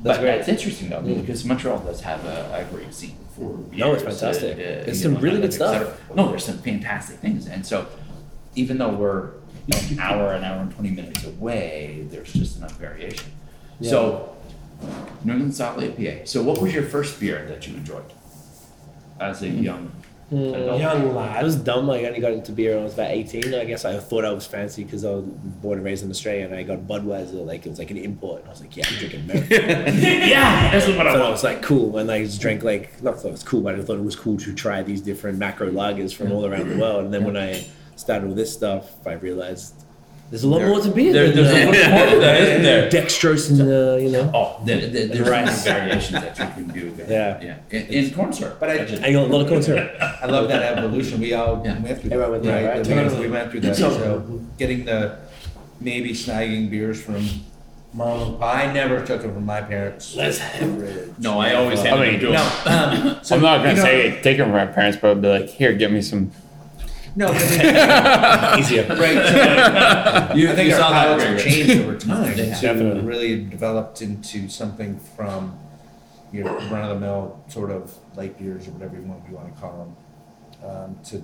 S3: But that's interesting though, because Montreal does have a, a great scene for beers.
S5: No, it's fantastic.
S3: and, uh,
S5: There's
S3: you
S5: some
S3: know,
S5: really good
S3: et cetera.
S5: stuff.
S3: No, there's some fantastic things. And so even though we're an hour, an hour and 20 minutes away, there's just enough variation.
S5: Yeah.
S3: So New England Stout IPA. So what was your first beer that you enjoyed as a
S5: Hmm.
S3: young adult?
S5: Young lad. I was dumb. Like, I only got into beer when I was about 18. I guess I thought I was fancy because I was born and raised in Australia and I got Budweiser. Like, it was like an import. And I was like, yeah, I'm drinking America.
S1: Yeah, that's what I
S5: so
S1: want.
S5: I was like, cool. And I just drank, like, not thought it was cool, but I thought it was cool to try these different macro lagers from all around the world. And then when I started with this stuff, I realized there's a lot more to beer.
S3: There-
S5: than
S3: there's a
S5: that.
S3: lot more to that, isn't there?
S5: Dextrose and, uh, you know.
S3: Oh, there, there, there's
S5: Right.
S3: so many variations that you can do. there.
S5: Yeah.
S3: yeah. In, in corn syrup,
S4: But I-
S5: I got a lot of corn syrup.
S4: I love that evolution. We all went through that,
S5: Everyone went through
S4: right?
S5: that, right?
S4: The beers, we went through that.
S5: So-
S4: So getting the, maybe snagging beers from Mom, I never took it from my parents. Uh, Let's have it.
S3: No, I always
S9: I mean, no, I'm not gonna say take it from my parents, but I'd be like, here, give me some.
S4: No, but they-
S9: Easier.
S4: Right. So
S9: You-
S4: I think
S9: you
S4: our
S9: saw that
S4: pilots
S9: very
S4: have
S9: well.
S4: changed over
S9: No,
S4: time
S9: they have.
S4: to
S9: Definitely.
S4: really developed into something from your run of the mill sort of light beers or whatever you want, you want to call them, um, to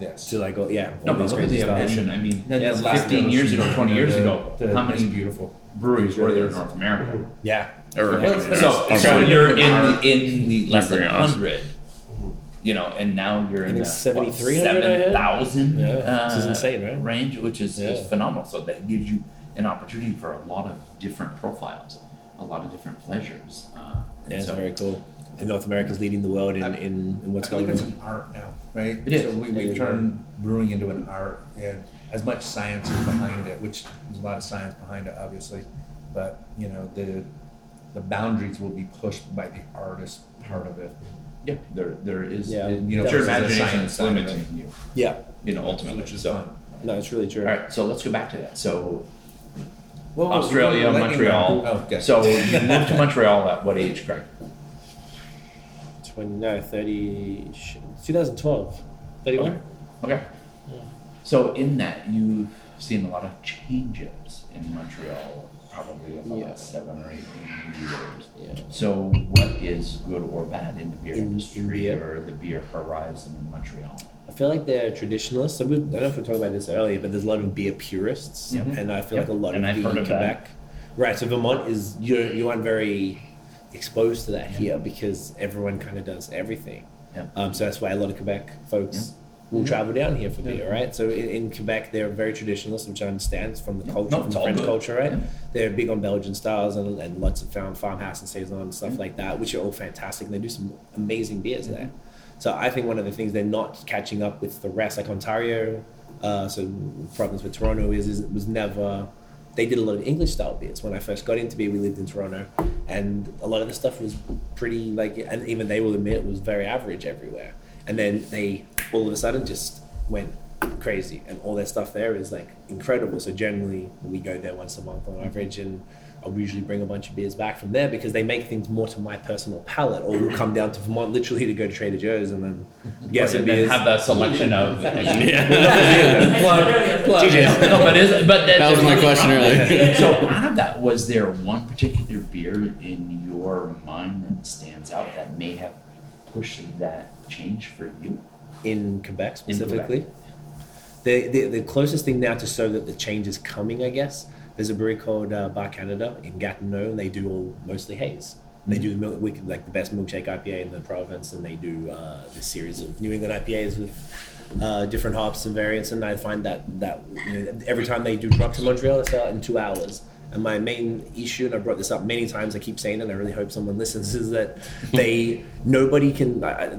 S4: this.
S6: To like, oh, yeah,
S4: No,
S6: all
S4: but
S6: these
S4: look at
S6: crazy
S4: the
S6: stuff.
S4: evolution. I mean,
S6: And
S4: yeah,
S6: the
S4: last
S6: fifteen
S4: evolution,
S6: years
S4: you
S6: ago, twenty
S4: know,
S6: years
S4: the-
S6: ago,
S4: the-
S6: how many
S4: it's beautiful.
S3: breweries were there in North America?
S6: Yeah.
S3: Or,
S6: Yeah.
S3: so,
S6: Yeah.
S3: so
S6: Yeah.
S3: you're in
S6: Yeah.
S3: in the less than
S6: Very awesome.
S3: hundred, you know, and now you're in
S6: I
S3: the
S6: think
S3: seven
S6: 7,300 I had?
S3: thousand. uh,
S6: Yeah, which is insane, right?
S3: Range, which is,
S6: Yeah.
S3: is phenomenal. So that gives you an opportunity for a lot of different profiles, a lot of different pleasures. Uh, and
S6: Yeah, it's
S3: so-
S6: very cool. And North America's leading the world in, in, in what's
S4: I
S6: going
S4: think
S6: on.
S4: it's an art now, right?
S6: It is.
S4: So we,
S6: It
S4: we've
S6: is.
S4: turned brewing into an art and as much science is behind it, which there's a lot of science behind it, obviously. But, you know, the, the boundaries will be pushed by the artist part of it.
S3: Yeah, there there is.
S4: Yeah.
S3: You know,
S4: Yeah.
S3: your
S4: There's a
S3: imagination
S4: science
S3: is
S4: side of it.
S3: limiting you.
S6: Yeah.
S3: You know, ultimately.
S4: Which is
S3: so.
S4: fun.
S6: No, it's really true.
S3: All right, so let's go back to that. So,
S4: Whoa, whoa,
S3: Australia,
S4: whoa, Oh, let me
S3: Montreal.
S4: back. Oh, okay.
S3: So you moved to Montreal at what age, Craig?
S6: 20, no, 30, shit, 2012. 31?
S3: Okay. So in that, you've seen a lot of changes in Montreal, probably in the last seven or eight years. So what is good or bad in the beer industry or the beer horizon in Montreal?
S6: I feel like they're traditionalists. So we, I don't know if we talked about this earlier, but there's a lot of beer purists,
S3: Mhm.
S6: and I feel
S3: Yep.
S6: like a lot
S3: And
S6: of
S3: I've
S6: beer
S3: heard
S6: in
S3: of that.
S6: Quebec. Right, so Vermont is you you aren't very exposed to that here because everyone kind of does everything.
S3: Yeah.
S6: Um, so that's why a lot of Quebec folks will
S3: Mhm.
S6: travel down here for
S3: Yeah.
S6: beer, right? So in, in Quebec, they're very traditionalist, which I understand is from the culture,
S3: No,
S6: from
S3: it's
S6: the
S3: all
S6: French
S3: good.
S6: culture, right? They're big on Belgian styles and, and lots of farm, farmhouse and saison and
S3: Mm-hmm.
S6: stuff like that, which are all fantastic. And they do some amazing beers there. So I think one of the things they're not catching up with the rest, like Ontario, uh, so problems with Toronto is, is it was never. They did a lot of English style beers. When I first got into beer, we lived in Toronto, and a lot of the stuff was pretty like, and even they will admit it was very average everywhere. And then they all of a sudden just went crazy, and all their stuff there is like incredible. So generally, we go there once a month on average, and I'll usually bring a bunch of beers back from there because they make things more to my personal palate, or we'll come down to Vermont literally to go to Trader Joe's and then get some
S3: and then
S6: beers.
S3: have that selection of.
S6: Yeah. Plug, plug.
S3: No, but is, but that,
S6: That was my question earlier.
S3: So out of that, was there one particular beer in your mind that stands out that may have pushed that change for you?
S6: in Quebec specifically. The, the the closest thing now to show that the change is coming, I guess. There's a brewery called uh, Bar Canada in Gatineau, and they do all mostly haze. They do the milk, we- like the best milkshake IPA in the province, and they do uh, this series of New England IPAs with uh, different hops and variants. And I find that that you know, every time they do drop to Montreal, they sell out in two hours. And my main issue, and I brought this up many times, I keep saying it, and I really hope someone listens, is that they nobody can. I, I-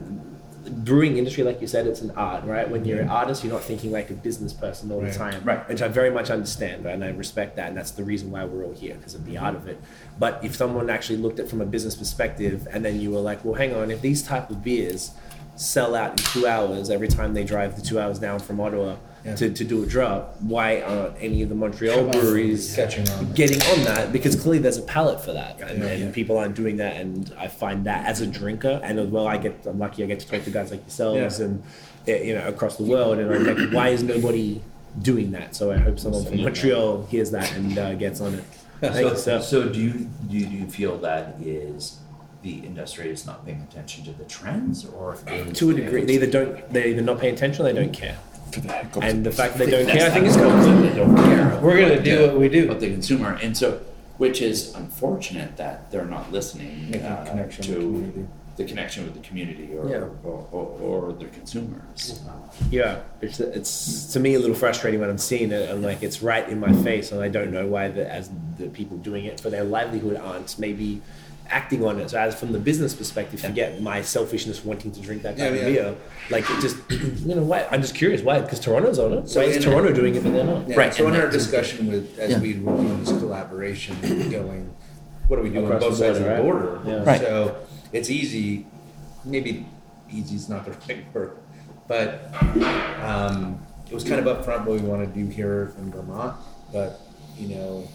S6: brewing industry, like you said, it's an art, right? When you're an artist, you're not thinking like a business person all
S3: Right.
S6: the time, right? Which I very much understand, right? and I respect that, and that's the reason why we're all here because of the art of it. But if someone actually looked at it from a business perspective, and then you were like, well, hang on, if these type of beers sell out in two hours every time they drive the two hours down from Ottawa.
S4: Yeah.
S6: To, to do a drop, why aren't any of the
S4: How
S6: Montreal
S4: about
S6: breweries
S4: catching on?
S6: getting on that? Because clearly there's a palate for that, and,
S4: Yeah.
S6: and people aren't doing that and i find that as a drinker and as well i get i'm lucky i get to talk to guys like yourselves
S4: Yeah.
S6: and eh, you know across the world and i'm like why is nobody doing that so i hope someone from montreal hears that and uh, gets on it Thank you,
S3: So,
S6: sir.
S3: so do you, do you feel that is the industry is not paying attention to the trends or? if-
S6: to a degree they either don't they're either not paying attention or they don't care and the fact that they don't
S3: That's
S6: care i think
S3: not
S6: is
S3: what
S6: cool
S3: They don't care.
S6: We're gonna
S3: But
S6: do
S3: the-
S6: what we do.
S3: But the consumer, and so, which is unfortunate that they're not listening
S4: Making
S3: uh,
S4: connection with
S3: to the connection with the community or,
S6: Yeah.
S3: or, or, or their consumers.
S6: yeah it's, it's to me a little frustrating when i'm seeing it i'm like it's right in my face and i don't know why the, as the people doing it for their livelihood aren't maybe acting on it so as from the business perspective forget my selfishness wanting to drink that type
S4: Yeah,
S6: of
S4: yeah.
S6: beer like it just you know why i'm just curious why because toronto's on it
S4: So
S6: why is
S4: in-
S6: toronto doing it but they're not
S4: Yeah, So in our discussion with, as we were doing this collaboration, going, what are we doing on
S6: Across
S4: both
S6: the
S4: sides of the
S6: border,
S4: border?
S6: right? Yeah.
S3: Right.
S4: So it's easy, maybe easy is not the right word, but um, it was kind of upfront what we want to do here in Vermont, but, you know,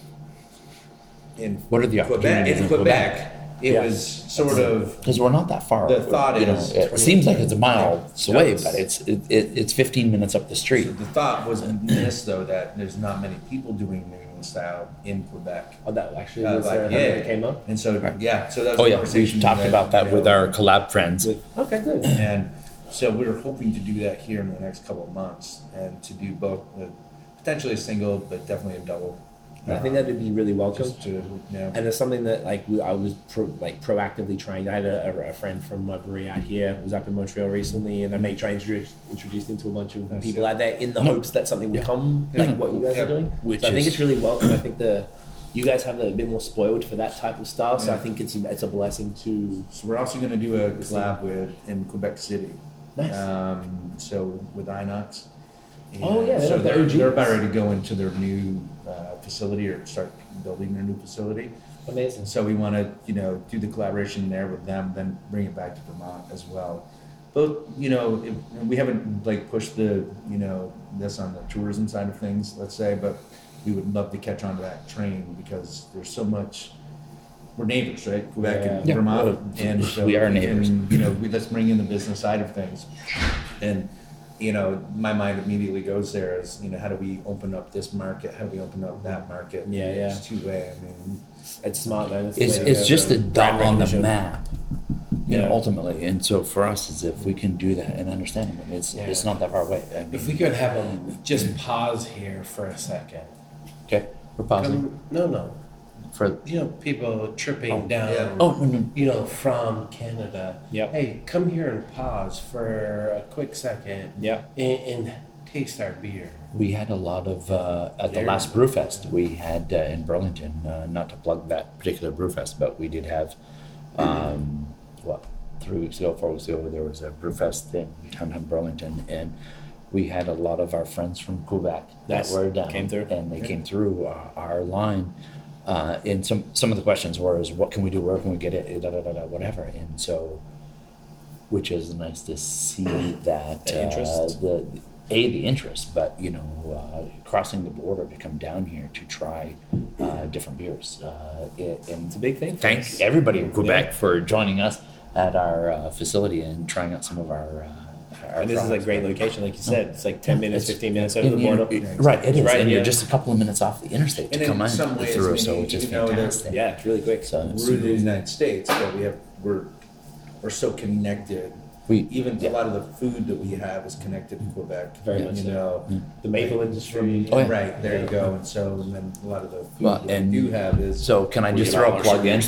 S4: in
S3: What are the
S4: Quebec,
S3: opportunities
S4: in
S3: in
S4: Quebec,
S3: Quebec?
S4: it
S3: Yeah.
S4: was sort of
S3: because we're not that far.
S4: The thought
S3: You know,
S4: is
S3: it seems like it's a mile away, but it's it, it, it's 15 minutes up the street.
S4: The thought was this though that there's not many people doing New England style in Quebec.
S6: Oh, that actually
S4: Uh,
S6: was
S4: like,
S6: there,
S4: yeah.
S6: that came up.
S4: And so yeah, so that was
S3: Oh
S4: a
S3: yeah,
S4: conversation
S3: we've talked
S4: that,
S3: about that
S4: you
S3: with
S4: know,
S3: our collab friends.
S6: Okay, good.
S4: And so we were hoping to do that here in the next couple of months and to do both, uh, potentially a single, but definitely a double.
S6: I think that would be really welcome.
S4: Just to, yeah.
S6: And it's something that like we, I was pro, like proactively trying. I had a, a, a friend from my brewery out here who was up in Montreal recently, and I may try and introduce, introduce him to a bunch of
S4: That's
S6: people
S4: it.
S6: out there in the
S4: No.
S6: hopes that something would
S4: Yeah.
S6: come,
S4: Yeah.
S6: like what you guys
S4: Yeah.
S6: are doing.
S4: Which
S6: So I think
S4: is-
S6: it's really welcome. I think the you guys have a bit more spoiled for that type of style, so I
S4: Yeah.
S6: think it's a, it's a blessing to.
S4: So we're also going to do a collab with in Quebec City.
S6: Nice.
S4: Um, so with Inox.
S6: Oh, yeah, they're
S4: so
S6: like the
S4: they're, they're about
S6: OGs.
S4: ready to go into their new uh, facility or start building their new facility.
S6: Amazing.
S4: So we want to you know do the collaboration there with them, then bring it back to Vermont as well. Both you know if, we haven't like pushed the you know this on the tourism side of things, let's say, but we would love to catch on to that train because there's so much we're neighbors, right? Quebec and
S3: Yeah.
S4: Vermont,
S3: Yeah.
S4: and so
S3: We are
S4: can,
S3: neighbors.
S4: you know, we, let's bring in the business side of things, and you know, my mind immediately goes there as you know, how do we open up this market? How do we open up that market?
S6: Yeah, yeah.
S4: It's two way. I mean,
S6: it's smart though.
S3: It's, it's just a dot on the map, you know,
S4: Yeah.
S3: ultimately. And so for us, is if we can do that and understand it, it's it's not that far away. I mean,
S6: If we could have a just pause here for a second.
S3: okay, we're pausing
S5: Um,
S6: Come- No, no.
S3: for
S6: you know, people tripping
S3: Oh,
S6: down,
S3: yeah. Oh, no, no.
S6: you know, from Canada.
S3: Yep.
S6: Hey, come here and pause for a quick second.
S3: Yep.
S6: And, and taste our beer.
S3: We had a lot of, uh, at the
S6: There.
S3: last Brewfest, we had uh, in Burlington, uh, not to plug that particular Brewfest, but we did have, um, what, three weeks ago, four weeks ago, there was a Brewfest in downtown Burlington, and we had a lot of our friends from Quebec that
S6: Yes,
S3: were down.
S6: came through.
S3: And they
S6: Yeah.
S3: came through our, our line. Uh, and some, some of the questions were, is what can we do? Where can we get it? Da, da, da, da, whatever. And so, which is nice to see that
S6: The interest.
S3: Uh, the a the interest, but you know, uh, crossing the border to come down here to try uh, different beers. Uh, it, and it's a big thing. Thank everybody in Quebec for joining us at our uh, facility and trying out some of our. Uh, our
S6: And this is a
S3: products.
S6: great location, like you said. It's like 10 minutes, 15 minutes
S3: And
S6: over the
S3: you-
S6: border.
S3: Right, it is,
S6: Right,
S3: and
S6: yeah.
S3: you're just a couple of minutes off the interstate to
S4: And in
S3: come in
S4: some ways,
S3: through,
S4: we
S3: so
S4: need
S3: it's just
S4: to know that-
S3: fantastic.
S6: Yeah, it's really quick.
S3: So
S4: we're in the United States, but we have we're we're so connected.
S3: We-
S4: even a lot of the food that we have is connected to Quebec.
S6: Very
S4: you
S6: much so. Mm.
S4: know,
S6: The maple industry.
S3: Oh, yeah.
S4: right there you go. And so, and then a lot of the food
S3: Well,
S4: that
S3: and
S4: we do have is
S3: so can I just throw a plug in?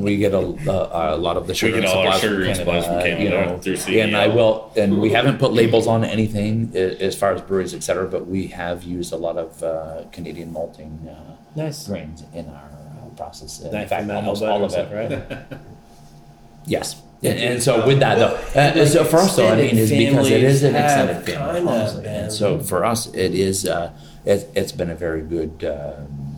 S3: We get a, a, a lot of the sugar
S8: We get
S3: and
S8: all our
S3: supplies
S8: sugar
S3: from
S8: and
S3: Canada,
S8: supplies from
S3: you
S8: Canada
S3: know,
S8: through E
S3: and I
S8: CEL.
S3: will, and we haven't put labels on anything i- as far as breweries, et cetera, but we have used a lot of uh, Canadian malting uh,
S6: Nice.
S3: grains in our uh, process. In
S6: Nice,
S3: fact,
S6: and that
S3: almost
S6: Alberta
S3: all of
S6: stuff,
S3: it.
S6: right?
S3: Yes. And, and so with that though, uh, and so for us though, I mean, is because it is an
S6: Extended
S3: extended
S6: families have
S3: family.
S6: kind of
S3: honestly. And so for us, it is, uh, it, it's been a very good um,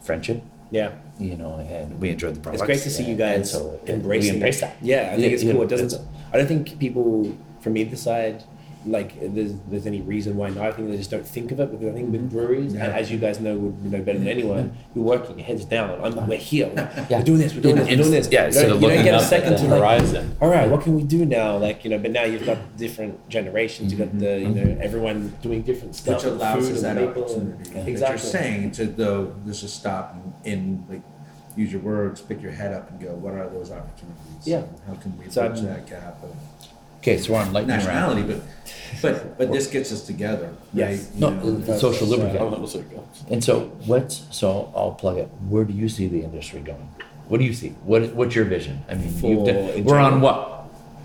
S3: friendship.
S6: Yeah.
S3: You know, and we enjoyed the product.
S6: It's great to see you guys embracing
S3: We embrace
S6: it.
S3: that.
S6: Yeah, I think it's
S3: You know,
S6: cool. It doesn't. I don't think people from either side like there's there's any reason why not. I think they just don't think of it because I think with breweries, and as you guys know, would know better than anyone.
S3: Mm-hmm.
S6: You're working your heads down. I'm, we're here. We're, we're doing this. We're doing
S3: In-
S6: this. We're doing this.
S3: yeah,
S6: You
S3: instead
S6: don't-
S3: of
S6: you don't
S3: looking
S6: get a
S3: up at
S6: second
S3: the
S6: to like,
S3: horizon.
S6: All right, what can we do now? Like you know, but now you've got different generations. You've
S3: Mm-hmm.
S6: got the you know everyone doing different stuff.
S4: which allows
S6: food
S4: us
S6: and
S4: that
S6: maple and-
S4: opportunity. That
S6: Exactly.
S4: you're saying to though, this is stop and, and like use your words, pick your head up, and go. What are those opportunities?
S6: Yeah.
S4: How can we
S6: So
S4: bridge
S6: I'm-
S4: that gap of
S3: Okay, so we're on lightning
S4: nationality?
S3: round.
S4: But but but this gets us together.
S3: Yes.
S4: Right?
S3: No,
S4: You know,
S3: it's
S4: that's-
S3: social
S6: uh,
S4: so-
S3: lubricant. And so what's, so I'll plug it. Where do you see the industry going? What do you see? What, what's your vision? I mean, you've
S6: For-
S3: done, we're on what?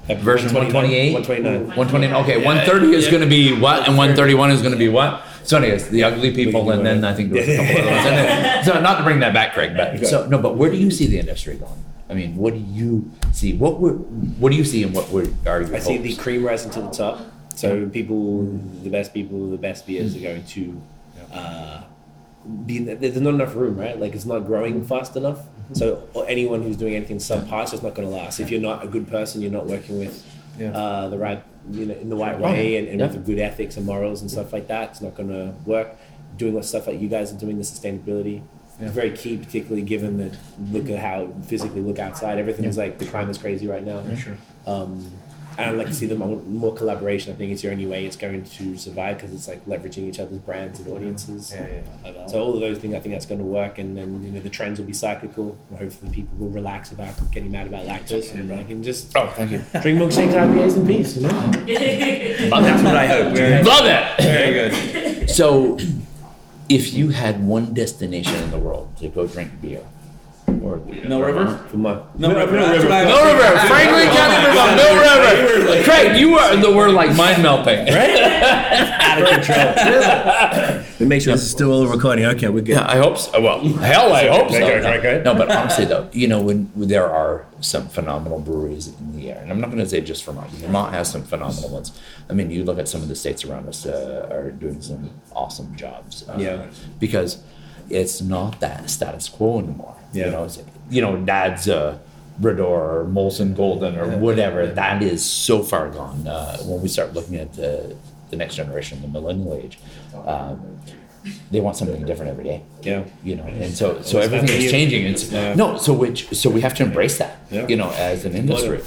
S3: Version one twenty eight?
S6: 129.
S3: One twenty, okay,
S6: Yeah.
S3: one thirty is
S6: Yeah.
S3: gonna be what, and one thirty one is gonna be what? So anyways, the ugly people, and then I think there was a couple other ones. And then- So not to bring that back, Craig, but, so, no, but where do you see the industry going? I mean, what do you see, what were, what do you see and what were, are your
S6: I see the
S3: hopes?
S6: cream rising to the top. So people, the best people, the best beers are going to uh, be. there- There's not enough room, right? Like it's not growing fast enough. So or anyone who's doing anything subpar is just not going to last. If you're not a good person, you're not working with
S4: Yeah.
S6: uh, the right, you know, in the right
S3: Oh,
S6: way, and, and
S3: yeah.
S6: with the good ethics and morals and stuff like that. It's not going to work. Doing what stuff like you guys are doing, the sustainability It's very key, particularly given that look at how physically look outside. Everything is like the climate is crazy right now.
S17: Yeah, sure.
S6: Um, and I'd like to see them on more collaboration. I think it's the only way it's going to survive because it's like leveraging each other's brands and audiences.
S17: Yeah, yeah.
S6: So all of those things, I think that's going to work. And then you know the trends will be cyclical. And hopefully people will relax about getting mad about lactose and like and just
S4: oh thank you
S6: drink milkshake IPAs in peace. You know.
S3: That's what I hope.
S6: Love it.
S3: Very good. So, if you had one destination in the world to go drink beer, or
S12: Mill River?
S3: From my,
S12: Mill River.
S3: Mill River. Franklin County, Vermont. Mill River. Craig, you are the word like mind melting, right?
S6: Out of control.
S3: We make sure this is still all recording. Okay, we're good. Yeah, I hope so. Oh, Well, hell, I hope so.
S6: Okay, okay, okay.
S3: No, but honestly though, you know, when, when there are some phenomenal breweries in the air, and I'm not going to say just Vermont. Vermont has some phenomenal ones. I mean, you look at some of the states around us uh, are doing some awesome jobs. uh,
S6: Yeah.
S3: Because it's not that status quo anymore.
S6: Yeah.
S3: You know, it's, you know, dad's uh, Bredor or Molson Golden or whatever. That is so far gone. Uh, when we start looking at the, the next generation, the millennial age, um, they want something different every day.
S6: Yeah.
S3: You know, and so so
S6: It's
S3: everything
S6: about
S3: is
S6: you.
S3: changing. It's
S6: Yeah.
S3: no, so which so we have to embrace that.
S6: Yeah.
S3: You know, as an industry.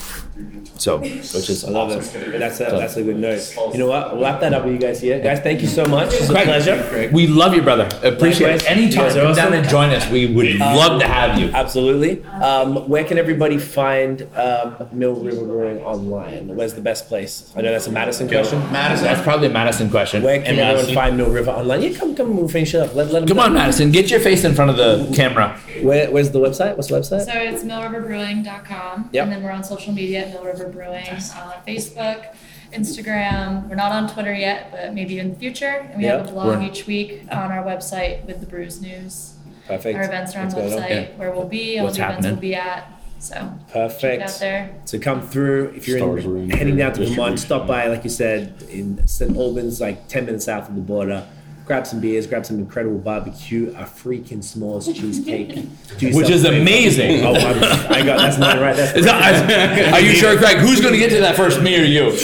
S3: So which is
S6: I love
S3: awesome.
S6: that. That's a,
S3: So-
S6: that's a good note. You know what? We'll wrap that up with you guys here. Guys, thank you so much. It was a
S3: Craig,
S6: pleasure.
S3: We love you, brother. Appreciate
S6: Likewise.
S3: it. Anytime,
S6: You guys are
S3: come down
S6: awesome.
S3: and join us. We would
S6: Um,
S3: love to have you.
S6: Absolutely. Um, where can everybody find um, Mill River Brewing online? Where's the best place? I know that's a Madison question.
S3: That's probably a Madison question.
S6: Where can
S3: And
S6: everyone
S3: Madison.
S6: find Mill River online? Yeah, come, come, we'll finish it up. Let, let 'em
S3: Come on,
S6: know.
S3: Madison, get your face in front of the camera.
S6: Where, where's the website? What's the website?
S18: So it's millriverbrewing.com.
S6: Yep.
S18: And then we're on social media at Mill River Brewing on Facebook, Instagram. We're not on Twitter yet, but maybe in the future. And we have
S6: Yep.
S18: a blog
S6: We're-
S18: each week on our website with the brews news.
S6: Perfect.
S18: Our events are on
S6: What's
S18: the
S6: going on?
S18: website
S6: Yeah.
S18: where we'll be, all
S6: What's
S18: the events
S6: happening?
S18: we'll be at. So check it
S6: Perfect.
S18: out there.
S6: So come through if you're
S4: Stars
S6: in, heading down to Vermont. Stop by, like you said, in St. Albans, like ten minutes south of the border. Grab some beers, grab some incredible barbecue, a freaking s'mores cheesecake, Do yourself
S3: Which is
S6: a favor.
S3: amazing.
S6: Oh, I'm, I got that's mine right. That's
S3: Is that- are you sure, Craig? Who's going to get to that first, me or you?
S6: Um,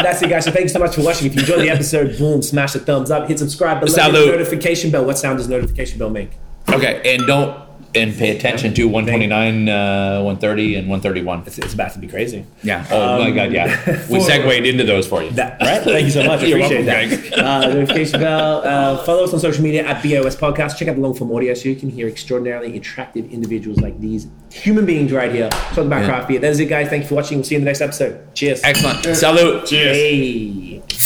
S6: that's it, guys. So thank you so much for watching. If you enjoyed the episode, boom, smash the thumbs up, hit subscribe, but let the
S3: Salute.
S6: notification bell. What sound does notification bell make?
S3: Okay, and don't and pay attention to 129, uh, 130, and 131. It's,
S6: about to be crazy.
S3: Yeah. Oh my
S6: Um,
S3: God. Yeah. We
S6: for-
S3: segued into those for you.
S6: That, right? Thank you so much.
S3: You're
S6: Appreciate
S3: welcome, Craig.
S6: that. Uh, notification bell. Uh, follow us on social media at BOS Podcast. Check out the long form audio so you can hear extraordinarily attractive individuals like these human beings right here talk about
S3: Yeah.
S6: craft beer. That is it, guys. Thank you for watching. We'll see you in the next episode. Cheers.
S3: Excellent. Salute. Cheers.
S6: Hey.